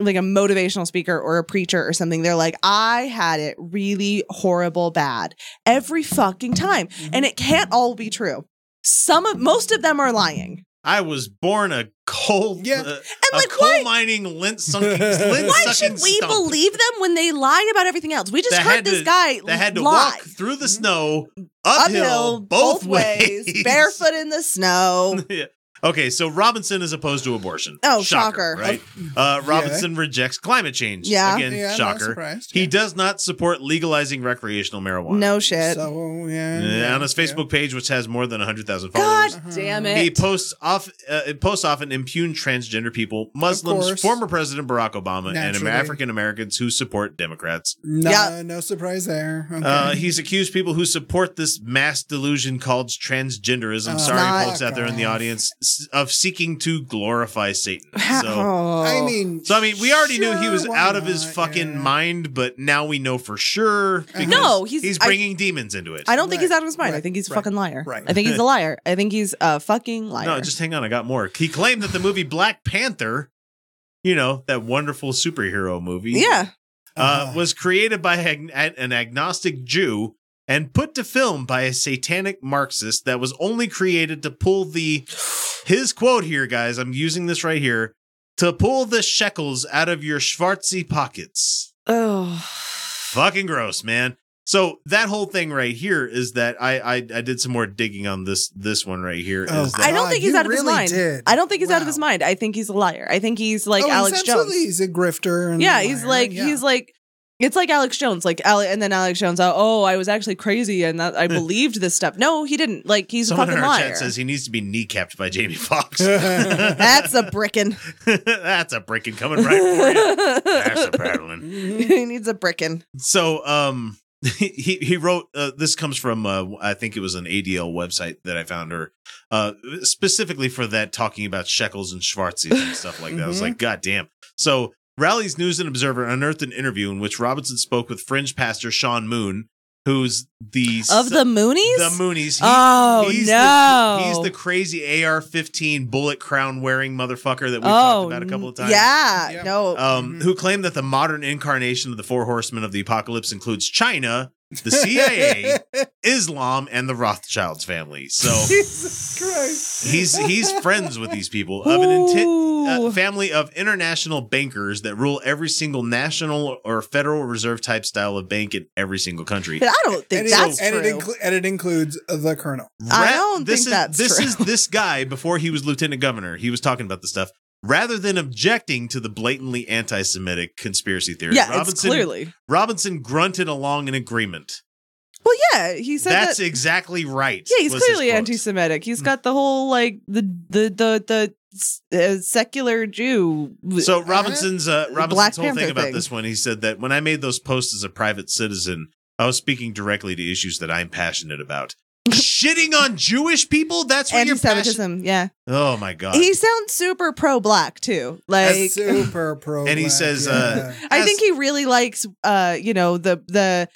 like a motivational speaker or a preacher or something they're like i had it really horrible bad every fucking time and it can't all be true some of most of them are lying
I was born a coal, yeah. a
like,
coal
why-
mining lint sucking. lint
Why
sucking
should we
stump
believe them when they lied about everything else? We just
that
heard
had
this
to-
guy
that had to
lie
walk through the snow uphill, both,
[laughs]
ways,
barefoot in the
[laughs]
snow.
[laughs] Yeah. Okay, so Robinson is opposed to abortion.
Oh, shocker. Oh.
right? Uh, Robinson rejects climate change.
Yeah.
again,
Yeah, I'm not
shocker.
surprised,
He does not support legalizing recreational marijuana.
No shit.
So yeah,
Yeah, on his Facebook page, which has more than hundred thousand followers,
God damn
he
it. [laughs]
posts off uh, posts often impugn transgender people, Muslims,
course.
former President Barack Obama,
Naturally.
and African Americans who support Democrats.
No, no surprise there. Okay.
Uh, he's accused people who support this mass delusion called transgenderism.
Oh,
sorry,
Not-
folks out there in the audience, s- of seeking to
[laughs]
glorify Satan. So,
I
I
mean,
so I mean, we already knew he
Oh, sure,
was
why
out of his
not? Uh-huh.
fucking mind, but now we know for sure. because
No, he's- I-
bringing demons into it.
I don't think he's out of his mind. I think he's a fucking liar.
right.
I
[laughs]
think he's a liar. I think he's a fucking liar.
No, just hang on. I got more. He claimed that the movie Black Panther, you know, that wonderful superhero movie,
yeah.
Uh-huh.
uh, was created by ag- an agnostic Jew and put to film by a satanic Marxist that was only created to pull the his quote here, guys. I'm using this right here to pull the shekels out of your Schwartzy pockets.
Oh.
Fucking gross, man. So that whole thing right here is that I I, I did some more digging on this this one right here.
Oh,
is that-
I don't think he's
you
out of his
really
mind.
did.
I don't think he's out of his mind. I think he's a liar. I think he's like
oh,
Alex
essentially,
Jones.
he's a grifter. And
yeah, he's
liar,
like
yeah.
he's like it's like Alex Jones, like Ale- and then Alex Jones. Oh, oh, I was actually crazy, and
[laughs]
that I believed this stuff. No, he didn't. Like he's
Someone
a
in
fucking
our
liar.
chat says he needs to be kneecapped by Jamie Foxx.
That's a
[laughs]
brickin'.
That's a brickin' coming right for
[laughs]
you. That's a rattling.
Mm-hmm.
[laughs]
he needs a brickin'.
So, um, he he wrote. Uh, this comes from uh, I think it was an ADL website that I found her uh, specifically for that talking about shekels and Schwartzies and stuff like that. I was
Mm-hmm.
Mhm.
like, God damn. So. Rally's News and Observer unearthed an interview in which Robinson spoke with fringe pastor Sean Moon, who's the
Of the Moonies?
the Moonies. He-
Oh,
he's
no.
The, he's the crazy AR-15 bullet crown wearing motherfucker that we
oh,
talked about a couple of times.
Yeah, no.
Um, Who claimed that the modern incarnation of the Four Horsemen of the Apocalypse includes China, the CIA,
[laughs]
Islam, and the Rothschilds family.
[laughs]
So
[laughs]
Jesus Christ.
he's he's friends with these people of an inti- uh, family of international bankers that rule every single national or federal reserve type style of bank in every single country.
But I don't think
And it-
that's
and
true.
It inclu- and it includes the colonel.
I
Ra-
don't
this
think
is,
that's
this
true.
is this guy before he was lieutenant governor. He was talking about this stuff. Rather than objecting to the blatantly anti-Semitic conspiracy theory,
yeah, it's clearly.
Robinson grunted along in agreement.
Well, yeah, he said
That's
that.
exactly right.
yeah, he's
was his Mm.
clearly
quote.
anti-Semitic. He's got the whole like the the the the uh, secular Jew.
So Robinson's uh,
Uh,
Robinson's
Black
whole
Panther
thing about
thing.
this one, he said that when I made those posts as a private citizen, I was speaking directly to issues that I'm
[laughs]
passionate about. Shitting on Jewish people? That's what you're passionate.
anti-Semitism. Yeah,
Oh my god.
he sounds super pro-black too. Like
super pro.
and he says, uh,
I think he really likes uh you know the the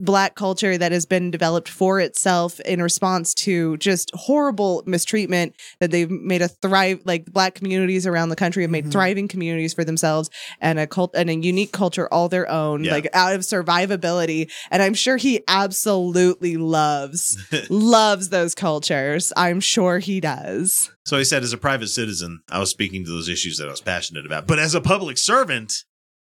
black culture that has been developed for itself in response to just horrible mistreatment that they've made a thrive like black communities around the country have made thriving communities for themselves and a cult and a unique culture all their own
Yeah.
like out of survivability and i'm sure he absolutely loves loves those cultures i'm sure he does
so he said, as a private citizen, I was speaking to those issues that I was passionate about. But as a public servant,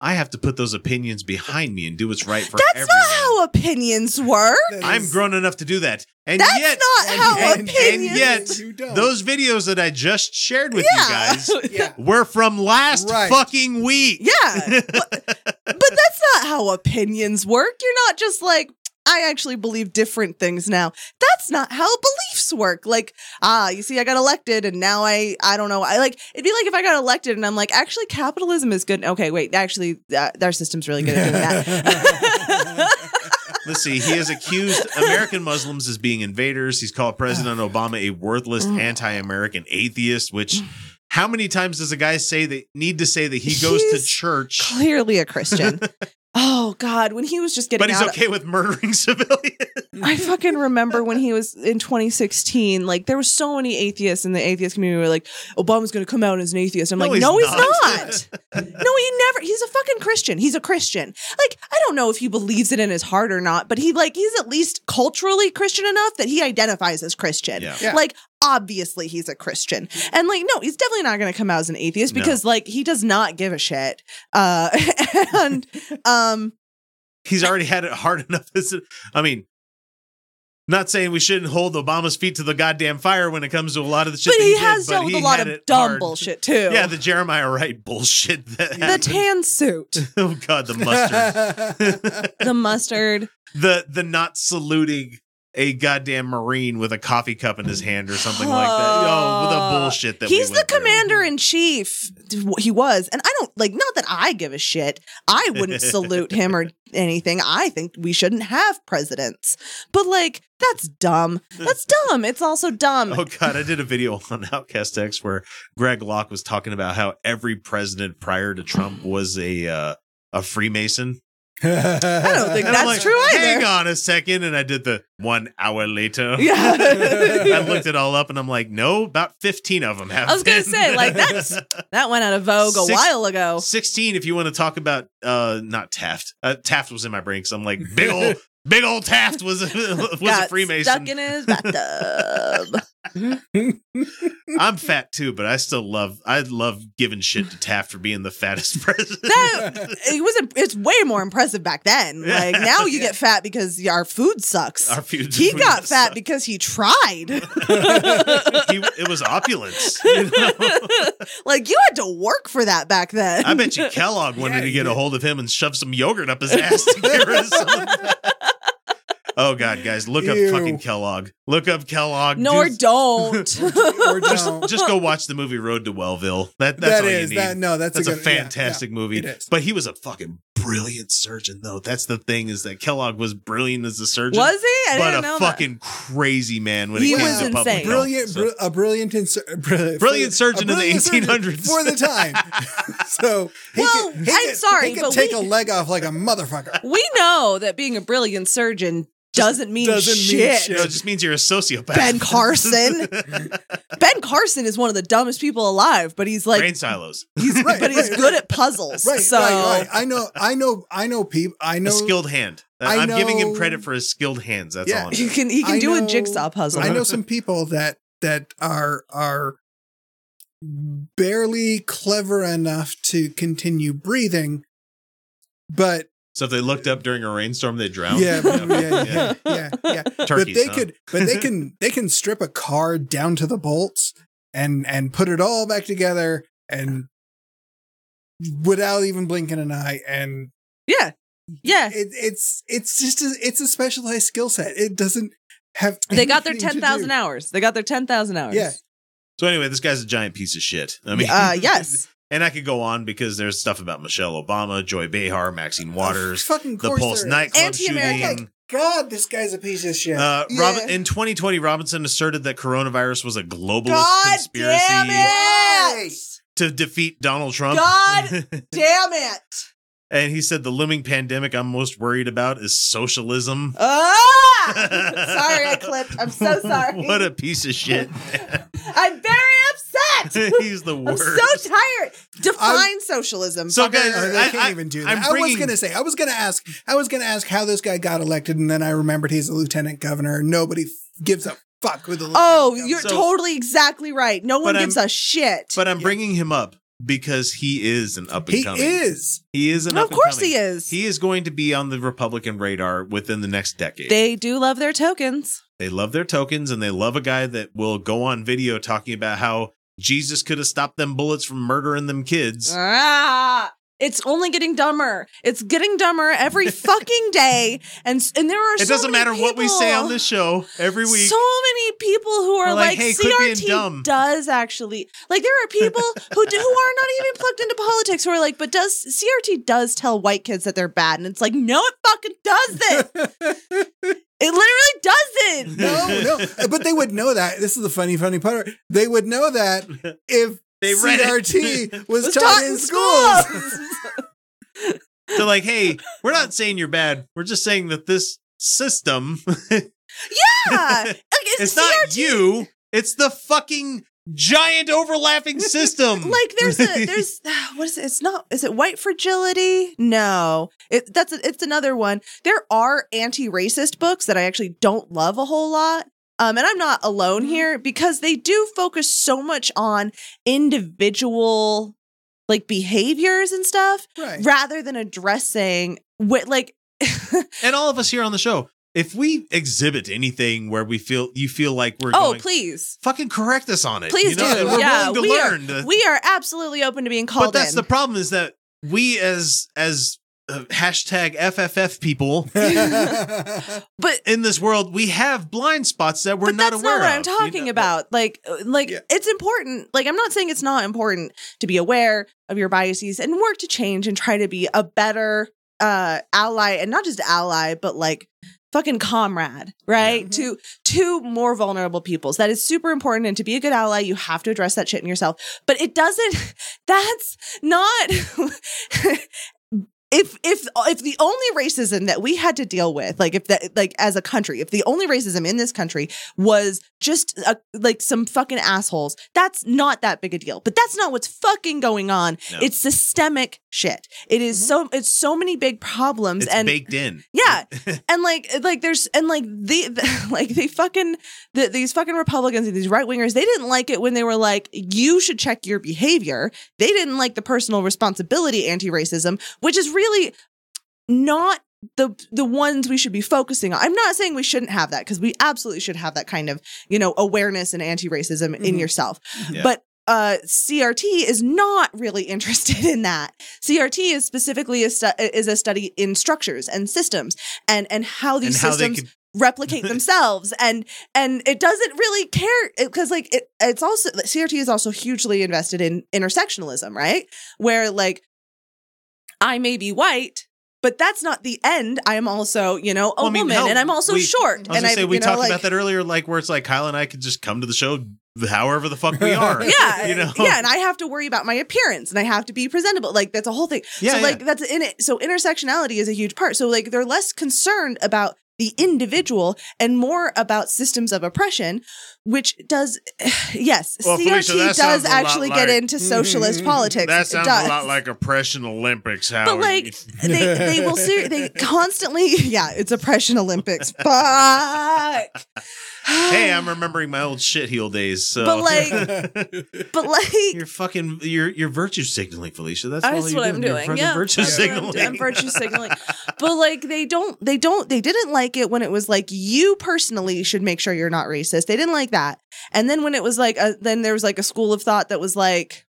I have to put those opinions behind me and do what's right for
that's
everyone.
not how opinions work
I'm grown enough to do that. And
That's
yet,
not how
and, and
opinions-
yet, those videos that I just shared with
Yeah.
you guys [laughs] were from last
Right.
fucking week.
[laughs]
[laughs]
Yeah. but, but that's not how opinions work. You're not just like, I actually believe different things now. That's not how beliefs work. Like, ah, you see, I got elected and now I, I don't know. I like, it'd be like if I got elected and I'm like, actually, capitalism is good. Okay, wait, actually, uh, our system's really good at doing that.
[laughs] Let's see. He has accused American Muslims as being invaders. He's called President Obama a worthless anti-American atheist. Which, how many times does a guy say they need to say that he goes to
He's
church?
Clearly a
[laughs]
Christian. Oh God! When he was just getting
But he's
out,
okay with murdering [laughs] civilians.
I fucking remember when he was in 2016. Like there were so many atheists in the atheist community. Who were like, Obama's going to come out as an atheist. I'm
No,
like,
he's
no, he's
not."
not.
[laughs]
no, he never. He's a fucking Christian. He's a Christian. Like I don't know if he believes it in his heart or not, but he like he's at least culturally Christian enough that he identifies as Christian.
Yeah. Yeah.
Like obviously he's a Christian, and like no, he's definitely not going to come out as an atheist
No.
because like he does not give a shit. Uh, [laughs] and um.
He's already had it hard [laughs] enough. This is- I mean, not saying we shouldn't hold Obama's feet to the goddamn fire when it comes to a lot of the shit.
But
that
he
did,
has
but
dealt with
he
a lot
had
of
it
dumb
hard.
bullshit, too.
Yeah, the Jeremiah Wright bullshit. [laughs] That
The
happened.
tan suit,
oh god, the mustard.
[laughs] the mustard.
the the not saluting a goddamn marine with a coffee cup in his hand or something like that. Oh, the bullshit [laughs] that we
he's
went
the commander in chief. He was, and I don't like. Not that I give a shit. I
[laughs]
wouldn't salute him or anything. I think we shouldn't have presidents. But like, that's dumb.
[laughs]
That's dumb. It's also dumb. [laughs]
Oh god, I did a video on Outcast X where Greg Locke was talking about how every president prior to Trump was a uh, a Freemason.
I don't think
And
that's
I'm like,
true
Hang
either.
on a second, and I did the one hour later.
[laughs] Yeah.
[laughs] I looked it all up, and I'm like, no, about fifteen of them have.
I was gonna
been.
say like
[laughs]
that's that went out of vogue a
Six-
while ago.
16 if you want to talk about uh not Taft. Uh, Taft was in my brain cuz I'm
[laughs]
like big old big old Taft was a, [laughs] was a
Got
Freemason.
stuck in his bathtub. [laughs]
I'm fat too, but I still love I love giving shit to Taft for being the fattest [laughs] president.
that it was imp- it's way more impressive back then. Like
[laughs] Yeah.
now you get fat because our food sucks.
Our food-
he
food
got fat
sucks.
because he tried. [laughs]
[laughs] he, it was opulence. you
[laughs]
know?
like you had to work for that back then. [laughs]
I bet you Kellogg wanted to get a hold of him and shove some yogurt up his ass to get rid of some. of that. Oh god, guys, look up
Ew.
fucking Kellogg. Look up Kellogg.
no, or
Do- [laughs]
don't. [laughs]
or
just,
don't.
just go watch the movie Road to Wellville. That that's
That
all
is-
you need.
that- no, that's a
a,
good- yeah,
fantastic
yeah,
movie.
it is.
But he was a fucking brilliant surgeon, though. That's the thing is that Kellogg was brilliant as a surgeon.
Was he? I
but
didn't
a
know that.
fucking crazy man when
He
it came
was
to public
insane.
health.
brilliant,
So-
br- a brilliant, insur- br-
Brilliant surgeon
a
in the
brilliant surgeon
1800s.
for the time. [laughs] so he
Well,
could, he
I'm
could-
sorry,
he could
but
take
we-
a leg off like a motherfucker.
we know that being a brilliant surgeon doesn't mean
doesn't mean
shit.
No, it just means you're a sociopath.
Ben
[laughs]
Carson. ben Carson is one of the dumbest people alive, but he's like,
Brain silos.
right,
but he's
right,
good at puzzles.
right,
so
right, right. I know, I know, I know. People, I know.
A skilled hand.
I
I'm giving him
know-
credit for his skilled hands. That's
Yeah.
all I'm
he
saying.
can he can
I
do a
know-
jigsaw puzzle.
I know some people that that are are barely clever enough to continue breathing, but
So if they looked up during a rainstorm, they drowned.
yeah, yeah,
[laughs]
yeah, yeah, yeah.
Turkeys,
but they
huh?
could, but they
[laughs]
can, they can strip a car down to the bolts and and put it all back together and without even blinking an eye and
Yeah. Yeah,
it, it's it's just a, it's a specialized skill set. It doesn't have.
They got their
anything to
ten thousand
do-
hours. They got their ten thousand hours.
Yeah.
So anyway, this guy's a giant piece of shit. I mean, [laughs]
Uh, yes.
and I could go on because there's stuff about Michelle Obama, Joy Behar, Maxine Waters,
fucking
the
course
Pulse
there is.
nightclub
Anti-American.
shooting.
God, this guy's a piece of shit.
Uh, Robin,
Yeah.
in 2020, Robinson asserted that coronavirus was a globalist
God
conspiracy
damn it!
to defeat Donald Trump.
God damn it!
[laughs] And he said the looming pandemic I'm most worried about is socialism. [laughs]
Ah! sorry, I clipped. I'm so sorry.
What a piece of
[laughs]
shit.
I'm very upset.
He's the
I'm
[laughs] worst.
so tired. Define socialism.
So,
fucker.
guys,
Oh, they
I-
can't
I-
even do
I'm
that. I was
bringing-
gonna say. I was gonna ask. I was gonna ask how this guy got elected, and then I remembered he's a lieutenant governor. Nobody f- gives a fuck with the.
oh, you're
So-
totally exactly right. No one
But
gives
I'm-
a shit.
but I'm bringing him up because he is an up and
He
coming.
is.
He is an
Of
up and
course
coming.
he is.
He is going to be on the Republican radar within the next decade.
They do love their tokens.
They love their tokens and they love a guy that will go on video talking about how Jesus could have stopped them bullets from murdering them kids.
Ah, it's only getting dumber. It's getting dumber
[laughs]
every fucking day, and and there are. so
it doesn't
many
matter what we say
people-
on this show every week.
So many people who are
We're like,
like,
"Hey, quit being
CRT
dumb."
does actually like there are people who do, who are not even plugged into politics who are like, but does CRT does tell white kids that they're bad, and it's like, no, it fucking doesn't.
[laughs]
it literally doesn't.
No, no. But they would know that. This is the funny, funny part. They would know that if
They read it.
CRT was,
It's
taught,
taught
in
in
schools.
schools.
They're like, hey, we're not saying you're bad. We're just saying that this system,
yeah, like, it's,
it's not you, it's the fucking giant
[laughs]
overlapping system.
like there's
[laughs]
a there's [sighs] what is it? It's not is it white fragility? No, it that's it's another one. There are anti-racist books that I actually don't love a whole lot. Um, and I'm not alone
Mm-hmm.
here because they do focus so much on individual like behaviors and stuff
[laughs] Right.
rather than addressing what like
and all of us here on the show, if we exhibit anything where we feel you feel like we're
[laughs] oh
going,
please
fucking correct us on it.
please
you know?
do
And we're
yeah
willing to
we
learn.
are
to-
we are absolutely open to being
but
called
that's
in.
the problem is that we as as uh, hashtag
[laughs]
FFF people
[laughs]
but
in this world, we have blind spots that we're
but
not
that's
aware
not what
of.
I'm talking
you know?
about. Like, uh, like
Yeah.
it's important. Like, I'm not saying it's not important to be aware of your biases and work to change and try to be a better uh ally, and not just ally, but like fucking comrade, right?
Mhm.
To to more vulnerable peoples. That is super important. And to be a good ally, you have to address that shit in yourself. But it doesn't. [laughs] That's not. [laughs] If if if the only racism that we had to deal with, like if that like as a country, if the only racism in this country was just uh like some fucking assholes. That's not that big a deal. But that's not what's fucking going on.
No. Mm-hmm.
It's systemic shit. It is so it's so many big problems
It's
and
baked in.
yeah. and like like there's and like the, the [laughs] like they fucking the, these fucking Republicans and these right wingers, they didn't like it when they were like you should check your behavior. They didn't like the personal responsibility anti-racism, which is really not the the ones we should be focusing on. I'm not saying we shouldn't have that because we absolutely should have that kind of, you know, awareness and anti-racism in
Mhm.
yourself.
[laughs] Yeah.
But uh CRT is not really [laughs] interested in that. CRT is specifically a stu- is a study in structures and systems and and how
And
these
how they
systems
could [laughs]
replicate themselves and and it doesn't really care because like it, it's also crt is also hugely invested in intersectionalism right where like i may be white but that's not the end i am also you know a
Well, I mean,
woman
hell,
and i'm also
we-
short
I was
and
gonna say
you
we
know,
talked
like-
about that earlier, like where it's like Kyle and I could just come to the show however the
[laughs]
fuck we are.
yeah,
[laughs] you know,
yeah, and I have to worry about my appearance, and I have to be presentable. Like that's a whole thing.
Yeah,
so
yeah.
like that's in it. So intersectionality is a huge part. So like they're less concerned about the individual and more about systems of oppression, which does, [sighs] yes,
Well,
CRT
Felicia, that sounds
does
a lot
actually
like-
get into
[laughs]
socialist politics. It does.
oppression Olympics. How
But like they, they
[laughs]
will ser- they constantly yeah it's oppression Olympics fuck
hey, I'm remembering my old shit heel days. So.
But,
[laughs]
but like
you're fucking you're you're virtue signaling, Felicia. That's, all
That's
you're
what I'm
You're
doing.
fucking
Yeah,
virtue
that's what I'm
signaling.
doing. [laughs] I'm virtue signaling. But like they don't, they don't, they didn't like it when it was like you personally should make sure you're not uh, racist. They didn't like [laughs] that. And then when it was like, a, then there was like a school of thought that was like,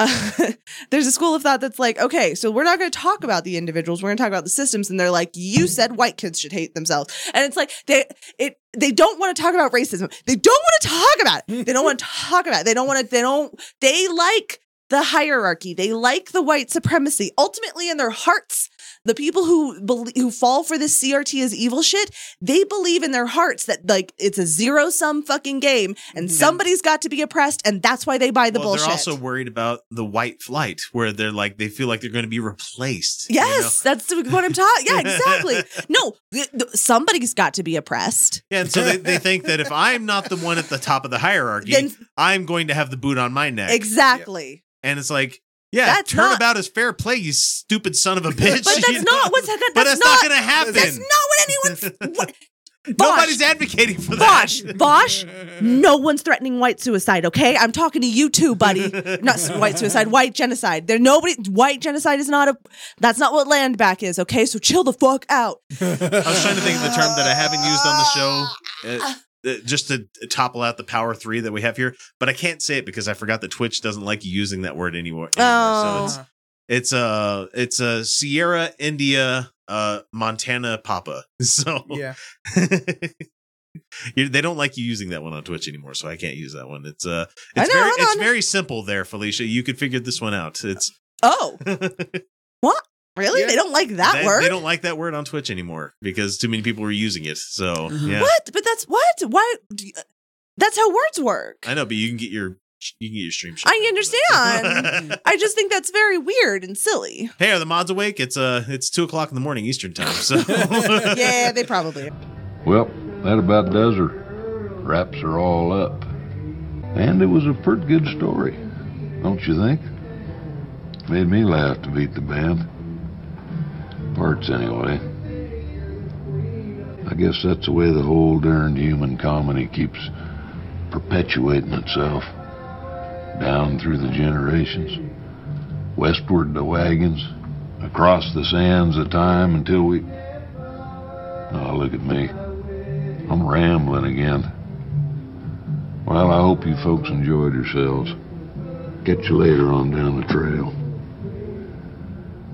uh, there's a school of thought that's like, okay, so we're not going to talk about the individuals, we're going to talk about the systems, and they're like, you said white kids should hate themselves, and it's like they it they don't want to talk about racism, they don't want to talk about it, they don't
[laughs]
want to talk about it, they don't want to, they don't, they like the hierarchy, they like the white supremacy. Ultimately, in their hearts, the people who believe, who fall for this CRT is evil shit, they believe in their hearts that like it's a zero sum fucking game, and somebody's got to be oppressed, and that's why they buy the
Mm-hmm. well,
bullshit.
They're also worried about the white flight, where they're like they feel like they're going to be replaced. you know?
Yes, that's the- what I'm talking. Yeah, exactly.
[laughs]
No, th- th- somebody's got to be oppressed.
Yeah, and so they, they think that if I'm not the one at the top of the hierarchy,
Then-
I'm going to have the boot on my neck.
Exactly.
And it's like, yeah,
That's
turnabout is fair play, you stupid
[laughs]
son of a bitch.
But
[laughs] you
that's
know?
not what's happening.
But that's not
going
gonna
to
happen.
That's not what
[laughs]
anyone's. What,
Nobody's advocating for that.
Bosh, Bosh, no one's threatening white suicide, okay? I'm talking to you too, buddy. Not su- white suicide, white genocide. There nobody white genocide is not a that's not what land back is, okay? So chill the fuck out.
I was [laughs] trying to think of the term that I haven't used on the show. Uh, uh, just to topple out the power three that we have here, but I can't say it because I forgot that Twitch doesn't like you using that word anymore. anymore. So
Oh.
it's it's a it's a Sierra India uh Montana Papa. [laughs] So
Yeah.
[laughs] you they don't like you using that one on Twitch anymore, so I can't use that one. It's uh
I
it's
know,
very
hold
it's
on.
very simple there, Felicia. You could figure this one out. It's
Oh.
[laughs]
what? Really?
Yeah.
They don't like that
they,
word?
They don't like that word on Twitch anymore because too many people were using it. So yeah.
Mm-hmm. What? But that's what? Why do you- that's how words work.
I know, but you can get your you can get your stream shut.
I understand. I just think that's very weird and silly.
[laughs] Hey, are the mods awake? It's uh it's two o'clock in the morning Eastern time. So
[laughs] yeah, they probably are.
Well, that about does her. Wraps her all up. And it was a pretty good story, don't you think? Made me laugh to beat the band. Parts, anyway. I guess that's the way the whole darned human comedy keeps perpetuating itself. Down through the generations, westward the wagons, across the sands of time until we. Oh, look at me. I'm rambling again. Well, I hope you folks enjoyed yourselves. Catch you later on down the trail.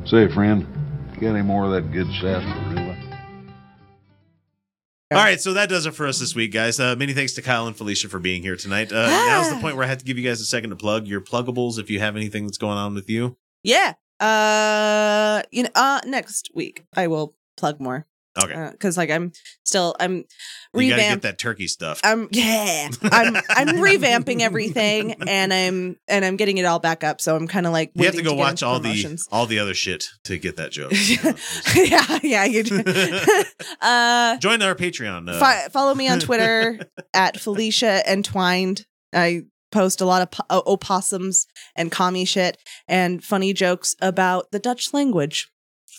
Say, friend, you got any more of that good sarsaparilla?
[laughs] All right, so that does it for us this week, guys. Uh, many thanks to Kyle and Felicia for being here tonight. Uh,
Ah.
now's the point where I have to give you guys a second to plug your pluggables if you have anything that's going on with you.
Yeah. Uh you know uh next week I will plug more.
Okay.
Because like I'm still I'm
You got to get
Uh, revamp Uh,
that turkey stuff.
I'm yeah. I'm
[laughs]
I'm revamping everything and I'm and I'm getting it all back up. So I'm kinda like
you have to
waiting
go
get
watch
into
all
promotions. [laughs]
the all the other shit to get that joke. Uh,
yeah, yeah, you do. [laughs]
[laughs]
uh
Join our Patreon. Uh,
Fi- follow me on
[laughs]
Twitter at Felicia Entwined. I post a lot of po- o- opossums and commie shit and funny jokes about the Dutch language.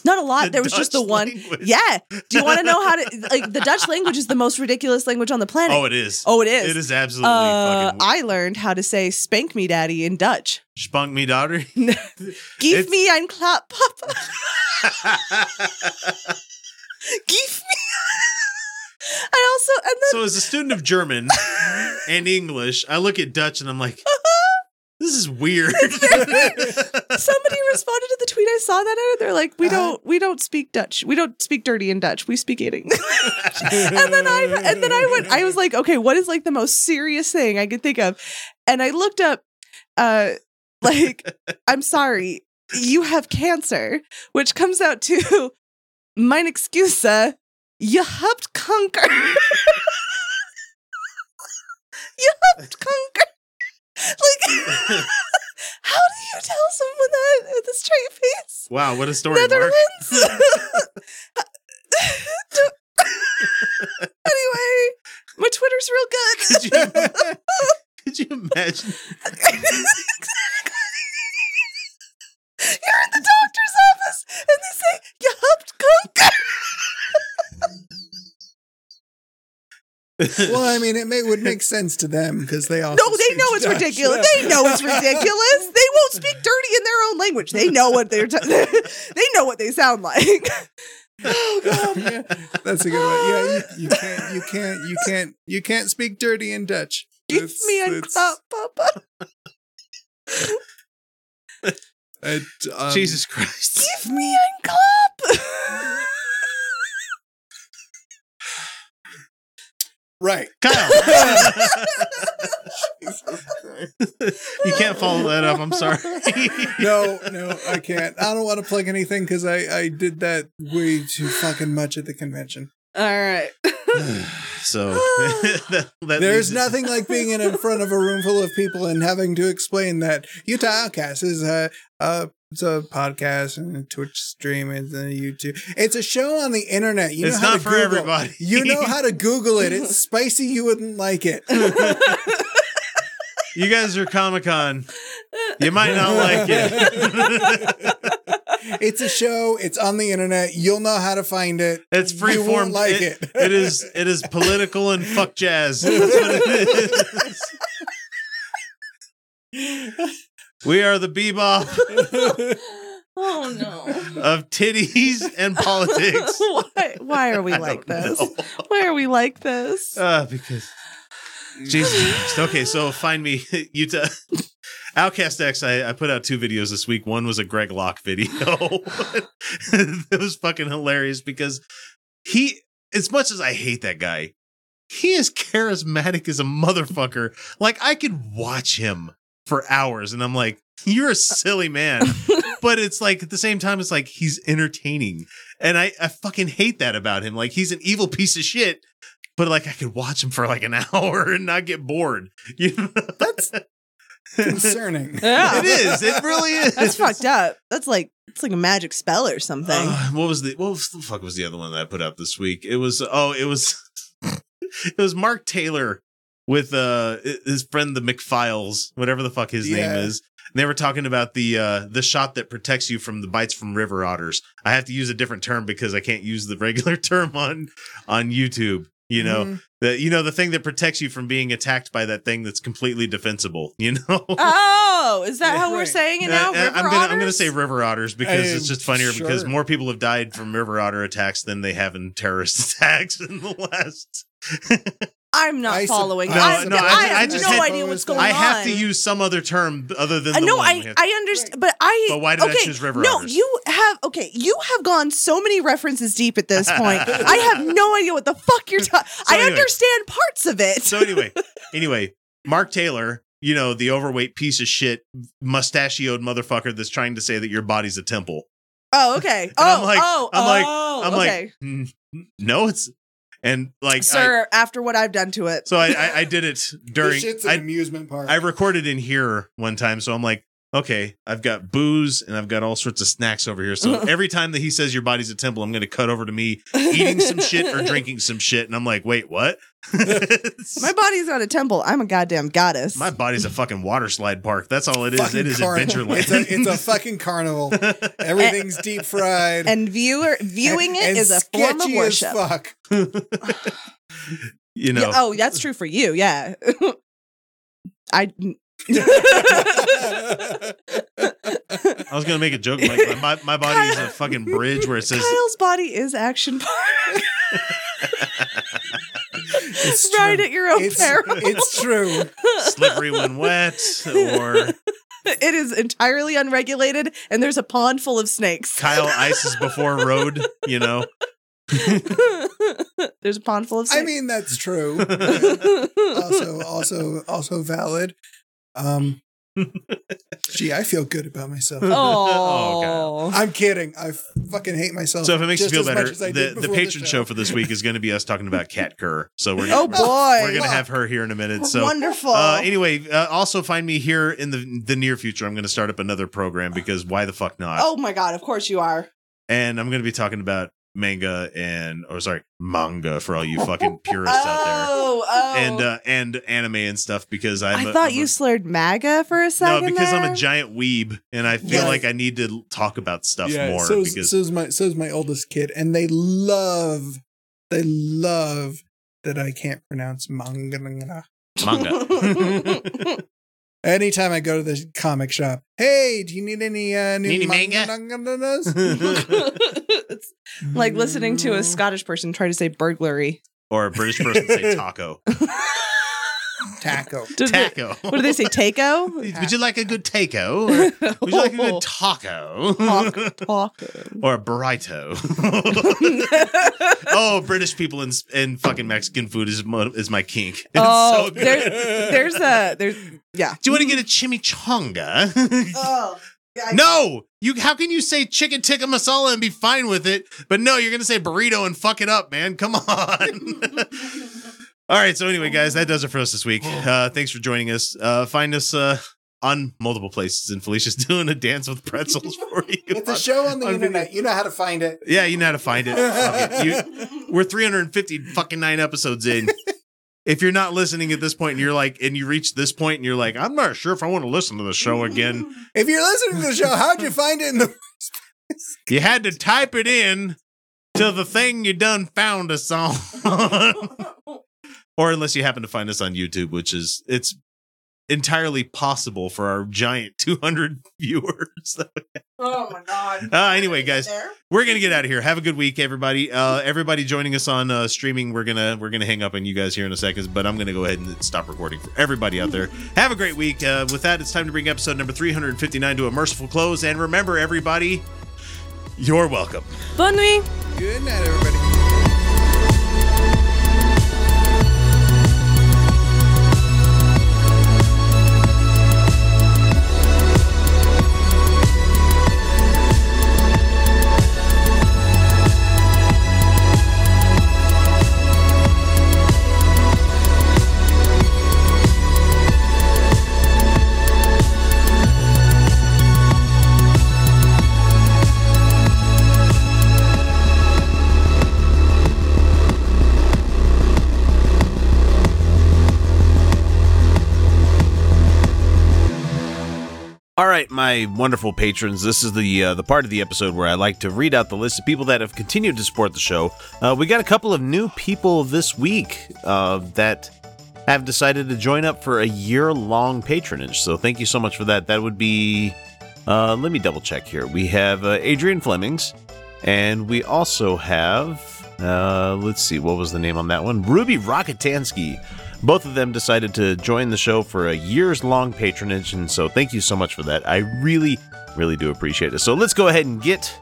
Not a lot.
The
there was just the
Dutch
one.
language.
Yeah. Do you want to know how
[laughs]
to like the Dutch language is the most ridiculous language on the planet?
Oh, it is.
Oh, it is.
It is absolutely
Uh,
fucking.
I learned how to say "spank me, daddy" in Dutch.
Spunk me, daughter. [laughs]
Give
It's-
me ein klap, [laughs] papa. Give me. [laughs] I also and then
[laughs] so as a student of German and English, I look at Dutch and I'm like,
Uh-huh.
this is
[laughs]
weird. [laughs]
somebody responded to the tweet I saw that at, and they're like, "We don't, we don't speak Dutch. We don't speak dirty in Dutch. We speak eating." [laughs] and then I, and then I went. I was like, "Okay, what is like the most serious thing I could think of?" And I looked up, uh, like, "I'm sorry, you have cancer," which comes out to, "Mein Excusa, you habt kanker." [laughs] you habt kanker. Like, how do you tell someone that with a straight face?
wow, what a story, Mark. [laughs]
Netherlands. anyway, my Twitter's real good.
Could you imagine?
[laughs] You're in the doctor's office and they say you helped conquer.
[laughs]
well, I mean, it may, would make sense to them because they
Oh,
all.
No, they know it's ridiculous. They know it's
[laughs]
ridiculous. They won't speak dirty in their own language. They know what they're. T- [laughs] they know what they sound like. oh god.
That's a good one. Yeah, you, you can't, you can't, you can't, you can't speak dirty in Dutch.
Give
It's-
me a
it's-
clap, Papa.
It, um,
Jesus Christ.
Give
[laughs]
me a clap. [laughs]
Right. [laughs]
Kyle. [laughs] you can't follow that up. I'm sorry.
[laughs] no, no, I can't. I don't want to plug anything because I, I did that way too fucking much at the convention.
All right.
[laughs]
[sighs]
so [laughs] that- that
There's
leaves it-
nothing like being in, in front of a room full of people and having to explain that Utah Outcast is a, a, it's a podcast and a Twitch stream and a YouTube. It's a show on the internet. You
It's
know how
not
to
for
Google.
everybody.
You know how to Google it.
[laughs]
It's spicy. You wouldn't like it.
You guys are Comic Con. You might not like it.
[laughs] it's a show. It's on the internet. You'll know how to find it.
It's
You won't
freeform.
like it.
It is. It is political and fuck jazz. That's what it is. We are the bebop
[laughs] Oh
[laughs]
no.
of titties and
[laughs]
politics.
why, why are we like this? Why are we like this?
Uh, because Jesus Christ. Okay, so find me [laughs] Utah Outcast X. I, I put out two videos this week. One was a Greg Locke video. [laughs] it was fucking hilarious because he, as much as I hate that guy, he is charismatic as a motherfucker. Like I could watch him for hours, and I'm like, you're a silly man. but it's like at the same time, it's like he's entertaining, and I I fucking hate that about him. Like he's an evil piece of shit but like I could watch him for like an [laughs] hour and not get bored. You know?
That's
[laughs]
concerning.
Yeah.
it is. It really
[laughs]
is.
That's fucked up. That's like it's like a magic spell or something.
Uh, what was the what was the fuck was the other one that I put up this week? It was oh it was [laughs] it was Mark Taylor with uh his friend the McFiles, whatever the fuck his
Yeah.
name is. And they were talking about the uh the shot that protects you from the bites from river otters. I have to use a different term because I can't use the regular [laughs] term on on YouTube. You know
Mm-hmm.
Mhm.
the you know the thing that protects you from being attacked by that thing that's completely defensible. [laughs] You know.
oh, is that how we're
Right.
saying it
Uh,
now?
uh, I'm
River
gonna I'm gonna
otters?
say river otters because
Um,
it's just funnier because
sure.
more people have died from river otter attacks than they have in terrorist [laughs] attacks in the last.
I'm not
I sup-
following.
No,
I,
no,
I,
I just- I
have
just
no
had-
idea what's going on.
I have to use some other term other than
Uh,
the
no,
one we
I
have-
I understand, but I.
But why did I
okay,
choose river
No,
otters?
you have okay. You have gone so many references deep at this point. I have
[laughs]
no idea what the fuck you're talking. I
anyway.
understand parts of it.
So anyway, [laughs] anyway, Mark Taylor, you know the overweight piece of shit mustachioed motherfucker that's trying to say that your body's a temple.
oh, okay.
And
Oh,
I'm like-
oh,
I'm like-
oh,
I'm
okay.
like, "Mm, no, it's and like I,
sir. after what I've done to it,
so I, I I did it during
This shit's an
I,
amusement park.
I recorded in here one time, so I'm like, okay, I've got booze and I've got all sorts of snacks over
[laughs]
here. So every time that he says your body's a temple, I'm going to cut over to me eating some shit
[laughs]
or drinking some shit, and I'm like, wait, what? [laughs]
my body's not a temple. I'm a goddamn goddess.
My body's a fucking water slide park. That's all it is.
Fucking
It
[laughs]
is
carnival. It's a,
[laughs]
it's a
Adventureland.
fucking carnival. Everything's deep fried.
and viewer viewing it
And
is a form of
sketchy as
worship.
fuck.
You know,
Yeah, oh, that's true for you. Yeah. [laughs] I
oh.
I was gonna make a joke like my, my, my body is a
[laughs]
fucking bridge where it says
Kyle's body is action
[laughs]
park.
It's
Ride
true.
at your own
It's-
peril.
[laughs]
It's true.
[laughs]
slippery when wet
[laughs]
or
It is entirely unregulated, and there's a pond full of snakes.
Kyle ices before road. You know,
[laughs] there's a pond full of
I
snakes.
mean, that's
[laughs]
true. also, also, also valid.
[laughs]
Um, gee, I feel good about myself.
oh,
I'm kidding. I fucking hate myself.
So if it makes you
Oh, just
feel
as
better,
much as I
the,
did
the
before this
patron show for this week is going to be us talking about Cat Kerr. So we're
oh boy,
we're going to have her here in a minute. So
wonderful.
uh, anyway, uh, also find me here in the the near future. I'm going to start up another program because why the fuck not?
oh my god, of course you are.
And I'm going to be talking about manga and or sorry manga for all you fucking purists out
Oh, oh.
there and uh, and anime and stuff because I'm
I
a-
thought
I'm
you
a-
slurred MAGA for a
no
second.
because I'm
there.
a giant weeb and I feel
Yeah.
like I need to talk about stuff more
so
because
so's my so's my oldest kid, and they love they love that I can't pronounce manga.
manga.
Anytime I go to the comic shop, hey, do you need any uh, new
Need any manga?"
[laughs]
[laughs]
it's [laughs] like listening to
[laughs]
a Scottish person try to say burglary. [laughs]
or a British person say taco.
[laughs] Taco.
Did they-
Taco.
what do
[laughs]
they say?
[laughs]
Taco? [laughs]
Would you like a good taco? Or would you like a good taco? [laughs] or a burrito? [laughs] oh, British people and and fucking Mexican food is mo- is my kink. [laughs] It's
[laughs] oh,
so good.
there's there's a there's yeah.
Do you want to get a chimichanga?
Oh,
no, you. How can you say chicken tikka masala and be fine with it? But no, you're gonna say burrito and fuck it up, man. Come on. [laughs] All right. So anyway, guys, that does it for us this
Oh.
week. Uh, thanks for joining us. Uh, find us uh, on multiple places, and Felicia's [laughs] doing a dance with pretzels for you.
It's a show on the
on
internet. You know how to find it.
Yeah, you know how to find it. Fuck it. You-
[laughs]
we're 350 fucking nine episodes in. If you're not listening at this point and you're like, and you reach this point and you're like, I'm not sure if I want to listen to the show again,
If you're listening to the show, how'd you find it in the
you had to type it in to the thing you done found us on. or unless you happen to find us on YouTube, which is, it's entirely possible for our giant 200 viewers. [laughs]
Oh my god.
Uh, anyway, guys, we're gonna get out of here. Have a good week, everybody. Uh, everybody joining us on uh, streaming, we're gonna we're gonna hang up on you guys here in a second, but I'm gonna go ahead and stop recording for everybody out there. Have a great week. Uh, with that, it's time to bring episode number 359 to a merciful close. And remember, everybody, you're welcome.
Bonne nuit.
Good night, everybody.
All right, my wonderful patrons, this is the uh, the part of the episode where I like to read out the list of people that have continued to support the show. Uh, we got a couple of new people this week uh, that have decided to join up for a year long patronage. So thank you so much for that. That would be uh, let me double check here. We have uh, Adrian Flemings, and we also have uh, let's see, what was the name on that one? Ruby Rocketansky. Both of them decided to join the show for a years long patronage, and so thank you so much for that. I really, really do appreciate it. So let's go ahead and get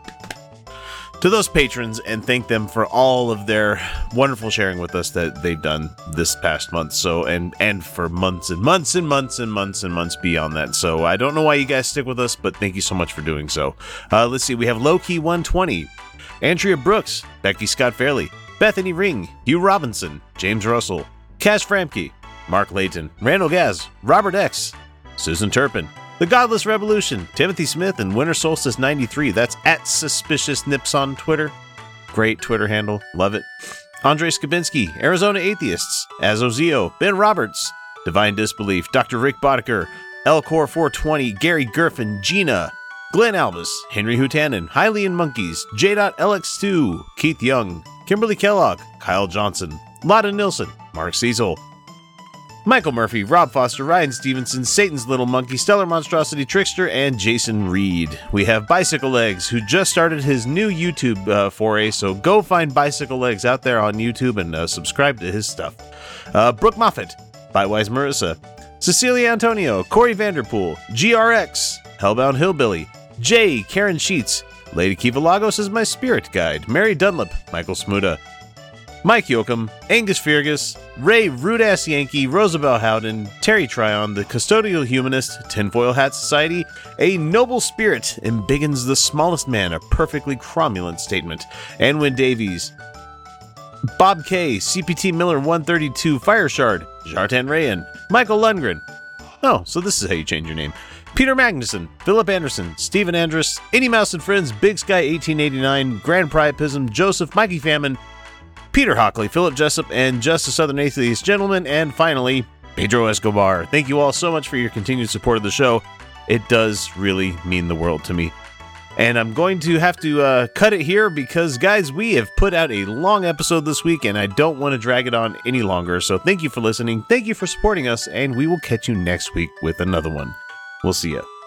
to those patrons and thank them for all of their wonderful sharing with us that they've done this past month so and and for months and months and months and months and months beyond that so i don't know why you guys stick with us but thank you so much for doing so uh, let's see we have Lowkey 120 andrea brooks becky scott fairley bethany ring hugh robinson james russell cash framke mark layton randall gaz robert x Susan Turpin, The Godless Revolution, Timothy Smith, and Winter Solstice 93. That's at Suspicious Nips on Twitter. Great Twitter handle. Love it. Andre Skabinski, Arizona Atheists, Azozio, Ben Roberts, Divine Disbelief, Dr. Rick Boddicker, Elcor 420, Gary Gerfin, Gina, Glenn Albus, Henry Hutanen, Hylian Monkeys, J.LX2, Keith Young, Kimberly Kellogg, Kyle Johnson, Lotta Nilsson, Mark Cecil, Michael Murphy, Rob Foster, Ryan Stevenson, Satan's Little Monkey, Stellar Monstrosity Trickster, and Jason Reed. We have Bicycle Legs, who just started his new YouTube uh, foray, so go find Bicycle Legs out there on YouTube and uh, subscribe to his stuff. Uh, Brooke Moffat, Bitewise Marissa, Cecilia Antonio, Corey Vanderpool, GRX, Hellbound Hillbilly, Jay, Karen Sheets, Lady Kivalagos is my spirit guide, Mary Dunlap, Michael Smuda, Mike Yoakum, Angus Fergus, Ray Rudass Yankee, Roosevelt Howden, Terry Tryon, the Custodial Humanist, Tinfoil Hat Society, a noble spirit, and Biggins the smallest man, a perfectly cromulent statement, Anwin Davies, Bob K, CPT Miller 132, Fireshard, Jartan Rayan, Michael Lundgren. Oh, so this is how you change your name. Peter Magnuson, Philip Anderson, Stephen Andrus, Any Mouse and Friends, Big Sky 1889, Grand Priapism, Joseph, Mikey Famine, Peter Hockley, Philip Jessup, and Justice Southern Atheist Gentleman, and finally, Pedro Escobar. Thank you all so much for your continued support of the show. It does really mean the world to me. And I'm going to have to uh, cut it here because, guys, we have put out a long episode this week and I don't want to drag it on any longer. So, thank you for listening. Thank you for supporting us. And we will catch you next week with another one. We'll see ya.